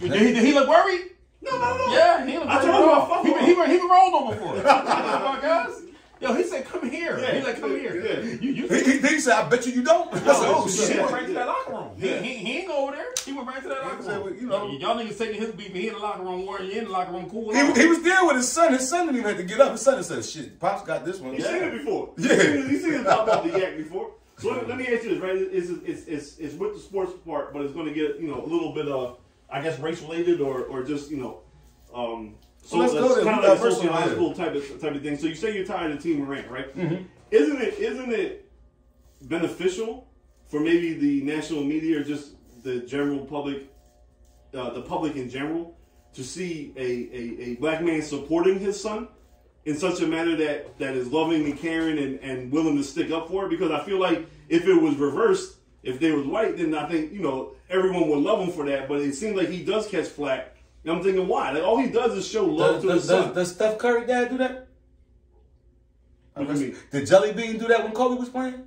[SPEAKER 2] Did he, did he look worried?
[SPEAKER 3] No, no, no.
[SPEAKER 2] Yeah, he looked
[SPEAKER 3] I
[SPEAKER 2] I
[SPEAKER 3] told you I fuck
[SPEAKER 2] he,
[SPEAKER 3] with
[SPEAKER 2] been, he, been, he been rolled on before. Come on, guys. Yo, he said, come here.
[SPEAKER 3] Yeah,
[SPEAKER 2] he like, come
[SPEAKER 3] yeah,
[SPEAKER 2] here.
[SPEAKER 3] yeah.
[SPEAKER 2] You, you,
[SPEAKER 4] he, he, he said, I bet you you don't. I said, oh
[SPEAKER 2] he
[SPEAKER 4] shit.
[SPEAKER 2] went right to that locker room.
[SPEAKER 3] Yeah.
[SPEAKER 2] He, he, he ain't go over there. He went right to that locker room.
[SPEAKER 4] said, well, you know-
[SPEAKER 2] Y'all niggas taking his beef and he in the locker room where you in the locker room cool.
[SPEAKER 4] He, he was there with his son. His son didn't even have to get up. His son said, shit, Pop's got this one.
[SPEAKER 3] He's seen it before.
[SPEAKER 4] Yeah.
[SPEAKER 3] He's seen, he's seen it pop off the yak before. So let, let me ask you this, right? It's, it's, it's, it's with the sports part, but it's going to get, you know, a little bit of, I guess, race related or, or just, you know, um, so
[SPEAKER 4] Let's
[SPEAKER 3] it's
[SPEAKER 4] go there.
[SPEAKER 3] kind of
[SPEAKER 4] We got
[SPEAKER 3] like
[SPEAKER 4] personal
[SPEAKER 3] social high
[SPEAKER 4] there.
[SPEAKER 3] school type of, type of thing. So you say you're tired of Team Morant, right?
[SPEAKER 4] Mm-hmm.
[SPEAKER 3] Isn't it isn't it beneficial for maybe the national media or just the general public, uh, the public in general, to see a, a, a black man supporting his son in such a manner that, that is loving and caring and, and willing to stick up for it? Because I feel like if it was reversed, if they was white, then I think, you know, everyone would love him for that. But it seems like he does catch flack. And I'm thinking, why? Like, all he does is show love
[SPEAKER 4] Does,
[SPEAKER 3] to his
[SPEAKER 4] does,
[SPEAKER 3] son.
[SPEAKER 4] does, does Steph Curry dad do that?
[SPEAKER 3] What do you mean?
[SPEAKER 4] Did Jelly Bean do that when Kobe was playing?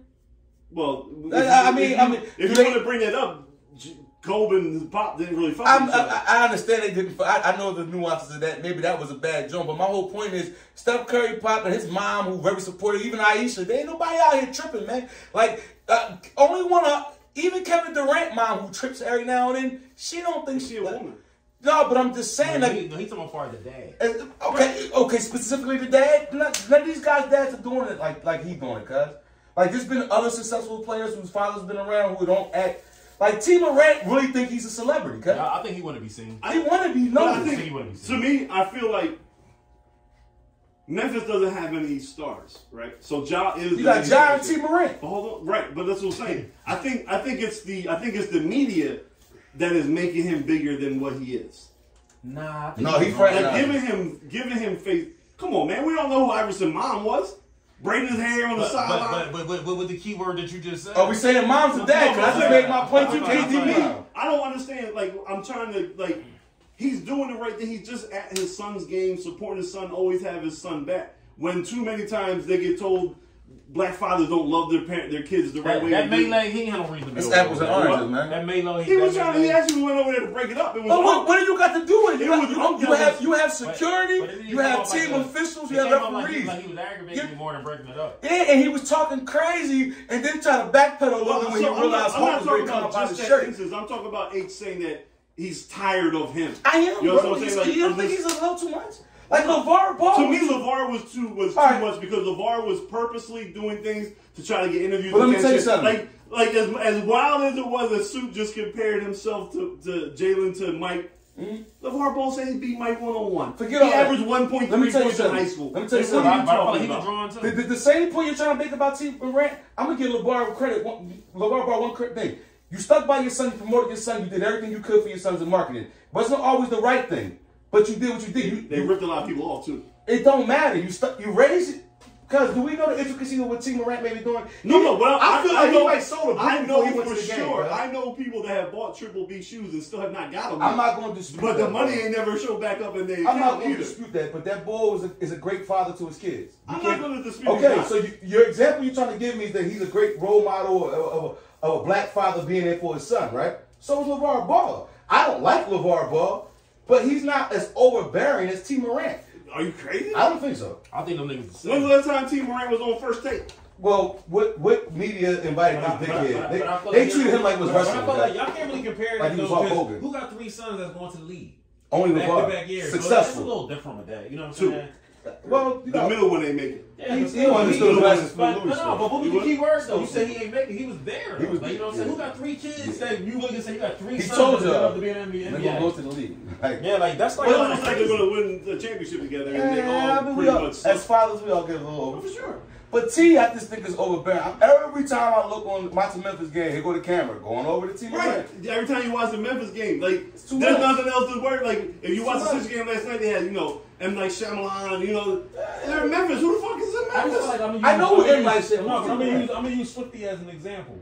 [SPEAKER 3] Well,
[SPEAKER 4] I-
[SPEAKER 3] if-
[SPEAKER 4] I
[SPEAKER 3] if
[SPEAKER 4] mean-
[SPEAKER 3] you-
[SPEAKER 4] I mean,
[SPEAKER 3] if
[SPEAKER 4] do
[SPEAKER 3] you
[SPEAKER 4] they-
[SPEAKER 3] want to bring that up, J- Kobe and Pop didn't really fuck
[SPEAKER 4] I'm,
[SPEAKER 3] each
[SPEAKER 4] I,
[SPEAKER 3] other.
[SPEAKER 4] I- I understand they didn't. I, I know the nuances of that. Maybe that was a bad joke, but my whole point is Steph Curry, Pop, and his mom, who very supportive, even Aisha, they ain't nobody out here tripping, man. Like uh, only one, of, even Kevin Durant, mom, who trips every now and then, she don't think
[SPEAKER 3] She a
[SPEAKER 4] like-
[SPEAKER 3] woman.
[SPEAKER 4] No, but I'm just saying,
[SPEAKER 2] no, he,
[SPEAKER 4] like,
[SPEAKER 2] no, he's talking about far as the dad.
[SPEAKER 4] as- okay, okay, specifically the dad. None, none of these guys' dads are doing it like like he doing it, cuz. Like, there's been other successful players whose fathers been around who don't act. Like, T. Morant really think he's a celebrity, cuz.
[SPEAKER 2] I, I think he want to be seen.
[SPEAKER 4] I want to be
[SPEAKER 3] But
[SPEAKER 4] known.
[SPEAKER 3] I
[SPEAKER 2] think he wouldn't be
[SPEAKER 3] think, to
[SPEAKER 2] seen.
[SPEAKER 3] me, I feel like Memphis doesn't have any stars, right? So Ja is
[SPEAKER 4] You
[SPEAKER 3] the
[SPEAKER 4] got
[SPEAKER 3] main
[SPEAKER 4] Ja and
[SPEAKER 3] character.
[SPEAKER 4] T. Morant.
[SPEAKER 3] But hold on, right? But that's what I'm saying. I think I think it's the I think it's the media that is making him bigger than what he is.
[SPEAKER 2] Nah. I think
[SPEAKER 4] No, he
[SPEAKER 2] he's
[SPEAKER 4] fra-
[SPEAKER 2] wrong.
[SPEAKER 3] Like
[SPEAKER 4] Nah.
[SPEAKER 3] giving him giving him faith. Come on, man. We don't know who Iverson mom was. Braiding his hair on the
[SPEAKER 2] But, but,
[SPEAKER 3] sideline.
[SPEAKER 2] but, but, but with the key word that you just said.
[SPEAKER 4] Are Oh, we saying mom's and dad? Because I just made my point to KDB.
[SPEAKER 3] I don't understand. Like I'm trying to like he's doing the right thing. He's just at his son's game, supporting his son, always have his son back. When too many times they get told black fathers don't love their parent, their kids the right
[SPEAKER 2] that,
[SPEAKER 3] way.
[SPEAKER 2] that
[SPEAKER 3] to do it.
[SPEAKER 2] Melee, he ain't had no reason to be
[SPEAKER 4] It's
[SPEAKER 2] over there.
[SPEAKER 4] apples and oranges, man.
[SPEAKER 2] That Melee,
[SPEAKER 3] he was
[SPEAKER 2] that
[SPEAKER 3] trying.
[SPEAKER 2] Melee-
[SPEAKER 3] He actually went over there to break it up. It was
[SPEAKER 4] But what, what do you got to do with it? You,
[SPEAKER 3] It
[SPEAKER 4] got-
[SPEAKER 3] was-
[SPEAKER 4] you, you have you have security,
[SPEAKER 2] But it didn't
[SPEAKER 4] you
[SPEAKER 2] come
[SPEAKER 4] have
[SPEAKER 2] off like
[SPEAKER 4] team
[SPEAKER 2] a-
[SPEAKER 4] officials,
[SPEAKER 2] it
[SPEAKER 4] you have
[SPEAKER 2] came off like he-
[SPEAKER 4] referees.
[SPEAKER 2] Like he was aggravating
[SPEAKER 4] Yeah.
[SPEAKER 2] me more than breaking it up.
[SPEAKER 4] Yeah, and he was talking crazy, and then try to backpedal a little bit when
[SPEAKER 3] so
[SPEAKER 4] he realized
[SPEAKER 3] I'm not,
[SPEAKER 4] Hope
[SPEAKER 3] I'm
[SPEAKER 4] was
[SPEAKER 3] not talking
[SPEAKER 4] going to come
[SPEAKER 3] about
[SPEAKER 4] up out
[SPEAKER 3] just
[SPEAKER 4] his
[SPEAKER 3] that
[SPEAKER 4] shirt.
[SPEAKER 3] instance. I'm talking about H saying that he's tired of him.
[SPEAKER 4] I am,
[SPEAKER 3] You know what
[SPEAKER 4] bro.
[SPEAKER 3] I'm
[SPEAKER 4] He's,
[SPEAKER 3] saying? Like,
[SPEAKER 4] you don't
[SPEAKER 3] I'm
[SPEAKER 4] think
[SPEAKER 3] just-
[SPEAKER 4] he's a little too much? Like LeVar Ball.
[SPEAKER 3] To me, Levar was too was too
[SPEAKER 4] Oh, All right.
[SPEAKER 3] much because Levar was purposely doing things to try to get interviews.
[SPEAKER 4] But let me
[SPEAKER 3] attention.
[SPEAKER 4] tell you something.
[SPEAKER 3] Like like as, as wild as it was, that Suit just compared himself to, to Jalen to Mike. Levar Ball said he beat Mike one on one.
[SPEAKER 4] Hmm? Forget all
[SPEAKER 3] he
[SPEAKER 4] that.
[SPEAKER 3] averaged one point
[SPEAKER 4] Let
[SPEAKER 3] three
[SPEAKER 4] me tell you
[SPEAKER 3] points in
[SPEAKER 4] something.
[SPEAKER 3] high school.
[SPEAKER 4] Let me tell you
[SPEAKER 3] Like,
[SPEAKER 4] something.
[SPEAKER 3] What are
[SPEAKER 2] But I
[SPEAKER 3] you
[SPEAKER 2] feel like
[SPEAKER 3] talking
[SPEAKER 2] he was
[SPEAKER 3] about?
[SPEAKER 2] drawn
[SPEAKER 4] The,
[SPEAKER 2] too.
[SPEAKER 4] the, the same point you're trying to make about T. Morant, I'm gonna give LeVar credit. One, LeVar Ball one credit. Hey, You stuck by your son, you promoted your son, you did everything you could for your sons in marketing. Wasn't always the right thing, but you did what you did. You-
[SPEAKER 3] They
[SPEAKER 4] you-
[SPEAKER 3] ripped a lot of people off too.
[SPEAKER 4] it don't matter. You stuck. You raised it. Cause do we know the intricacies of what Team Morant may be doing?
[SPEAKER 3] No, no, but I,
[SPEAKER 4] I feel like he might sold a brick
[SPEAKER 3] I
[SPEAKER 4] before
[SPEAKER 3] know
[SPEAKER 4] he went
[SPEAKER 3] for
[SPEAKER 4] to the game,
[SPEAKER 3] sure.
[SPEAKER 4] bro.
[SPEAKER 3] I know people that have bought Triple B shoes and still have not got them.
[SPEAKER 4] I'm not going to dispute.
[SPEAKER 3] But the
[SPEAKER 4] that,
[SPEAKER 3] money
[SPEAKER 4] bro.
[SPEAKER 3] ain't never showed back up in their
[SPEAKER 4] I'm not
[SPEAKER 3] account
[SPEAKER 4] going to
[SPEAKER 3] either.
[SPEAKER 4] dispute that. But that boy was a, is a great father to his kids. You
[SPEAKER 3] I'm
[SPEAKER 4] can't-
[SPEAKER 3] not going to dispute.
[SPEAKER 4] Okay,
[SPEAKER 3] that.
[SPEAKER 4] so you, your example you're trying to give me is that he's a great role model of, of, of a black father being there for his son, right? So is LeVar Ball. I don't like LeVar Ball, but he's not as overbearing as T. Morant.
[SPEAKER 3] are you crazy?
[SPEAKER 4] I don't think so.
[SPEAKER 2] I think them niggas the same.
[SPEAKER 3] When's the last time Team Morant was on first take?
[SPEAKER 4] Well, what what media invited this
[SPEAKER 2] But I- but
[SPEAKER 4] dickhead?
[SPEAKER 2] I- but I feel
[SPEAKER 4] They, they
[SPEAKER 2] like-
[SPEAKER 4] treated him like it was
[SPEAKER 2] but I feel
[SPEAKER 4] wrestling.
[SPEAKER 2] like
[SPEAKER 4] right?
[SPEAKER 2] Y'all can't really compare it
[SPEAKER 4] Like
[SPEAKER 2] to
[SPEAKER 4] he was
[SPEAKER 2] those
[SPEAKER 4] Hulk
[SPEAKER 2] kids
[SPEAKER 4] Hogan.
[SPEAKER 2] who got three sons that's going to the league
[SPEAKER 4] Only
[SPEAKER 2] back to back
[SPEAKER 4] LeVar
[SPEAKER 2] years. So that's a
[SPEAKER 4] successful.
[SPEAKER 2] little different with that. You know what I'm
[SPEAKER 3] Two.
[SPEAKER 2] saying?
[SPEAKER 4] Well, you
[SPEAKER 3] The
[SPEAKER 4] know,
[SPEAKER 3] middle one ain't making. it.
[SPEAKER 2] Yeah, but
[SPEAKER 4] He- he
[SPEAKER 2] still,
[SPEAKER 4] understood
[SPEAKER 2] he-
[SPEAKER 4] the
[SPEAKER 2] But,
[SPEAKER 4] lessons
[SPEAKER 3] from
[SPEAKER 2] but no,
[SPEAKER 3] Louis,
[SPEAKER 2] but what was
[SPEAKER 3] though.
[SPEAKER 2] the key words though? You said he ain't making. it. He was there.
[SPEAKER 4] He was
[SPEAKER 2] like, you know what I'm saying?
[SPEAKER 4] there.
[SPEAKER 2] Who got three kids? That you look and say you got three.
[SPEAKER 4] He
[SPEAKER 2] sons
[SPEAKER 4] told
[SPEAKER 2] that good
[SPEAKER 4] y'all.
[SPEAKER 2] enough to be in the
[SPEAKER 4] and
[SPEAKER 2] NBA.
[SPEAKER 4] they're
[SPEAKER 2] Yeah.
[SPEAKER 4] gonna go to the league. Like,
[SPEAKER 2] Yeah, like that's like.
[SPEAKER 3] Well, it
[SPEAKER 2] kinda
[SPEAKER 3] looks like they're
[SPEAKER 2] crazy.
[SPEAKER 3] going to win the championship together, and they
[SPEAKER 4] yeah, I
[SPEAKER 3] all
[SPEAKER 4] mean, we
[SPEAKER 3] pretty
[SPEAKER 4] all,
[SPEAKER 3] much.
[SPEAKER 4] as fathers, we all get a little over.
[SPEAKER 2] Oh,
[SPEAKER 3] for sure.
[SPEAKER 4] But T, I just think is overbearing. I'm- Every time I look on my to Memphis game, here go the camera going over to T.
[SPEAKER 3] Right.
[SPEAKER 4] Right.
[SPEAKER 3] Every time you watch the Memphis game, like
[SPEAKER 4] too
[SPEAKER 3] there's
[SPEAKER 4] much.
[SPEAKER 3] nothing else to work. Like if you watch the Sixers game last night, they had you know M Night Shyamalan. You know they're in Memphis. Who the fuck is in
[SPEAKER 2] I just
[SPEAKER 3] Memphis?
[SPEAKER 2] feel like I'm gonna
[SPEAKER 4] I know
[SPEAKER 2] use-
[SPEAKER 4] what
[SPEAKER 2] I'm
[SPEAKER 4] Mike
[SPEAKER 2] gonna use-
[SPEAKER 4] said.
[SPEAKER 2] No, but I'm
[SPEAKER 4] Yeah.
[SPEAKER 2] gonna use I'm gonna use Swifty as an example.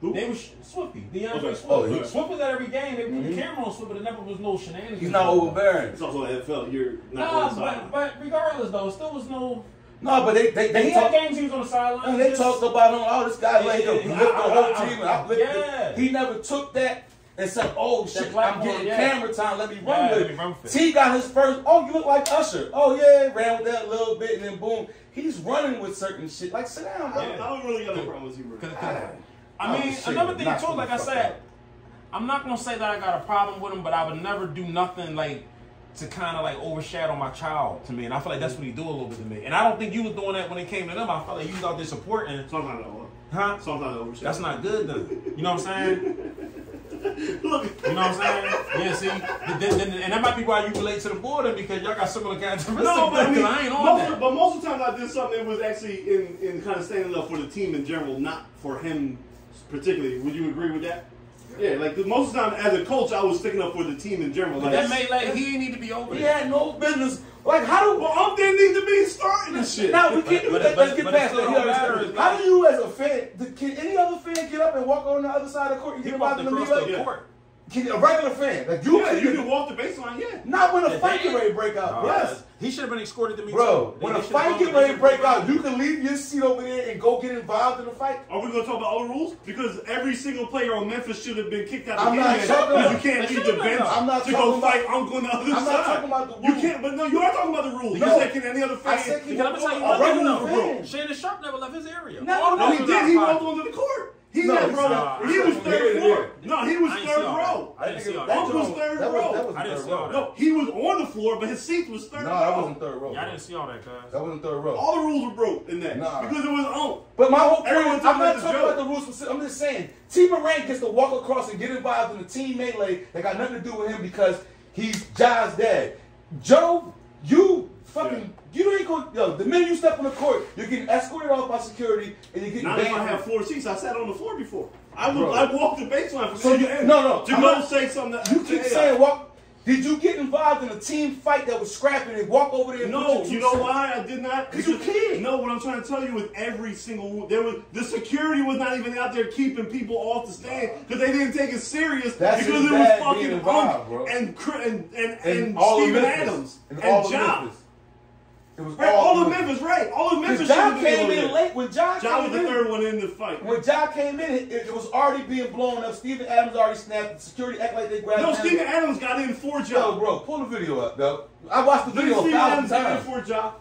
[SPEAKER 3] Who?
[SPEAKER 2] They was Swifty, DeAndre
[SPEAKER 3] Okay.
[SPEAKER 2] Swift.
[SPEAKER 4] Oh, he-
[SPEAKER 2] Swift was at every game. They put the camera on Swift, but it never was no shenanigans.
[SPEAKER 4] Mm-hmm. He's not overbearing.
[SPEAKER 3] it's also NFL. You're not on
[SPEAKER 2] Nah, but,
[SPEAKER 3] the sideline.
[SPEAKER 2] but regardless though, it still was no.
[SPEAKER 4] No, but they they,
[SPEAKER 2] They
[SPEAKER 4] they
[SPEAKER 2] he had
[SPEAKER 4] talk.
[SPEAKER 2] games he was on the sideline.
[SPEAKER 4] And they
[SPEAKER 2] Just-
[SPEAKER 4] talked about him. Oh, this guy
[SPEAKER 2] Yeah,
[SPEAKER 4] like him.
[SPEAKER 2] yeah,
[SPEAKER 4] He
[SPEAKER 2] yeah.
[SPEAKER 4] looked the
[SPEAKER 2] I- I-
[SPEAKER 4] whole
[SPEAKER 2] I-
[SPEAKER 4] team. And I looked
[SPEAKER 2] Yeah.
[SPEAKER 4] the, he never took that and said, "Oh shit, I'm
[SPEAKER 2] platform,
[SPEAKER 4] getting
[SPEAKER 2] yeah.
[SPEAKER 4] camera time. Let me run
[SPEAKER 2] Yeah,
[SPEAKER 4] with
[SPEAKER 2] let
[SPEAKER 4] it."
[SPEAKER 2] me run with it.
[SPEAKER 4] T got his first. Oh, you look like Usher. Oh yeah, ran with that a little bit, and then boom, he's running with certain shit. Like sit down.
[SPEAKER 3] I,
[SPEAKER 4] bro.
[SPEAKER 3] don't- I don't really got a problem with you, bro.
[SPEAKER 2] 'Cause- 'cause-
[SPEAKER 4] Oh,
[SPEAKER 2] I mean,
[SPEAKER 4] shit,
[SPEAKER 2] another thing
[SPEAKER 4] knock
[SPEAKER 2] too,
[SPEAKER 4] him
[SPEAKER 2] like
[SPEAKER 4] the
[SPEAKER 2] I
[SPEAKER 4] fuck
[SPEAKER 2] said,
[SPEAKER 4] out.
[SPEAKER 2] I'm not gonna say that I got a problem with him, but I would never do nothing like to kind of like overshadow my child to me, and I feel like that's what he do a little bit to me. And I don't think you was doing that when it came to them. I felt like you was out there supporting,
[SPEAKER 3] Sometimes I over.
[SPEAKER 2] huh?
[SPEAKER 3] Sometimes I overshare.
[SPEAKER 2] That's not good, then. You know what I'm saying?
[SPEAKER 3] Look,
[SPEAKER 2] You know what I'm saying? Yeah, see, th- th- th- and that might be why you relate to the border because y'all got similar characteristics.
[SPEAKER 3] no, but I mean,
[SPEAKER 2] I ain't on
[SPEAKER 3] most,
[SPEAKER 2] that.
[SPEAKER 3] but most of the time I did something that was actually in, in kind of standing up for the team in general, not for him particularly. Would you agree with that? Yeah, like the, most of the time as a coach, I was sticking up for the team in general. Like,
[SPEAKER 2] that made like he need to be over.
[SPEAKER 4] He
[SPEAKER 2] there.
[SPEAKER 4] had no business. Like how do
[SPEAKER 3] well, I'm didn't need to be starting this shit.
[SPEAKER 4] Now we can't.
[SPEAKER 2] But-
[SPEAKER 4] let,
[SPEAKER 2] but-
[SPEAKER 4] us get
[SPEAKER 2] but
[SPEAKER 4] past
[SPEAKER 2] it still don't
[SPEAKER 4] that. He already
[SPEAKER 2] matter.
[SPEAKER 4] said it. How do you, as a fan, th- can any other fan get up and walk on the other side of the court? and
[SPEAKER 2] He
[SPEAKER 4] get
[SPEAKER 2] walked
[SPEAKER 4] involved in the
[SPEAKER 2] across
[SPEAKER 4] melee?
[SPEAKER 2] the
[SPEAKER 3] yeah.
[SPEAKER 2] court.
[SPEAKER 4] Can a regular fan like you?
[SPEAKER 3] yeah,
[SPEAKER 4] can,
[SPEAKER 3] you can walk the baseline. Yeah,
[SPEAKER 4] not when a
[SPEAKER 2] Yeah,
[SPEAKER 4] fight get
[SPEAKER 2] they-
[SPEAKER 4] ready to break out. yes,
[SPEAKER 2] Uh, He should have been escorted to me.
[SPEAKER 4] bro.
[SPEAKER 2] too. They-
[SPEAKER 4] When
[SPEAKER 2] they
[SPEAKER 4] a
[SPEAKER 2] should've
[SPEAKER 4] fight
[SPEAKER 2] gone
[SPEAKER 4] get
[SPEAKER 2] to
[SPEAKER 4] ready
[SPEAKER 2] me.
[SPEAKER 4] to break out, you can leave your seat over there and go get involved in the fight.
[SPEAKER 3] Are we gonna talk about other rules? Because every single player on Memphis should have been kicked out.
[SPEAKER 4] I'm
[SPEAKER 3] the
[SPEAKER 4] not
[SPEAKER 3] game
[SPEAKER 4] talking
[SPEAKER 3] because
[SPEAKER 4] about-
[SPEAKER 3] you can't
[SPEAKER 2] I'm
[SPEAKER 3] leave
[SPEAKER 2] not
[SPEAKER 3] the
[SPEAKER 2] talking
[SPEAKER 3] bench
[SPEAKER 4] about-
[SPEAKER 3] to go fight Uncle on the other side.
[SPEAKER 4] I'm not talking about the
[SPEAKER 3] You
[SPEAKER 4] rules.
[SPEAKER 3] can't, but no, you are talking about the rules.
[SPEAKER 4] No.
[SPEAKER 3] You said can any other fan?
[SPEAKER 4] I said can-
[SPEAKER 2] Can I tell you
[SPEAKER 4] A regular
[SPEAKER 2] one thing though?
[SPEAKER 4] fan.
[SPEAKER 2] Shannon Sharp never left his area.
[SPEAKER 4] No,
[SPEAKER 2] All
[SPEAKER 3] no,
[SPEAKER 2] those
[SPEAKER 3] he
[SPEAKER 2] was
[SPEAKER 3] did.
[SPEAKER 2] out
[SPEAKER 3] He
[SPEAKER 2] fighting.
[SPEAKER 3] walked onto the court. He
[SPEAKER 4] No,
[SPEAKER 3] had
[SPEAKER 4] it's
[SPEAKER 3] bro.
[SPEAKER 2] not.
[SPEAKER 3] he was
[SPEAKER 4] Here,
[SPEAKER 3] third
[SPEAKER 4] here.
[SPEAKER 3] floor. No, he was
[SPEAKER 2] I didn't
[SPEAKER 3] third
[SPEAKER 2] see all
[SPEAKER 3] row.
[SPEAKER 2] that. I didn't see all that.
[SPEAKER 3] Uncle was third
[SPEAKER 4] That was-
[SPEAKER 3] row.
[SPEAKER 4] that was
[SPEAKER 2] I didn't
[SPEAKER 4] third
[SPEAKER 2] see all
[SPEAKER 4] row.
[SPEAKER 2] that.
[SPEAKER 3] No, he was on the floor, but his seat was third
[SPEAKER 4] No,
[SPEAKER 3] row.
[SPEAKER 4] that wasn't third row.
[SPEAKER 2] Y'all
[SPEAKER 4] bro.
[SPEAKER 2] didn't see all that, guys.
[SPEAKER 4] That wasn't third row.
[SPEAKER 3] All the rules were broke in that
[SPEAKER 4] Nah.
[SPEAKER 3] because it was on.
[SPEAKER 4] But my whole point,
[SPEAKER 3] Everyone
[SPEAKER 4] I'm
[SPEAKER 3] talking about
[SPEAKER 4] not
[SPEAKER 3] the
[SPEAKER 4] talking
[SPEAKER 3] joke.
[SPEAKER 4] about the rules. specific- I'm just saying, T. Morant gets to walk across and get involved in a team melee that got nothing to do with him because he's John's dad. Joe, you fucking, you ain't going. Yo, the minute you step on the court, you're getting escorted off by security and you're getting
[SPEAKER 3] Not if I
[SPEAKER 4] banned.
[SPEAKER 3] have floor seats. I sat on the floor before. I was,
[SPEAKER 4] Bro.
[SPEAKER 3] I walked the baseline from
[SPEAKER 4] So
[SPEAKER 3] end
[SPEAKER 4] you-
[SPEAKER 3] to end
[SPEAKER 4] no, no,
[SPEAKER 3] to
[SPEAKER 4] I'm
[SPEAKER 3] go
[SPEAKER 4] not-
[SPEAKER 3] say something. to-
[SPEAKER 4] you
[SPEAKER 3] to
[SPEAKER 4] keep
[SPEAKER 3] AI.
[SPEAKER 4] saying walk. Did you get involved in a team fight that was scrapping and walk over there? And put
[SPEAKER 3] No,
[SPEAKER 4] your two
[SPEAKER 3] you know
[SPEAKER 4] cents?
[SPEAKER 3] why I did not?
[SPEAKER 4] 'Cause you can't.
[SPEAKER 3] No, what I'm trying to tell you is every single rule- there was the security was not even out there keeping people off the stand because they didn't take it serious
[SPEAKER 4] That's
[SPEAKER 3] because
[SPEAKER 4] his
[SPEAKER 3] it was
[SPEAKER 4] dad
[SPEAKER 3] fucking
[SPEAKER 4] being
[SPEAKER 3] Unc
[SPEAKER 4] involved, bro.
[SPEAKER 3] and Cr- and and, and,
[SPEAKER 4] And all of
[SPEAKER 3] Steven
[SPEAKER 4] Memphis.
[SPEAKER 3] Adams and,
[SPEAKER 4] all of
[SPEAKER 3] John.
[SPEAKER 4] Memphis. It was
[SPEAKER 3] Right, all of
[SPEAKER 4] Memphis.
[SPEAKER 3] Memphis, right? All of Memphis.
[SPEAKER 4] Because John
[SPEAKER 3] should've been
[SPEAKER 4] came
[SPEAKER 3] over
[SPEAKER 4] in
[SPEAKER 3] there.
[SPEAKER 4] late. When John,
[SPEAKER 3] John was
[SPEAKER 4] came
[SPEAKER 3] the
[SPEAKER 4] in,
[SPEAKER 3] third one in the fight.
[SPEAKER 4] When Ja came in, it, it was already being blown up. Steven Adams already snapped. The security act like they grabbed
[SPEAKER 3] No,
[SPEAKER 4] him.
[SPEAKER 3] Steven Adams got in for
[SPEAKER 4] Yo,
[SPEAKER 3] John.
[SPEAKER 4] bro, pull the video up, though. I watched the video
[SPEAKER 3] Steven
[SPEAKER 4] a thousand
[SPEAKER 3] Adams got in
[SPEAKER 4] times.
[SPEAKER 3] for John.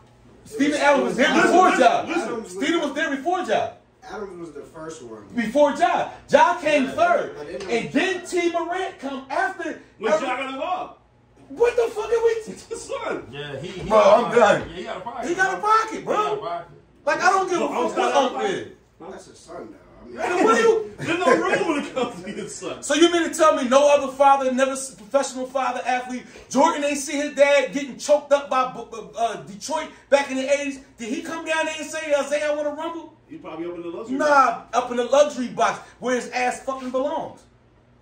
[SPEAKER 4] Steven Adams was there
[SPEAKER 1] Listen,
[SPEAKER 4] before
[SPEAKER 3] listen,
[SPEAKER 4] Ja.
[SPEAKER 3] listen.
[SPEAKER 4] Steven was there before Ja.
[SPEAKER 1] Adams was the first one.
[SPEAKER 4] Before Ja. Ja came
[SPEAKER 1] Yeah,
[SPEAKER 4] third.
[SPEAKER 1] I didn't know-
[SPEAKER 4] And then T. Morant come after.
[SPEAKER 3] When John got involved,
[SPEAKER 4] What the fuck are we?
[SPEAKER 3] his son.
[SPEAKER 2] Yeah, he. he
[SPEAKER 4] Bro,
[SPEAKER 2] got a
[SPEAKER 4] I'm
[SPEAKER 2] pocket.
[SPEAKER 4] done.
[SPEAKER 2] Yeah, he got a pocket.
[SPEAKER 4] He got a pocket,
[SPEAKER 2] He got a
[SPEAKER 4] bro.
[SPEAKER 2] pocket.
[SPEAKER 4] Like, I don't give a
[SPEAKER 3] Well,
[SPEAKER 4] fuck
[SPEAKER 3] outside
[SPEAKER 4] what
[SPEAKER 3] of
[SPEAKER 4] Unc did.
[SPEAKER 1] That's his son, though. I mean,
[SPEAKER 4] Nigga, what do you?
[SPEAKER 3] There's no rule when it comes to his son.
[SPEAKER 4] So you mean to tell me no other father, never s- professional father, athlete, Jordan ain't see his dad getting choked up by B- B- uh, Detroit back in the 80s? Did he come down there and say, Isaiah, I want to rumble?
[SPEAKER 3] He probably opened the luxury. box.
[SPEAKER 4] Nah, up in the luxury box where his ass fucking belongs.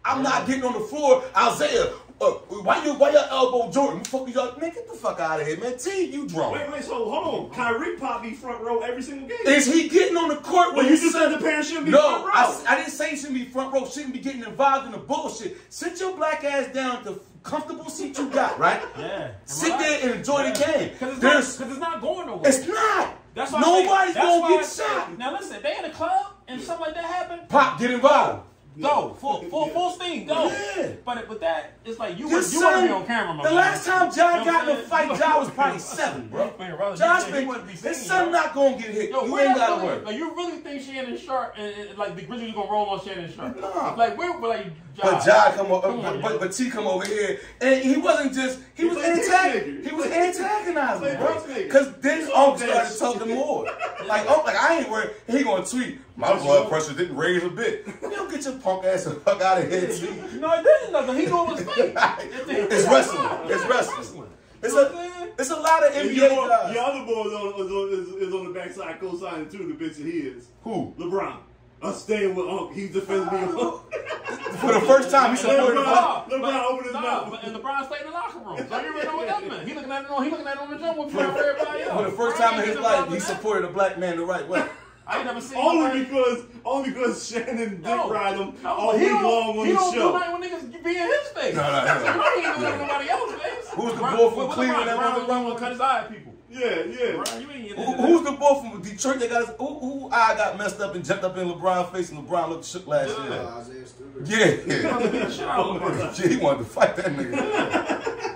[SPEAKER 4] I'm not getting on the floor. Isaiah, uh, why you why your elbow Jordan? You fucking y'all, man, get the fuck out of here, man. T, you drunk.
[SPEAKER 3] Wait, wait, so hold on. Kyrie Pop be front row every single game.
[SPEAKER 4] Is he getting on the court
[SPEAKER 3] Well,
[SPEAKER 4] when
[SPEAKER 3] you just
[SPEAKER 4] he's
[SPEAKER 3] said the parents shouldn't be
[SPEAKER 4] no,
[SPEAKER 3] front row.
[SPEAKER 4] I s- I, didn't say you shouldn't be front row. Shouldn't be getting involved in the bullshit. Sit your black ass down to the comfortable seat you got, right?
[SPEAKER 2] Yeah.
[SPEAKER 4] Sit there and enjoy the game.
[SPEAKER 2] Because it's, not-
[SPEAKER 4] There's,
[SPEAKER 2] 'cause it's not going nowhere.
[SPEAKER 4] it's not.
[SPEAKER 2] That's why I say-
[SPEAKER 4] Nobody's
[SPEAKER 2] that's
[SPEAKER 4] gonna
[SPEAKER 2] why
[SPEAKER 4] get
[SPEAKER 2] I-
[SPEAKER 4] shot.
[SPEAKER 2] Now listen, if they in a club and something like that happen,
[SPEAKER 4] Pop, get involved.
[SPEAKER 2] go full full full steam, go.
[SPEAKER 4] Yeah.
[SPEAKER 2] But with that, it's like you
[SPEAKER 4] Your
[SPEAKER 2] want, you want to
[SPEAKER 4] son-
[SPEAKER 2] be on camera. My
[SPEAKER 4] the
[SPEAKER 2] man.
[SPEAKER 4] last time John
[SPEAKER 2] You know
[SPEAKER 4] got in a
[SPEAKER 2] what I'm
[SPEAKER 4] fight,
[SPEAKER 2] saying?
[SPEAKER 4] John was probably seven, bro.
[SPEAKER 2] Man, brother,
[SPEAKER 4] Josh,
[SPEAKER 2] you- you
[SPEAKER 4] been,
[SPEAKER 2] wouldn't be
[SPEAKER 4] his
[SPEAKER 2] seen,
[SPEAKER 4] son
[SPEAKER 2] bro.
[SPEAKER 4] not gonna get hit.
[SPEAKER 2] Yo,
[SPEAKER 4] you
[SPEAKER 2] where
[SPEAKER 4] ain't
[SPEAKER 2] that
[SPEAKER 4] gotta
[SPEAKER 2] really-
[SPEAKER 4] worry.
[SPEAKER 2] Like you really think Shannon Sharp and, and like the Grizzlies gonna roll on Shannon Sharp?
[SPEAKER 4] Nah.
[SPEAKER 2] Like where were like
[SPEAKER 4] But John come over,
[SPEAKER 2] Come on,
[SPEAKER 4] but,
[SPEAKER 2] yo.
[SPEAKER 4] but T come over here, and he wasn't just he,
[SPEAKER 3] He
[SPEAKER 4] was
[SPEAKER 3] played
[SPEAKER 4] antagonizing.
[SPEAKER 3] peacemaker.
[SPEAKER 4] He was
[SPEAKER 3] He played-
[SPEAKER 4] antagonizing,
[SPEAKER 3] played
[SPEAKER 4] bro.
[SPEAKER 3] peacemaker.
[SPEAKER 4] Because then
[SPEAKER 3] He's
[SPEAKER 4] Unc
[SPEAKER 3] on
[SPEAKER 4] started
[SPEAKER 3] bench.
[SPEAKER 4] talking more. Like Unc, like I ain't worried. He gonna tweet. My
[SPEAKER 3] Just
[SPEAKER 4] blood
[SPEAKER 3] you-
[SPEAKER 4] pressure didn't raise a bit. You don't get your punk ass the fuck out of here, T.
[SPEAKER 2] No, it didn't nothing. He knew it was fake.
[SPEAKER 4] It's wrestling. It's wrestling. It's a it's a lot of
[SPEAKER 3] And
[SPEAKER 4] NBA
[SPEAKER 3] your, your
[SPEAKER 4] guys.
[SPEAKER 3] other boy is on, is on, is, is on the backside co-signing too, the bitch that he is.
[SPEAKER 4] Who?
[SPEAKER 3] LeBron. I'm staying with Unc. He defends me.
[SPEAKER 4] Uh,
[SPEAKER 3] LeBron,
[SPEAKER 4] For the first time, he supported the ball.
[SPEAKER 3] LeBron opened his
[SPEAKER 2] Nah,
[SPEAKER 3] mouth.
[SPEAKER 2] but and LeBron stayed in the locker room. So you already know what that meant. He looking at it on he looking at it on the gym with everybody else.
[SPEAKER 4] For the first
[SPEAKER 2] Brian
[SPEAKER 4] time in
[SPEAKER 2] ain't
[SPEAKER 4] his
[SPEAKER 2] involved
[SPEAKER 4] life, he
[SPEAKER 2] in that.
[SPEAKER 4] supported a black man the right way.
[SPEAKER 2] I ain't never seen nobody-
[SPEAKER 3] Only because, only because Shannon dick
[SPEAKER 2] No.
[SPEAKER 3] ride him
[SPEAKER 2] No,
[SPEAKER 3] all
[SPEAKER 2] he
[SPEAKER 3] week
[SPEAKER 2] don't-
[SPEAKER 3] long on
[SPEAKER 2] he
[SPEAKER 3] the
[SPEAKER 2] don't do
[SPEAKER 3] show.
[SPEAKER 2] nothing when niggas be in his face.
[SPEAKER 4] No, no, no.
[SPEAKER 2] He ain't doing it with nobody else's face.
[SPEAKER 4] Who's the
[SPEAKER 2] Brian-
[SPEAKER 4] boy from
[SPEAKER 2] what- what
[SPEAKER 4] Cleveland that
[SPEAKER 2] LeBron-
[SPEAKER 4] went
[SPEAKER 2] Brian
[SPEAKER 4] along
[SPEAKER 2] was
[SPEAKER 4] with-
[SPEAKER 2] cut his eye at people.
[SPEAKER 3] Yeah, yeah.
[SPEAKER 2] Brian, you ain't
[SPEAKER 4] Who, who's the boy from Detroit that got his, who, who eye got messed up and jumped up in LeBron's face and LeBron looked shook last year?
[SPEAKER 1] Uh, Isaiah Stewart.
[SPEAKER 4] Yeah.
[SPEAKER 2] the shit out of LeBron?
[SPEAKER 4] Shit, he wanted to fight that nigga.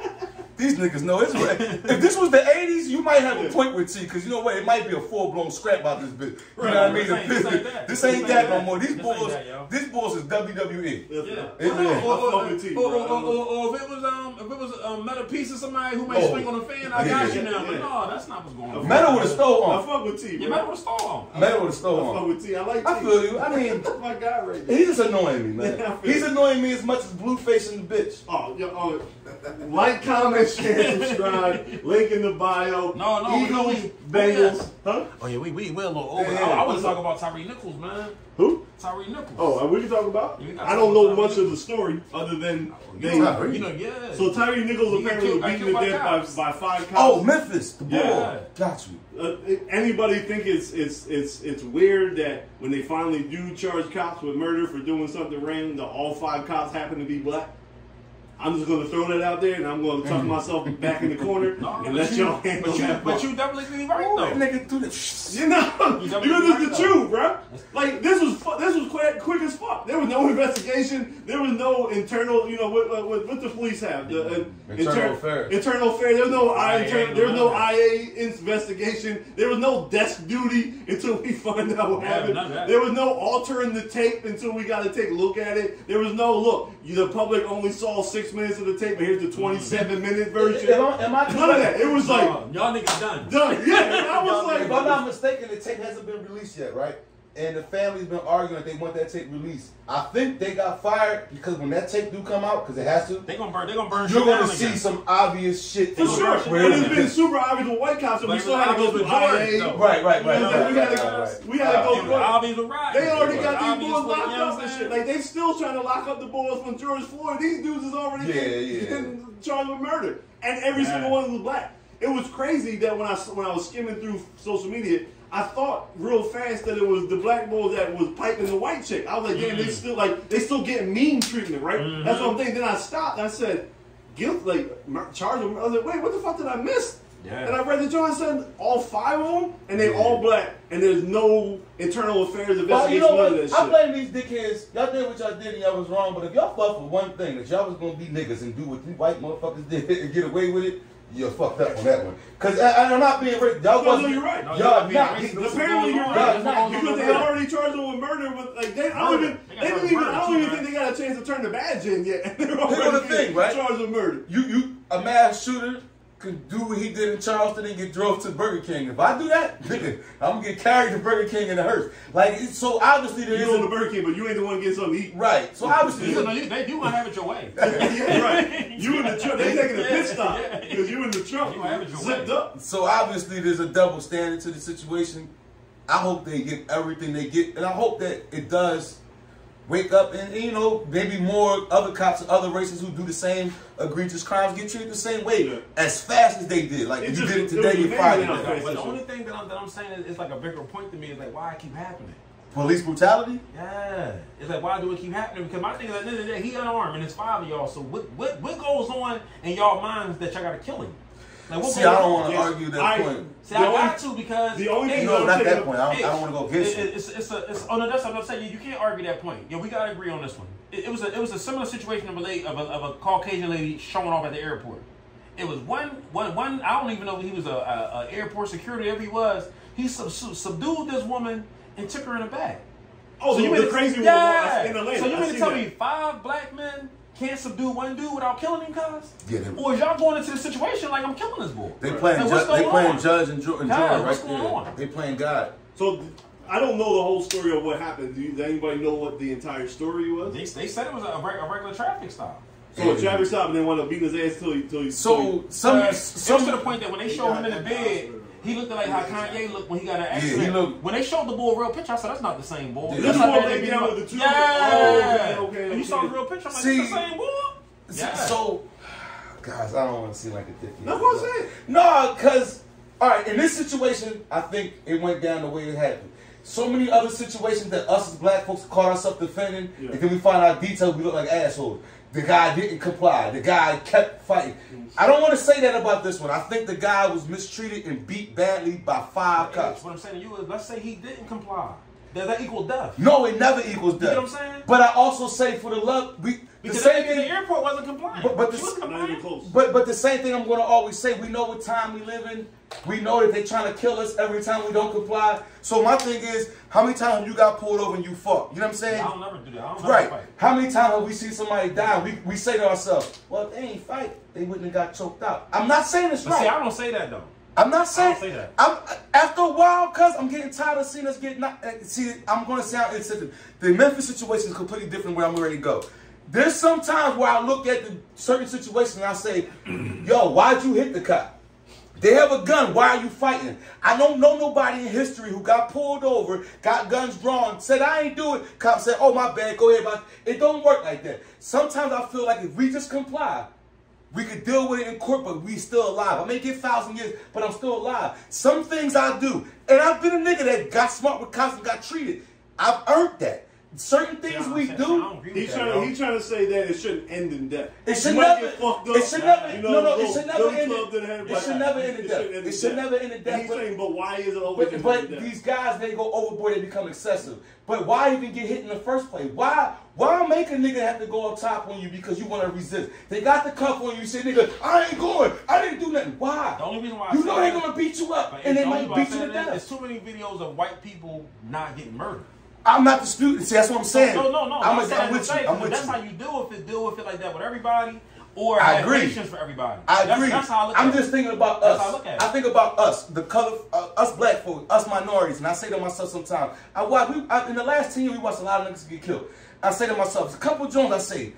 [SPEAKER 4] These niggas know it's right. If this was the 80s, you might have a point with T, because you know what? It might be a full blown scrap out this bitch. You know what I mean?
[SPEAKER 2] This ain't- this ain't that.
[SPEAKER 4] This ain't that no more. These
[SPEAKER 2] This ain't
[SPEAKER 4] bulls,
[SPEAKER 2] that, yo.
[SPEAKER 4] these bulls is E. WWE.
[SPEAKER 2] Yeah.
[SPEAKER 4] It
[SPEAKER 2] Or-
[SPEAKER 4] is.
[SPEAKER 2] Or,
[SPEAKER 3] I fuck
[SPEAKER 2] or,
[SPEAKER 3] with T,
[SPEAKER 2] or-
[SPEAKER 3] bro.
[SPEAKER 2] or- or- or if it was um if it was um metal piece of somebody who may
[SPEAKER 4] Oh.
[SPEAKER 2] swing on a fan, I
[SPEAKER 4] Yeah,
[SPEAKER 2] got you
[SPEAKER 3] yeah,
[SPEAKER 2] now. But
[SPEAKER 3] yeah.
[SPEAKER 2] no, that's not what's going on.
[SPEAKER 4] Metal would have stole
[SPEAKER 3] I
[SPEAKER 4] on.
[SPEAKER 3] fuck with T,
[SPEAKER 2] Yeah,
[SPEAKER 3] bro.
[SPEAKER 2] metal with a star on.
[SPEAKER 4] Metal would have stole
[SPEAKER 3] I fuck
[SPEAKER 4] on.
[SPEAKER 3] with T. I like T.
[SPEAKER 4] I feel you. I mean,
[SPEAKER 3] That's my guy right there.
[SPEAKER 4] he's just annoying me, man. He's annoying me as much as Blueface and the bitch.
[SPEAKER 3] Oh, yo, oh, like, comment, share, subscribe. Link in the bio.
[SPEAKER 2] No, no, we-
[SPEAKER 3] Eagles,
[SPEAKER 2] we-
[SPEAKER 3] Bengals, huh?
[SPEAKER 2] Oh yeah, we we we're a little over.
[SPEAKER 3] Yeah.
[SPEAKER 2] I, I want to talk about Tyree Nichols, man.
[SPEAKER 3] Who?
[SPEAKER 2] Tyree Nichols.
[SPEAKER 3] Oh, and we can talk about.
[SPEAKER 2] You can talk
[SPEAKER 3] I don't know
[SPEAKER 2] about
[SPEAKER 3] much of the story other than they.
[SPEAKER 4] talk about
[SPEAKER 2] you know, yeah.
[SPEAKER 3] So Tyree Nichols
[SPEAKER 2] He got
[SPEAKER 3] apparently
[SPEAKER 2] killed- got
[SPEAKER 3] was beaten
[SPEAKER 2] killed by
[SPEAKER 3] to
[SPEAKER 2] cops.
[SPEAKER 3] death by, by five cops.
[SPEAKER 4] Oh, Memphis, the ball.
[SPEAKER 3] Yeah.
[SPEAKER 4] Got you.
[SPEAKER 3] Uh, anybody think it's it's it's it's weird that when they finally do charge cops with murder for doing something random, that all five cops happen to be black? I'm just gonna throw that out there, and I'm gonna tuck myself back in the corner
[SPEAKER 2] Mm. No, but
[SPEAKER 3] and let
[SPEAKER 2] you-
[SPEAKER 3] y'all handle
[SPEAKER 2] But you,
[SPEAKER 3] that.
[SPEAKER 2] but
[SPEAKER 3] part.
[SPEAKER 2] you definitely right
[SPEAKER 4] That
[SPEAKER 2] though.
[SPEAKER 4] nigga threw the.
[SPEAKER 3] You know,
[SPEAKER 2] You
[SPEAKER 3] you
[SPEAKER 2] don't
[SPEAKER 3] know
[SPEAKER 2] be right,
[SPEAKER 3] this is the
[SPEAKER 2] though.
[SPEAKER 3] truth, bro. Like this was fu- this was quick, quick as fuck. There was no investigation. There was no internal, you know, what what, what, what the police have the uh,
[SPEAKER 4] Internal affairs.
[SPEAKER 3] Internal affairs. There was no I,
[SPEAKER 2] IA,
[SPEAKER 3] inter- there was no
[SPEAKER 2] none
[SPEAKER 3] IA investigation. There was no desk duty until we find out what
[SPEAKER 2] Yeah,
[SPEAKER 3] happened.
[SPEAKER 2] none of that.
[SPEAKER 3] There was no altering the tape until we got to take a look at it. There was no look. You, the public only saw six minutes of the tape, but here's the 27 minute version.
[SPEAKER 4] Am I, am I
[SPEAKER 3] None of that. It was like
[SPEAKER 2] Uh, y'all niggas done.
[SPEAKER 3] done. Yeah, I was like,
[SPEAKER 4] If I'm not mistaken, the tape hasn't been released yet, right? And the family's been arguing that they want that tape released. I think they got fired because when that tape do come out, because it has to,
[SPEAKER 2] They gonna burn. They gonna burn. shit
[SPEAKER 4] you're gonna
[SPEAKER 2] down
[SPEAKER 4] see
[SPEAKER 2] again.
[SPEAKER 4] some obvious shit.
[SPEAKER 3] For
[SPEAKER 4] that-
[SPEAKER 3] sure.
[SPEAKER 2] Where
[SPEAKER 3] And
[SPEAKER 2] is
[SPEAKER 3] it's
[SPEAKER 2] it?
[SPEAKER 3] been super obvious with white cops, and
[SPEAKER 2] But
[SPEAKER 3] we
[SPEAKER 2] it
[SPEAKER 3] still
[SPEAKER 2] was
[SPEAKER 3] had to go
[SPEAKER 2] obvious
[SPEAKER 3] through
[SPEAKER 2] with Jordan,
[SPEAKER 3] IA.
[SPEAKER 2] though.
[SPEAKER 4] Right, right, right.
[SPEAKER 3] You know what I'm saying?
[SPEAKER 4] right, right, right. Uh,
[SPEAKER 3] We had to go
[SPEAKER 2] And with all
[SPEAKER 3] through.
[SPEAKER 2] these right.
[SPEAKER 3] They already got
[SPEAKER 2] All
[SPEAKER 3] these boys
[SPEAKER 2] you
[SPEAKER 3] locked
[SPEAKER 2] know
[SPEAKER 3] up
[SPEAKER 2] what
[SPEAKER 3] and
[SPEAKER 2] I'm
[SPEAKER 3] shit.
[SPEAKER 2] saying?
[SPEAKER 3] Like they still trying to lock up the boys from George Floyd. These dudes is already
[SPEAKER 4] Yeah,
[SPEAKER 3] getting,
[SPEAKER 4] yeah.
[SPEAKER 3] getting charged with murder, and every
[SPEAKER 2] Yeah.
[SPEAKER 3] single one was black. It was crazy that when I when I was skimming through social media, I thought real fast that it was the black boy that was piping the white chick. I was like, damn, they still like they still getting mean treatment, right? That's what I'm thinking. Then I stopped. And I said, guilt, like mur- charged with. murder. I was like, wait, what the fuck did I miss?
[SPEAKER 2] Yeah.
[SPEAKER 3] And I read the joint said all five of them, and they all black, and there's no internal affairs
[SPEAKER 4] Well,
[SPEAKER 3] investigation.
[SPEAKER 4] you know
[SPEAKER 3] none of
[SPEAKER 4] what?
[SPEAKER 3] that
[SPEAKER 4] I
[SPEAKER 3] shit.
[SPEAKER 4] blame these dickheads. Y'all did what y'all did and y'all was wrong. But if y'all fuck for one thing, that y'all was gonna be niggas and do what you white motherfuckers did and get away with it, you're fucked up on that one. Cause I, I, am not being racist. Y'all
[SPEAKER 3] No, no,
[SPEAKER 4] wasn't.
[SPEAKER 3] you're right. No,
[SPEAKER 2] you're not
[SPEAKER 4] Y'all not.
[SPEAKER 2] being racist.
[SPEAKER 4] This-
[SPEAKER 3] Apparently you're
[SPEAKER 2] Right,
[SPEAKER 3] right
[SPEAKER 4] it's not
[SPEAKER 3] because they
[SPEAKER 2] going on.
[SPEAKER 3] already charged them with murder. With like they, I don't
[SPEAKER 2] Murder.
[SPEAKER 3] even
[SPEAKER 2] They
[SPEAKER 3] they,
[SPEAKER 2] got charged
[SPEAKER 3] didn't even
[SPEAKER 2] with
[SPEAKER 3] I don't
[SPEAKER 2] murder,
[SPEAKER 3] even
[SPEAKER 2] too,
[SPEAKER 3] think they got a chance to turn the badge in yet. and They're already
[SPEAKER 4] the thing,
[SPEAKER 3] being
[SPEAKER 4] right?
[SPEAKER 3] Charged with murder.
[SPEAKER 4] You you a mass shooter can do what he did in Charleston and get drove to Burger King. If I do that, nigga, I'm gonna get carried to Burger King in a hearse. Like it's, so obviously there
[SPEAKER 3] You on the
[SPEAKER 4] is
[SPEAKER 3] Burger King, but you ain't the one getting something to eat.
[SPEAKER 4] right. So obviously
[SPEAKER 2] You know, you- they do wanna have it your way.
[SPEAKER 3] yeah, right. You in the truck. They taking a pit stop because you in the truck.
[SPEAKER 2] You average your weight.
[SPEAKER 3] zipped up.
[SPEAKER 4] So obviously, there's a double standard to the situation. I hope they get everything they get, and I hope that it does wake up and you know maybe more other cops of other races who do the same egregious crimes get treated the same way
[SPEAKER 3] Yeah.
[SPEAKER 4] as fast as they did. Like
[SPEAKER 3] It
[SPEAKER 4] you
[SPEAKER 3] just-
[SPEAKER 4] did it
[SPEAKER 3] it was
[SPEAKER 4] today, you
[SPEAKER 3] amazing
[SPEAKER 4] fired
[SPEAKER 3] how
[SPEAKER 4] today.
[SPEAKER 3] fast-
[SPEAKER 2] But the only thing that I'm, that I'm saying is it's like a bigger point to me is like why it keep happening.
[SPEAKER 4] Police brutality.
[SPEAKER 2] Yeah, it's like why do it keep happening? Because my thing is at the end of the day, he unarmed and it's five of y'all. So what what what goes on in y'all minds that y'all got to kill him? Like what
[SPEAKER 4] See,
[SPEAKER 2] goes
[SPEAKER 4] I don't
[SPEAKER 2] on?
[SPEAKER 4] want to
[SPEAKER 3] Yes.
[SPEAKER 4] argue that
[SPEAKER 3] I-
[SPEAKER 4] point.
[SPEAKER 2] See,
[SPEAKER 3] The
[SPEAKER 2] I
[SPEAKER 3] only-
[SPEAKER 2] got to because
[SPEAKER 3] the only
[SPEAKER 2] Hey,
[SPEAKER 3] thing
[SPEAKER 4] No,
[SPEAKER 3] I'm
[SPEAKER 4] not
[SPEAKER 3] taking
[SPEAKER 4] that
[SPEAKER 3] up-
[SPEAKER 4] point. I don't, I don't
[SPEAKER 2] Hey,
[SPEAKER 4] want to go
[SPEAKER 2] it- it-
[SPEAKER 4] against you.
[SPEAKER 2] It's, it's a, it's, oh no, that's what I'm saying. You, you can't argue that point. Yeah, we gotta agree on this one. It, it was a, it was a similar situation of a, lady, of a of a Caucasian lady showing off at the airport. It was one one one. I don't even know if he was a, a, a airport security. Ever he was, he sub, subdued this woman and took her in the back.
[SPEAKER 3] Oh, so you
[SPEAKER 2] mean
[SPEAKER 3] the
[SPEAKER 2] to-
[SPEAKER 3] crazy one
[SPEAKER 2] yeah.
[SPEAKER 3] in Atlanta.
[SPEAKER 2] So you
[SPEAKER 3] I
[SPEAKER 2] mean to
[SPEAKER 3] seen
[SPEAKER 2] tell
[SPEAKER 3] that.
[SPEAKER 2] me five black men can't subdue one dude without killing him, cuz?
[SPEAKER 4] Get him.
[SPEAKER 2] Or is y'all going into the situation like I'm killing this boy?
[SPEAKER 4] They playing,
[SPEAKER 2] Like,
[SPEAKER 4] ju-
[SPEAKER 2] what's
[SPEAKER 4] they
[SPEAKER 2] going
[SPEAKER 4] playing
[SPEAKER 2] on?
[SPEAKER 4] judge and jury, and
[SPEAKER 2] God,
[SPEAKER 4] jury
[SPEAKER 2] what's
[SPEAKER 4] right
[SPEAKER 2] going
[SPEAKER 4] there.
[SPEAKER 2] on?
[SPEAKER 4] They playing God.
[SPEAKER 3] So th- I don't know the whole story of what happened. Do you, does anybody know what the entire story was?
[SPEAKER 2] They, they said it was a, a reg- a regular traffic stop.
[SPEAKER 3] So Travis stopped and then wound up beating his ass till he till he. till
[SPEAKER 4] So
[SPEAKER 3] he-
[SPEAKER 4] some
[SPEAKER 2] Uh,
[SPEAKER 4] some
[SPEAKER 2] it was to the point that when they showed him in the bed, he looked like how Kanye looked when he got in an accident.
[SPEAKER 4] he looked-
[SPEAKER 2] when they showed the bull real picture, I said, that's not the same bull.
[SPEAKER 4] Yeah.
[SPEAKER 2] That's
[SPEAKER 4] This
[SPEAKER 2] not
[SPEAKER 3] bull
[SPEAKER 2] that
[SPEAKER 3] laid
[SPEAKER 2] big
[SPEAKER 3] down
[SPEAKER 2] bull.
[SPEAKER 3] with the two-
[SPEAKER 2] Yeah.
[SPEAKER 3] Oh, okay, okay,
[SPEAKER 2] And you saw
[SPEAKER 3] okay.
[SPEAKER 2] the real picture, I'm like,
[SPEAKER 4] See-
[SPEAKER 2] it's the same bull? Yeah.
[SPEAKER 4] So, guys, I don't want to seem like a dickhead.
[SPEAKER 3] That's what I'm saying.
[SPEAKER 4] No, because all right, in this situation, I think it went down the way it happened. So many other situations that us as black folks caught ourselves defending,
[SPEAKER 3] Yeah.
[SPEAKER 4] and then we find out details we look like assholes. The guy didn't comply. The guy kept fighting. I don't want to say that about this one. I think the guy was mistreated and beat badly by five cops.
[SPEAKER 2] What I'm saying to you is, let's say he didn't comply. Does that equal death?
[SPEAKER 4] No, it never equals death.
[SPEAKER 2] what I'm saying?
[SPEAKER 4] But I also say for the love, we the
[SPEAKER 2] Because
[SPEAKER 4] same
[SPEAKER 2] that nigga in
[SPEAKER 4] thing.
[SPEAKER 2] the airport wasn't complying.
[SPEAKER 4] But- but
[SPEAKER 2] She
[SPEAKER 4] the-
[SPEAKER 2] was
[SPEAKER 3] not even
[SPEAKER 2] complying.
[SPEAKER 3] close.
[SPEAKER 4] But but the same thing I'm gonna always say, we know what time we live in. We know that they're trying to kill us every time we don't comply. So my thing is, how many times you got pulled over and you fuck? You know what I'm
[SPEAKER 2] I
[SPEAKER 4] saying?
[SPEAKER 2] don't never do that. I don't
[SPEAKER 4] Right.
[SPEAKER 2] never fight.
[SPEAKER 4] How many times have we seen somebody die? We, we say to ourselves, well, if they ain't fight, they wouldn't have got choked out. I'm not saying it's
[SPEAKER 2] But see, I
[SPEAKER 4] right.
[SPEAKER 2] don't say that though.
[SPEAKER 4] I'm not saying.
[SPEAKER 2] I don't say that.
[SPEAKER 4] I'm after a while, cause I'm getting tired of seeing us get. Not, uh, see, I'm gonna sound insensitive. The Memphis situation is completely different where I'm ready to go. There's some times where I look at the certain situation and I say, "Yo, why'd you hit the cop? They have a gun. Why are you fighting? I don't know nobody in history who got pulled over, got guns drawn, said I ain't do it. Cop said, "Oh my bad, go ahead." But it don't work like that. Sometimes I feel like if we just comply, we could deal with it in court, but we still alive. I may get thousand years, but I'm still alive. Some things I do, and I've been a nigga that got smart with cops and got treated. I've earned that. Certain
[SPEAKER 2] See, I
[SPEAKER 4] things
[SPEAKER 2] don't
[SPEAKER 4] we
[SPEAKER 2] say- see, I don't
[SPEAKER 4] do,
[SPEAKER 2] agree
[SPEAKER 3] He
[SPEAKER 2] with that,
[SPEAKER 3] trying
[SPEAKER 2] yo.
[SPEAKER 3] to he trying to say that it shouldn't end in death.
[SPEAKER 4] it
[SPEAKER 3] You
[SPEAKER 4] should
[SPEAKER 3] might
[SPEAKER 4] never.
[SPEAKER 3] get fucked up.
[SPEAKER 4] It should never.
[SPEAKER 3] You know,
[SPEAKER 4] No, no, it
[SPEAKER 3] little-
[SPEAKER 4] should
[SPEAKER 3] little
[SPEAKER 4] never end.
[SPEAKER 3] club that had-
[SPEAKER 4] in- It should never end in death.
[SPEAKER 3] shouldn't end in
[SPEAKER 4] It should never end in
[SPEAKER 3] And
[SPEAKER 4] death.
[SPEAKER 3] He's
[SPEAKER 4] but-
[SPEAKER 3] saying, but why is it always
[SPEAKER 4] But,
[SPEAKER 3] ending in
[SPEAKER 4] but
[SPEAKER 3] death?
[SPEAKER 4] these guys, they go overboard. They become excessive. But why even get hit in the first place? Why? Why make a nigga have to go up top on you because you want to resist? They got the cuff on you. you Say, nigga, I ain't going. I didn't do nothing. Why?
[SPEAKER 2] The only reason why I
[SPEAKER 4] you
[SPEAKER 2] say
[SPEAKER 4] know they're
[SPEAKER 2] that-
[SPEAKER 4] gonna beat you up,
[SPEAKER 2] But it's
[SPEAKER 4] and they
[SPEAKER 2] only
[SPEAKER 4] might
[SPEAKER 2] by
[SPEAKER 4] beat you
[SPEAKER 2] saying
[SPEAKER 4] to
[SPEAKER 2] that,
[SPEAKER 4] death.
[SPEAKER 2] There's too many videos of white people not getting murdered.
[SPEAKER 4] I'm not disputing. See, that's what I'm saying.
[SPEAKER 2] No, no, no.
[SPEAKER 4] I'm,
[SPEAKER 2] I'm saying
[SPEAKER 4] I'm with
[SPEAKER 2] that's
[SPEAKER 4] you.
[SPEAKER 2] the
[SPEAKER 4] I'm
[SPEAKER 2] thing.
[SPEAKER 4] with
[SPEAKER 2] that's
[SPEAKER 4] you.
[SPEAKER 2] how you deal with it. Deal with it like that with everybody, or
[SPEAKER 4] I
[SPEAKER 2] have
[SPEAKER 4] agree.
[SPEAKER 2] patience for everybody.
[SPEAKER 4] I
[SPEAKER 2] that's,
[SPEAKER 4] agree.
[SPEAKER 2] That's how I look
[SPEAKER 4] I'm
[SPEAKER 2] at
[SPEAKER 4] just
[SPEAKER 2] it.
[SPEAKER 4] thinking about
[SPEAKER 2] That's
[SPEAKER 4] us.
[SPEAKER 2] how I look at it.
[SPEAKER 4] I think about us, the color, uh, us black folk, us minorities, and I say to myself sometimes, I watch. We, I, in the last ten years, we watched a lot of niggas get killed. I say to myself, a couple Jones, I say,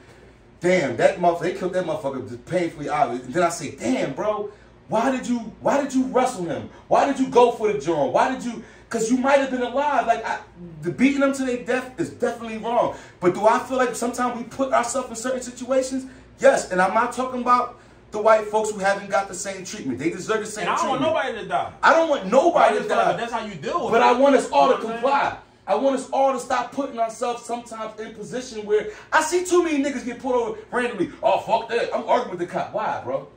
[SPEAKER 4] damn, that motherfucker, they killed that motherfucker just painfully obvious. And then I say, damn, bro, why did you, why did you wrestle him? Why did you go for the John? Why did you? Cause you might have been alive. Like I, the beating them to their death is definitely wrong. But do I feel like sometimes we put ourselves in certain situations? Yes, and I'm not talking about the white folks who haven't got the same treatment. They deserve the
[SPEAKER 2] And
[SPEAKER 4] same
[SPEAKER 2] I don't want
[SPEAKER 4] treatment.
[SPEAKER 2] nobody to die.
[SPEAKER 4] I don't want
[SPEAKER 2] But I
[SPEAKER 4] nobody
[SPEAKER 2] just feel
[SPEAKER 4] to
[SPEAKER 2] like
[SPEAKER 4] die.
[SPEAKER 2] That's how you deal with
[SPEAKER 4] But
[SPEAKER 2] it.
[SPEAKER 4] I want us all to
[SPEAKER 2] You know what I'm
[SPEAKER 4] comply. I want us all to stop putting ourselves sometimes in position where I see too many niggas get pulled over randomly. Oh fuck that! I'm arguing with the cop. Why, bro?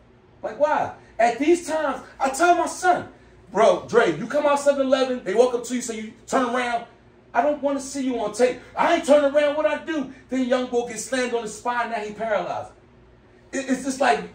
[SPEAKER 4] Like why? At these times, I tell my son, bro, Dre, you come out 7-Eleven, they walk up to you, say you turn around. I don't want to see you on tape. I ain't turn around. What I do? Then young boy gets slammed on the spine. Now he paralyzed. It- it's just like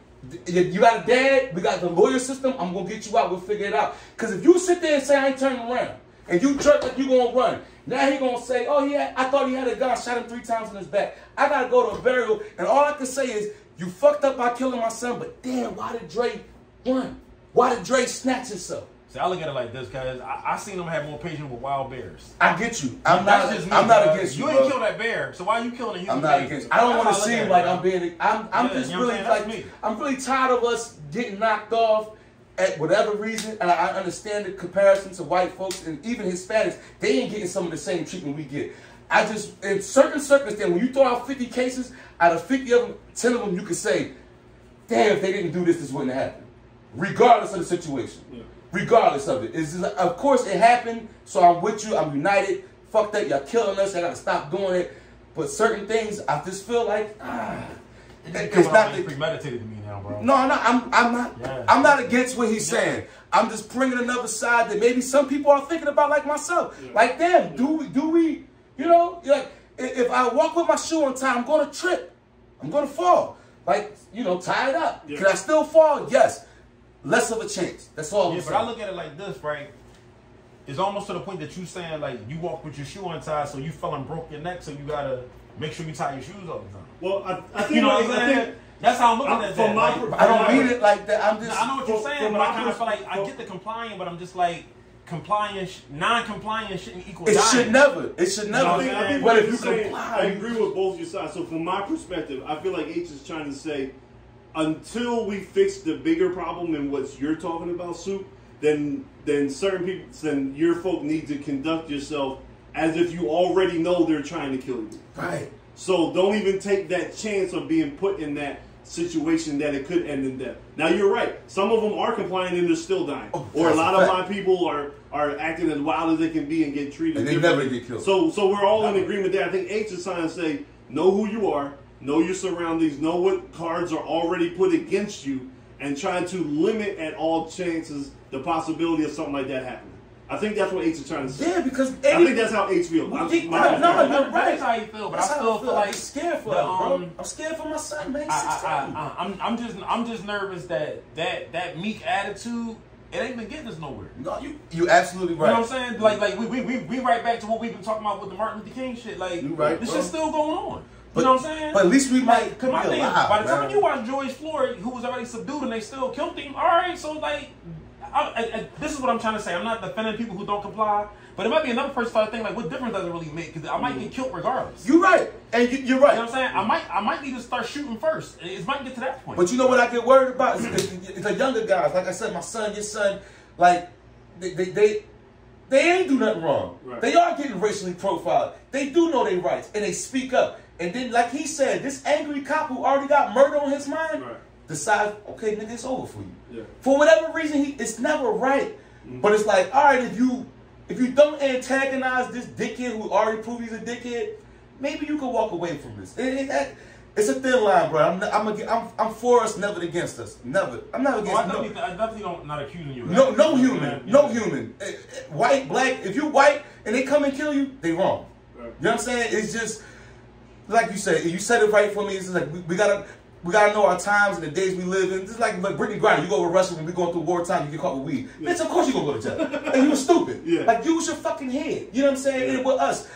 [SPEAKER 4] you you got a dad, we got the lawyer system. I'm gonna get you out. We'll figure it out. Cause if you sit there and say I ain't turning around, and you jerk like you gonna run, now he gonna say, oh yeah, I thought he had a gun. Shot him three times in his back. I gotta go to a burial, and all I can say is you fucked up by killing my son. But damn, why did Dre run? Why did Dre snatch himself?
[SPEAKER 2] See, I look at it like this, cause I, I seen them have more patience with wild bears.
[SPEAKER 4] I get you. I'm
[SPEAKER 2] That's
[SPEAKER 4] not.
[SPEAKER 2] just me,
[SPEAKER 4] I'm not
[SPEAKER 2] bro.
[SPEAKER 4] against you.
[SPEAKER 2] You ain't
[SPEAKER 4] bro.
[SPEAKER 2] killed that bear, so why are you killing a human
[SPEAKER 4] I'm not
[SPEAKER 2] being?
[SPEAKER 4] against. I don't
[SPEAKER 2] That's
[SPEAKER 4] want to
[SPEAKER 2] how look at
[SPEAKER 4] seem
[SPEAKER 2] it,
[SPEAKER 4] like
[SPEAKER 2] bro.
[SPEAKER 4] I'm being. I'm. I'm
[SPEAKER 2] Yeah,
[SPEAKER 4] just
[SPEAKER 2] you know what
[SPEAKER 4] really
[SPEAKER 2] I'm saying?
[SPEAKER 4] like.
[SPEAKER 2] That's me.
[SPEAKER 4] I'm really tired of us getting knocked off at whatever reason, and I, I understand the comparison to white folks and even Hispanics. They ain't getting some of the same treatment we get. I just in certain circumstances when you throw out 50 cases out of 50 of them, 10 of them you could say, damn, if they didn't do this, this wouldn't happen. Regardless of the situation, regardless of it, it's just, of course it happened. So I'm with you. I'm united. Fuck that. Y'all killing us. I gotta stop doing it. But certain things, I just feel like ah,
[SPEAKER 2] It's,
[SPEAKER 4] it's not the
[SPEAKER 2] premeditated to me now, bro.
[SPEAKER 4] no, no, I'm, I'm not.
[SPEAKER 2] Yeah.
[SPEAKER 4] I'm not against what he's saying. I'm just bringing another side that maybe some people are thinking about, like myself. Like, damn, do we, do we, you know, like i- if I walk with my shoe on time, I'm going to trip. I'm going to fall. Like, you know, tie it up.
[SPEAKER 3] Yeah.
[SPEAKER 4] Can I still fall? Yes. Less of a chance. That's all.
[SPEAKER 2] Yeah,
[SPEAKER 4] I'm
[SPEAKER 2] but I
[SPEAKER 4] saying.
[SPEAKER 2] look at it like this, right? It's almost to the point that you saying like you walk with your shoe untied, so you fell and broke your neck, so you gotta make sure you tie your shoes all the time.
[SPEAKER 3] Well, I, I think
[SPEAKER 2] You know what I'm
[SPEAKER 3] I
[SPEAKER 2] saying?
[SPEAKER 3] think-
[SPEAKER 2] That's how I'm
[SPEAKER 3] I'm-
[SPEAKER 2] looking at
[SPEAKER 3] from
[SPEAKER 2] that.
[SPEAKER 3] my
[SPEAKER 2] like,
[SPEAKER 3] per-
[SPEAKER 4] I don't mean it like that. I'm just.
[SPEAKER 2] I know what you're
[SPEAKER 3] From-
[SPEAKER 2] saying,
[SPEAKER 3] from
[SPEAKER 2] but
[SPEAKER 3] my
[SPEAKER 2] I kind of
[SPEAKER 3] pers-
[SPEAKER 2] feel like I
[SPEAKER 3] from-
[SPEAKER 2] get the complying, but I'm just like complying, sh- non-complying shouldn't equal.
[SPEAKER 4] It
[SPEAKER 2] dying.
[SPEAKER 4] should never. It should
[SPEAKER 3] I
[SPEAKER 4] never.
[SPEAKER 3] think- I
[SPEAKER 2] saying?
[SPEAKER 3] think
[SPEAKER 4] but
[SPEAKER 3] what
[SPEAKER 4] if
[SPEAKER 3] you're
[SPEAKER 4] you
[SPEAKER 3] saying, I
[SPEAKER 4] comply,
[SPEAKER 3] agree with both your sides. So from my perspective, I feel like H is trying to say, until we fix the bigger problem and what you're talking about, soup, then then certain people, then your folk need to conduct yourself as if you already know they're trying to kill you.
[SPEAKER 4] right?
[SPEAKER 3] So don't even take that chance of being put in that situation that it could end in death. Now you're right. Some of them are complying and they're still dying,
[SPEAKER 4] Oh,
[SPEAKER 3] or a
[SPEAKER 4] that's
[SPEAKER 3] lot
[SPEAKER 4] a
[SPEAKER 3] of my
[SPEAKER 4] fact.
[SPEAKER 3] people are are acting as wild as they can be and get treated.
[SPEAKER 4] And they
[SPEAKER 3] differently.
[SPEAKER 4] never get killed.
[SPEAKER 3] So so we're all in agreement there. I think H is trying to say know who you are, know your surroundings, know what cards are already put against you, and trying to limit at all chances the possibility of something like that happening. I think that's what H is trying to say.
[SPEAKER 4] Yeah, because
[SPEAKER 3] I
[SPEAKER 4] any,
[SPEAKER 3] think that's how H feels. I'm-
[SPEAKER 4] Think-
[SPEAKER 3] my-
[SPEAKER 4] no, no,
[SPEAKER 3] my-
[SPEAKER 4] no, you're right.
[SPEAKER 2] That's how you feel, but
[SPEAKER 4] That's
[SPEAKER 2] I
[SPEAKER 4] how
[SPEAKER 2] still feel
[SPEAKER 4] I'm
[SPEAKER 2] like
[SPEAKER 4] scared for
[SPEAKER 2] the,
[SPEAKER 4] him, bro.
[SPEAKER 2] um,
[SPEAKER 4] I'm scared for my son, man. He's
[SPEAKER 2] I,
[SPEAKER 4] 16.
[SPEAKER 2] I, I, I'm, I'm just, I'm just nervous that that that meek attitude, it ain't been getting us nowhere.
[SPEAKER 4] no, you you absolutely right.
[SPEAKER 2] You know what I'm saying? Like, like we, we, we, we right back to what we've been talking about with the Martin Luther King shit. Like,
[SPEAKER 4] You right,
[SPEAKER 2] this
[SPEAKER 4] bro.
[SPEAKER 2] shit's still going on.
[SPEAKER 4] But-
[SPEAKER 2] you know what I'm saying?
[SPEAKER 4] But at least we might
[SPEAKER 2] Like, 'cause
[SPEAKER 4] be
[SPEAKER 2] my thing, is,
[SPEAKER 4] alive,
[SPEAKER 2] by the time
[SPEAKER 4] man.
[SPEAKER 2] you watch George Floyd, who was already subdued and they still killed him, all right, so like, I, I, I, this is what I'm trying to say. I'm not defending people who don't comply, but it might be another person starting to think, like, what difference does it really make? Because I might get killed regardless. You,
[SPEAKER 4] You're right, and Mm-hmm. you, you're right.
[SPEAKER 2] know what I'm saying? I might, I might need to start shooting first. It, it might get to that point.
[SPEAKER 4] But you know what I get worried about is, is, is the younger guys. Like I said, my son, your son, like they they they, they ain't do nothing wrong.
[SPEAKER 3] Right.
[SPEAKER 4] They are getting racially profiled. They do know their rights and they speak up. And then, like he said, this angry cop who already got murder on his mind
[SPEAKER 3] Right.
[SPEAKER 4] decides, okay, nigga, it's over for you.
[SPEAKER 3] Yeah.
[SPEAKER 4] For whatever reason, he it's never right.
[SPEAKER 2] Mm-hmm.
[SPEAKER 4] But it's like, all right, if you if you don't antagonize this dickhead who already proved he's a dickhead, maybe you can walk away from this. It- it- that- it's a thin line, bro. I'm I'm, ag- I'm I'm for us, never against us. Never. I'm not
[SPEAKER 2] Oh, I
[SPEAKER 4] against
[SPEAKER 2] definitely, I definitely don't not accusing you. of
[SPEAKER 4] no no
[SPEAKER 2] that.
[SPEAKER 4] no
[SPEAKER 2] You know what I'm
[SPEAKER 4] human,
[SPEAKER 2] saying?
[SPEAKER 4] no
[SPEAKER 2] Yeah.
[SPEAKER 4] human. Eh, eh, White, black. If you white and they come and kill you, they wrong.
[SPEAKER 3] Right.
[SPEAKER 4] You know what I'm saying? It's just like you said. You said it right for me. It's just like we, we gotta we gotta know our times and the days we live in. Just like like Brittany Griner, you go over Russia when we going through wartime, you get caught with weed. Bitch, of course you gonna go to jail. and you were stupid.
[SPEAKER 3] Yeah.
[SPEAKER 4] Like use your fucking head. You know what I'm saying? And with us,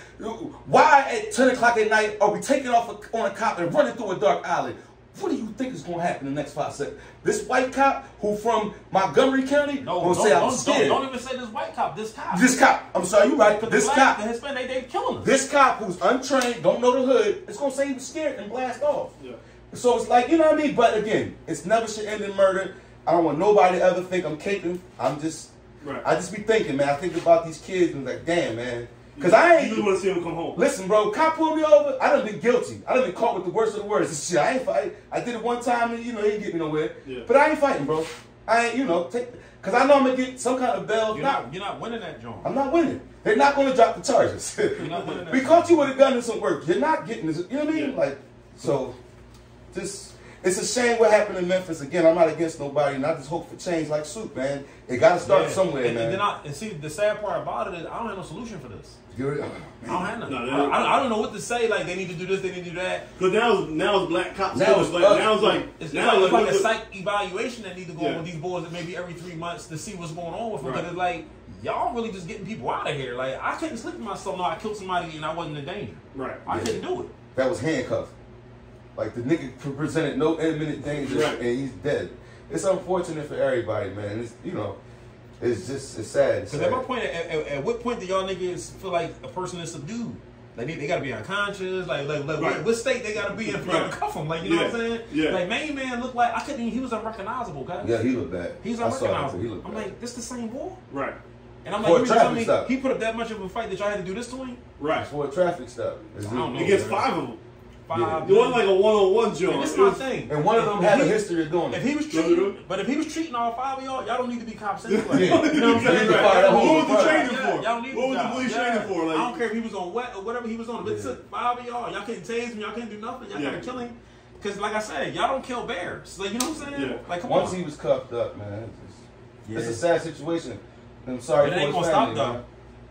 [SPEAKER 4] why at ten o'clock at night are we taking off a, on a cop and running through a dark alley? What do you think is gonna happen in the next five seconds? This white cop who from Montgomery County
[SPEAKER 2] No,
[SPEAKER 4] gonna
[SPEAKER 2] don't,
[SPEAKER 4] say I'm
[SPEAKER 2] don't,
[SPEAKER 4] scared.
[SPEAKER 2] don't, don't even say this white cop. This cop.
[SPEAKER 4] This cop, I'm sorry, you right.
[SPEAKER 2] Because
[SPEAKER 4] This
[SPEAKER 2] the
[SPEAKER 4] cop,
[SPEAKER 2] black, the Hispanic, they they killing us.
[SPEAKER 4] this cop who's untrained, don't know the hood, it's gonna say he was scared and blast off.
[SPEAKER 3] Yeah.
[SPEAKER 4] So it's like, you know what I mean? But again, it's never should end in murder. I don't want nobody to ever think I'm caping. I'm just,
[SPEAKER 3] Right.
[SPEAKER 4] I just be thinking, man. I think about these kids and like, damn, man. Because I
[SPEAKER 3] You
[SPEAKER 4] ain't.
[SPEAKER 3] just want to see him come home.
[SPEAKER 4] Listen, bro, cop pulled me over. I done been guilty. I done been caught with the worst of the worst. This shit, I ain't fight. I did it one time, and you know, he didn't get me nowhere.
[SPEAKER 3] Yeah.
[SPEAKER 4] But I ain't fighting, bro. I ain't, you know, take, cause I know I'm gonna get some kind of bail.
[SPEAKER 2] You're
[SPEAKER 4] Not-
[SPEAKER 2] not, you're not winning that joint.
[SPEAKER 4] I'm not winning. They're not going to drop the charges.
[SPEAKER 2] not winning that.
[SPEAKER 4] we caught you with a gun and some work. You're not getting this. You know what I mean?
[SPEAKER 3] Yeah.
[SPEAKER 4] Like, so, just it's a shame what happened in Memphis. Again, I'm not against nobody, and I just hope for change. Like Soup, man, it got to start
[SPEAKER 2] Yeah.
[SPEAKER 4] somewhere,
[SPEAKER 2] and,
[SPEAKER 4] man.
[SPEAKER 2] And, then I, and see, the sad part about it is I don't have no solution for this.
[SPEAKER 4] You're- oh,
[SPEAKER 2] I don't have none.
[SPEAKER 3] No, they
[SPEAKER 2] I,
[SPEAKER 3] don't-
[SPEAKER 2] I, don't- I don't know what to say. Like they need to do this, they need to do that.
[SPEAKER 3] Cause now, now it's black cops.
[SPEAKER 4] Now
[SPEAKER 3] Now
[SPEAKER 4] it's
[SPEAKER 3] it's like,
[SPEAKER 4] us.
[SPEAKER 3] now it's like,
[SPEAKER 2] It's,
[SPEAKER 3] now
[SPEAKER 2] it's like,
[SPEAKER 3] like,
[SPEAKER 2] it's like a
[SPEAKER 3] what-
[SPEAKER 2] psych evaluation that need to go on
[SPEAKER 3] Yeah.
[SPEAKER 2] with these boys maybe every three months to see what's going on with them.
[SPEAKER 3] Right.
[SPEAKER 2] Because it's like y'all really just getting people out of here. Like I couldn't sleep with myself. No, I killed somebody and I wasn't in danger.
[SPEAKER 3] Right.
[SPEAKER 2] I
[SPEAKER 4] Yeah.
[SPEAKER 2] couldn't do it.
[SPEAKER 4] that was handcuffed. Like the nigga pre- presented no imminent danger,
[SPEAKER 3] Right.
[SPEAKER 4] and he's dead. It's unfortunate for everybody, man. It's you know, it's just it's sad. It's
[SPEAKER 2] Because at
[SPEAKER 4] sad.
[SPEAKER 2] what point, at, at, at what point do y'all niggas feel like a person is subdued? Like they, they gotta be unconscious. Like like, like
[SPEAKER 3] Right.
[SPEAKER 2] what, what state they gotta be in for y'all to
[SPEAKER 3] Right.
[SPEAKER 2] cuff them? Like you know what I'm
[SPEAKER 3] Yeah.
[SPEAKER 2] saying?
[SPEAKER 3] Yeah.
[SPEAKER 2] Like main man looked like I couldn't. even- He was unrecognizable, guys.
[SPEAKER 4] Yeah, he looked bad.
[SPEAKER 2] He's
[SPEAKER 4] I saw him. too.
[SPEAKER 2] unrecognizable.
[SPEAKER 4] He looked
[SPEAKER 2] I'm
[SPEAKER 4] bad.
[SPEAKER 2] like, this the same boy?
[SPEAKER 3] right.
[SPEAKER 2] And I'm
[SPEAKER 4] For a
[SPEAKER 2] like, you mean to tell
[SPEAKER 4] traffic
[SPEAKER 2] me
[SPEAKER 4] stop.
[SPEAKER 2] he put up that much of a fight that y'all had to do this to him?
[SPEAKER 3] Right.
[SPEAKER 4] for a traffic stop.
[SPEAKER 2] I don't know.
[SPEAKER 3] He gets five of them.
[SPEAKER 2] Five.
[SPEAKER 4] Yeah.
[SPEAKER 3] It wasn't like a one on one joint.
[SPEAKER 2] And this is
[SPEAKER 3] It
[SPEAKER 2] my
[SPEAKER 3] was-
[SPEAKER 2] thing.
[SPEAKER 4] And one of them
[SPEAKER 2] If
[SPEAKER 4] had a
[SPEAKER 2] he-
[SPEAKER 4] history of doing
[SPEAKER 2] If
[SPEAKER 4] it.
[SPEAKER 2] he was treating, but if he was treating all five of y'all, y'all don't need to be cops anyway.
[SPEAKER 4] Yeah.
[SPEAKER 2] You know what I'm saying?
[SPEAKER 4] He's a part of
[SPEAKER 2] Like,
[SPEAKER 4] that whole
[SPEAKER 3] What was the
[SPEAKER 4] part.
[SPEAKER 3] training
[SPEAKER 2] Yeah,
[SPEAKER 3] for?
[SPEAKER 2] y'all need
[SPEAKER 3] What was
[SPEAKER 2] to
[SPEAKER 3] the
[SPEAKER 2] die.
[SPEAKER 3] police
[SPEAKER 2] Yeah.
[SPEAKER 3] training for?
[SPEAKER 2] I don't
[SPEAKER 3] Like,
[SPEAKER 2] care if he was on wet or whatever he was on. But it took five of y'all. Y'all couldn't tase him. Y'all couldn't do nothing. Y'all
[SPEAKER 3] Yeah.
[SPEAKER 2] gotta kill him. Because, like I said, y'all don't kill bears. Like, you know what I'm saying?
[SPEAKER 3] Yeah.
[SPEAKER 2] Like, come
[SPEAKER 4] Once
[SPEAKER 2] on.
[SPEAKER 4] he was cuffed up, man, it's, it's
[SPEAKER 2] Yeah.
[SPEAKER 4] a sad situation. I'm sorry
[SPEAKER 2] It
[SPEAKER 4] for
[SPEAKER 2] ain't
[SPEAKER 4] his
[SPEAKER 2] gonna
[SPEAKER 4] family,
[SPEAKER 2] stop,
[SPEAKER 4] man.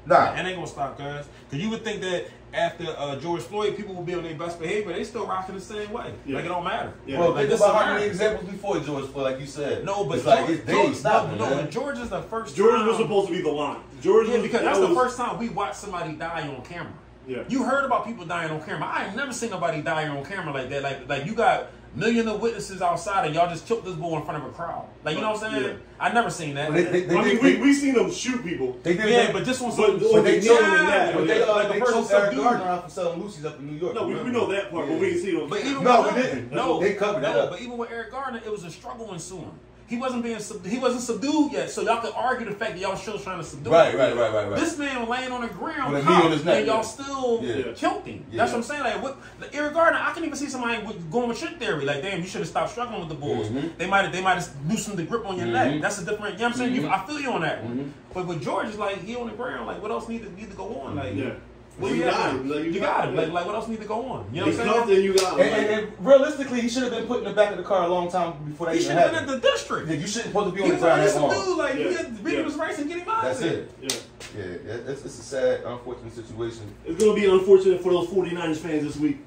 [SPEAKER 4] Nah,
[SPEAKER 2] And they gonna stop, guys. Because you would think that after uh, George Floyd, people would be on their best behavior. They still rocking the same way.
[SPEAKER 3] Yeah.
[SPEAKER 2] Like, it don't matter.
[SPEAKER 3] Yeah.
[SPEAKER 4] Well,
[SPEAKER 2] Like,
[SPEAKER 4] think
[SPEAKER 2] this
[SPEAKER 4] about
[SPEAKER 2] is
[SPEAKER 4] how many
[SPEAKER 2] America.
[SPEAKER 4] examples before George Floyd, like you said.
[SPEAKER 2] No, but
[SPEAKER 4] it's like
[SPEAKER 2] George,
[SPEAKER 4] it's, they ain't
[SPEAKER 2] George-
[SPEAKER 4] stopping.
[SPEAKER 2] no,
[SPEAKER 4] man.
[SPEAKER 2] but George is the first.
[SPEAKER 3] George
[SPEAKER 2] time-
[SPEAKER 3] was supposed to be the line. George
[SPEAKER 2] Yeah,
[SPEAKER 3] was
[SPEAKER 2] because
[SPEAKER 3] that
[SPEAKER 2] that's the
[SPEAKER 3] was-
[SPEAKER 2] first time we watched somebody die on camera.
[SPEAKER 3] Yeah.
[SPEAKER 2] You heard about people dying on camera. I ain't never seen nobody dying on camera like that. Like like you got million of witnesses outside and y'all just killed this bull in front of a crowd. Like you know what I'm saying?
[SPEAKER 3] Yeah.
[SPEAKER 2] I never seen that.
[SPEAKER 4] But they, they, they,
[SPEAKER 3] I mean,
[SPEAKER 4] did-
[SPEAKER 3] we
[SPEAKER 4] they-
[SPEAKER 3] we seen them shoot people.
[SPEAKER 4] they did-
[SPEAKER 2] yeah, but this one's
[SPEAKER 3] But-
[SPEAKER 2] so-
[SPEAKER 3] but they
[SPEAKER 2] yeah,
[SPEAKER 3] killed him in that.
[SPEAKER 4] but they, uh,
[SPEAKER 2] like, the
[SPEAKER 4] they
[SPEAKER 2] person
[SPEAKER 4] took Eric
[SPEAKER 2] subdued.
[SPEAKER 4] Gardner out for selling Lucy's up in New York.
[SPEAKER 3] No, we, we
[SPEAKER 4] remember?
[SPEAKER 3] know that part, but we didn't see them.
[SPEAKER 2] But even
[SPEAKER 4] No,
[SPEAKER 2] with
[SPEAKER 4] we
[SPEAKER 2] him-
[SPEAKER 4] didn't.
[SPEAKER 2] No,
[SPEAKER 4] They covered
[SPEAKER 2] no,
[SPEAKER 4] that up.
[SPEAKER 2] But even with Eric Garner, it was a struggle ensuing. He wasn't being sub- he wasn't subdued yet, so y'all could argue the fact that y'all still trying to subdue.
[SPEAKER 4] Right,
[SPEAKER 2] him.
[SPEAKER 4] right, right, right, right.
[SPEAKER 2] This man laying on the ground,
[SPEAKER 4] With a knee
[SPEAKER 2] cocked,
[SPEAKER 4] on his neck,
[SPEAKER 2] and y'all
[SPEAKER 4] yeah.
[SPEAKER 2] still
[SPEAKER 4] Yeah.
[SPEAKER 2] killed him.
[SPEAKER 4] Yeah.
[SPEAKER 2] That's what I'm saying. Like, what, like, irregardless, I can even see somebody with, going with your theory. Like, damn, you should have stopped struggling with the bulls.
[SPEAKER 4] Mm-hmm.
[SPEAKER 2] They might have, they might have loosened the grip on your neck. That's a different. You know what I'm saying?
[SPEAKER 4] Mm-hmm.
[SPEAKER 2] You, I feel you on that one. But with George, it's like he on the ground. Like, what else need to need to go on? Like,
[SPEAKER 3] yeah,
[SPEAKER 2] what
[SPEAKER 3] you
[SPEAKER 2] you
[SPEAKER 3] got him. Like,
[SPEAKER 2] You, got him. Like, like, what else need to go on? You know
[SPEAKER 3] he
[SPEAKER 2] what I'm
[SPEAKER 3] cuffed
[SPEAKER 2] saying?
[SPEAKER 3] and you got him.
[SPEAKER 4] And, and, and realistically, he should have been put in the back of the car a long time before that
[SPEAKER 2] He should
[SPEAKER 4] even
[SPEAKER 2] have been at
[SPEAKER 4] happened.
[SPEAKER 2] the district.
[SPEAKER 4] Yeah, you shouldn't supposed to
[SPEAKER 2] He
[SPEAKER 4] be on the
[SPEAKER 2] was
[SPEAKER 4] ground
[SPEAKER 2] like,
[SPEAKER 4] that
[SPEAKER 2] this dude,
[SPEAKER 4] long.
[SPEAKER 2] like,
[SPEAKER 3] Yeah.
[SPEAKER 2] he had read
[SPEAKER 3] Yeah.
[SPEAKER 2] his rights and get him out
[SPEAKER 4] That's
[SPEAKER 2] of there.
[SPEAKER 4] it.
[SPEAKER 3] yeah.
[SPEAKER 4] Yeah, that- that's it's a sad, unfortunate situation.
[SPEAKER 3] It's gonna be unfortunate for those 49ers fans this week.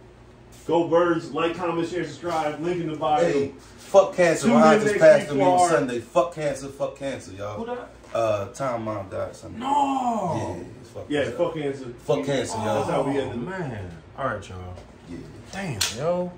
[SPEAKER 3] Go Birds! Like, comment, share, subscribe. Link in the bio.
[SPEAKER 4] Hey, fuck cancer.
[SPEAKER 3] Tune
[SPEAKER 4] Ryan
[SPEAKER 3] in
[SPEAKER 4] just
[SPEAKER 3] next
[SPEAKER 4] passed
[SPEAKER 3] week
[SPEAKER 4] away
[SPEAKER 3] for
[SPEAKER 4] on
[SPEAKER 3] our-
[SPEAKER 4] Sunday. Fuck cancer. Fuck cancer, y'all.
[SPEAKER 2] Who died?
[SPEAKER 4] Uh, Tom mom died Sunday.
[SPEAKER 2] No. Oh,
[SPEAKER 4] Yeah, it's fuck
[SPEAKER 3] Yeah, fuck
[SPEAKER 4] cancer.
[SPEAKER 3] answer.
[SPEAKER 4] Fuck cancer,
[SPEAKER 3] That's
[SPEAKER 4] y'all.
[SPEAKER 3] how we ended. it.
[SPEAKER 2] man. All right, y'all.
[SPEAKER 4] Yeah.
[SPEAKER 2] Damn, yo.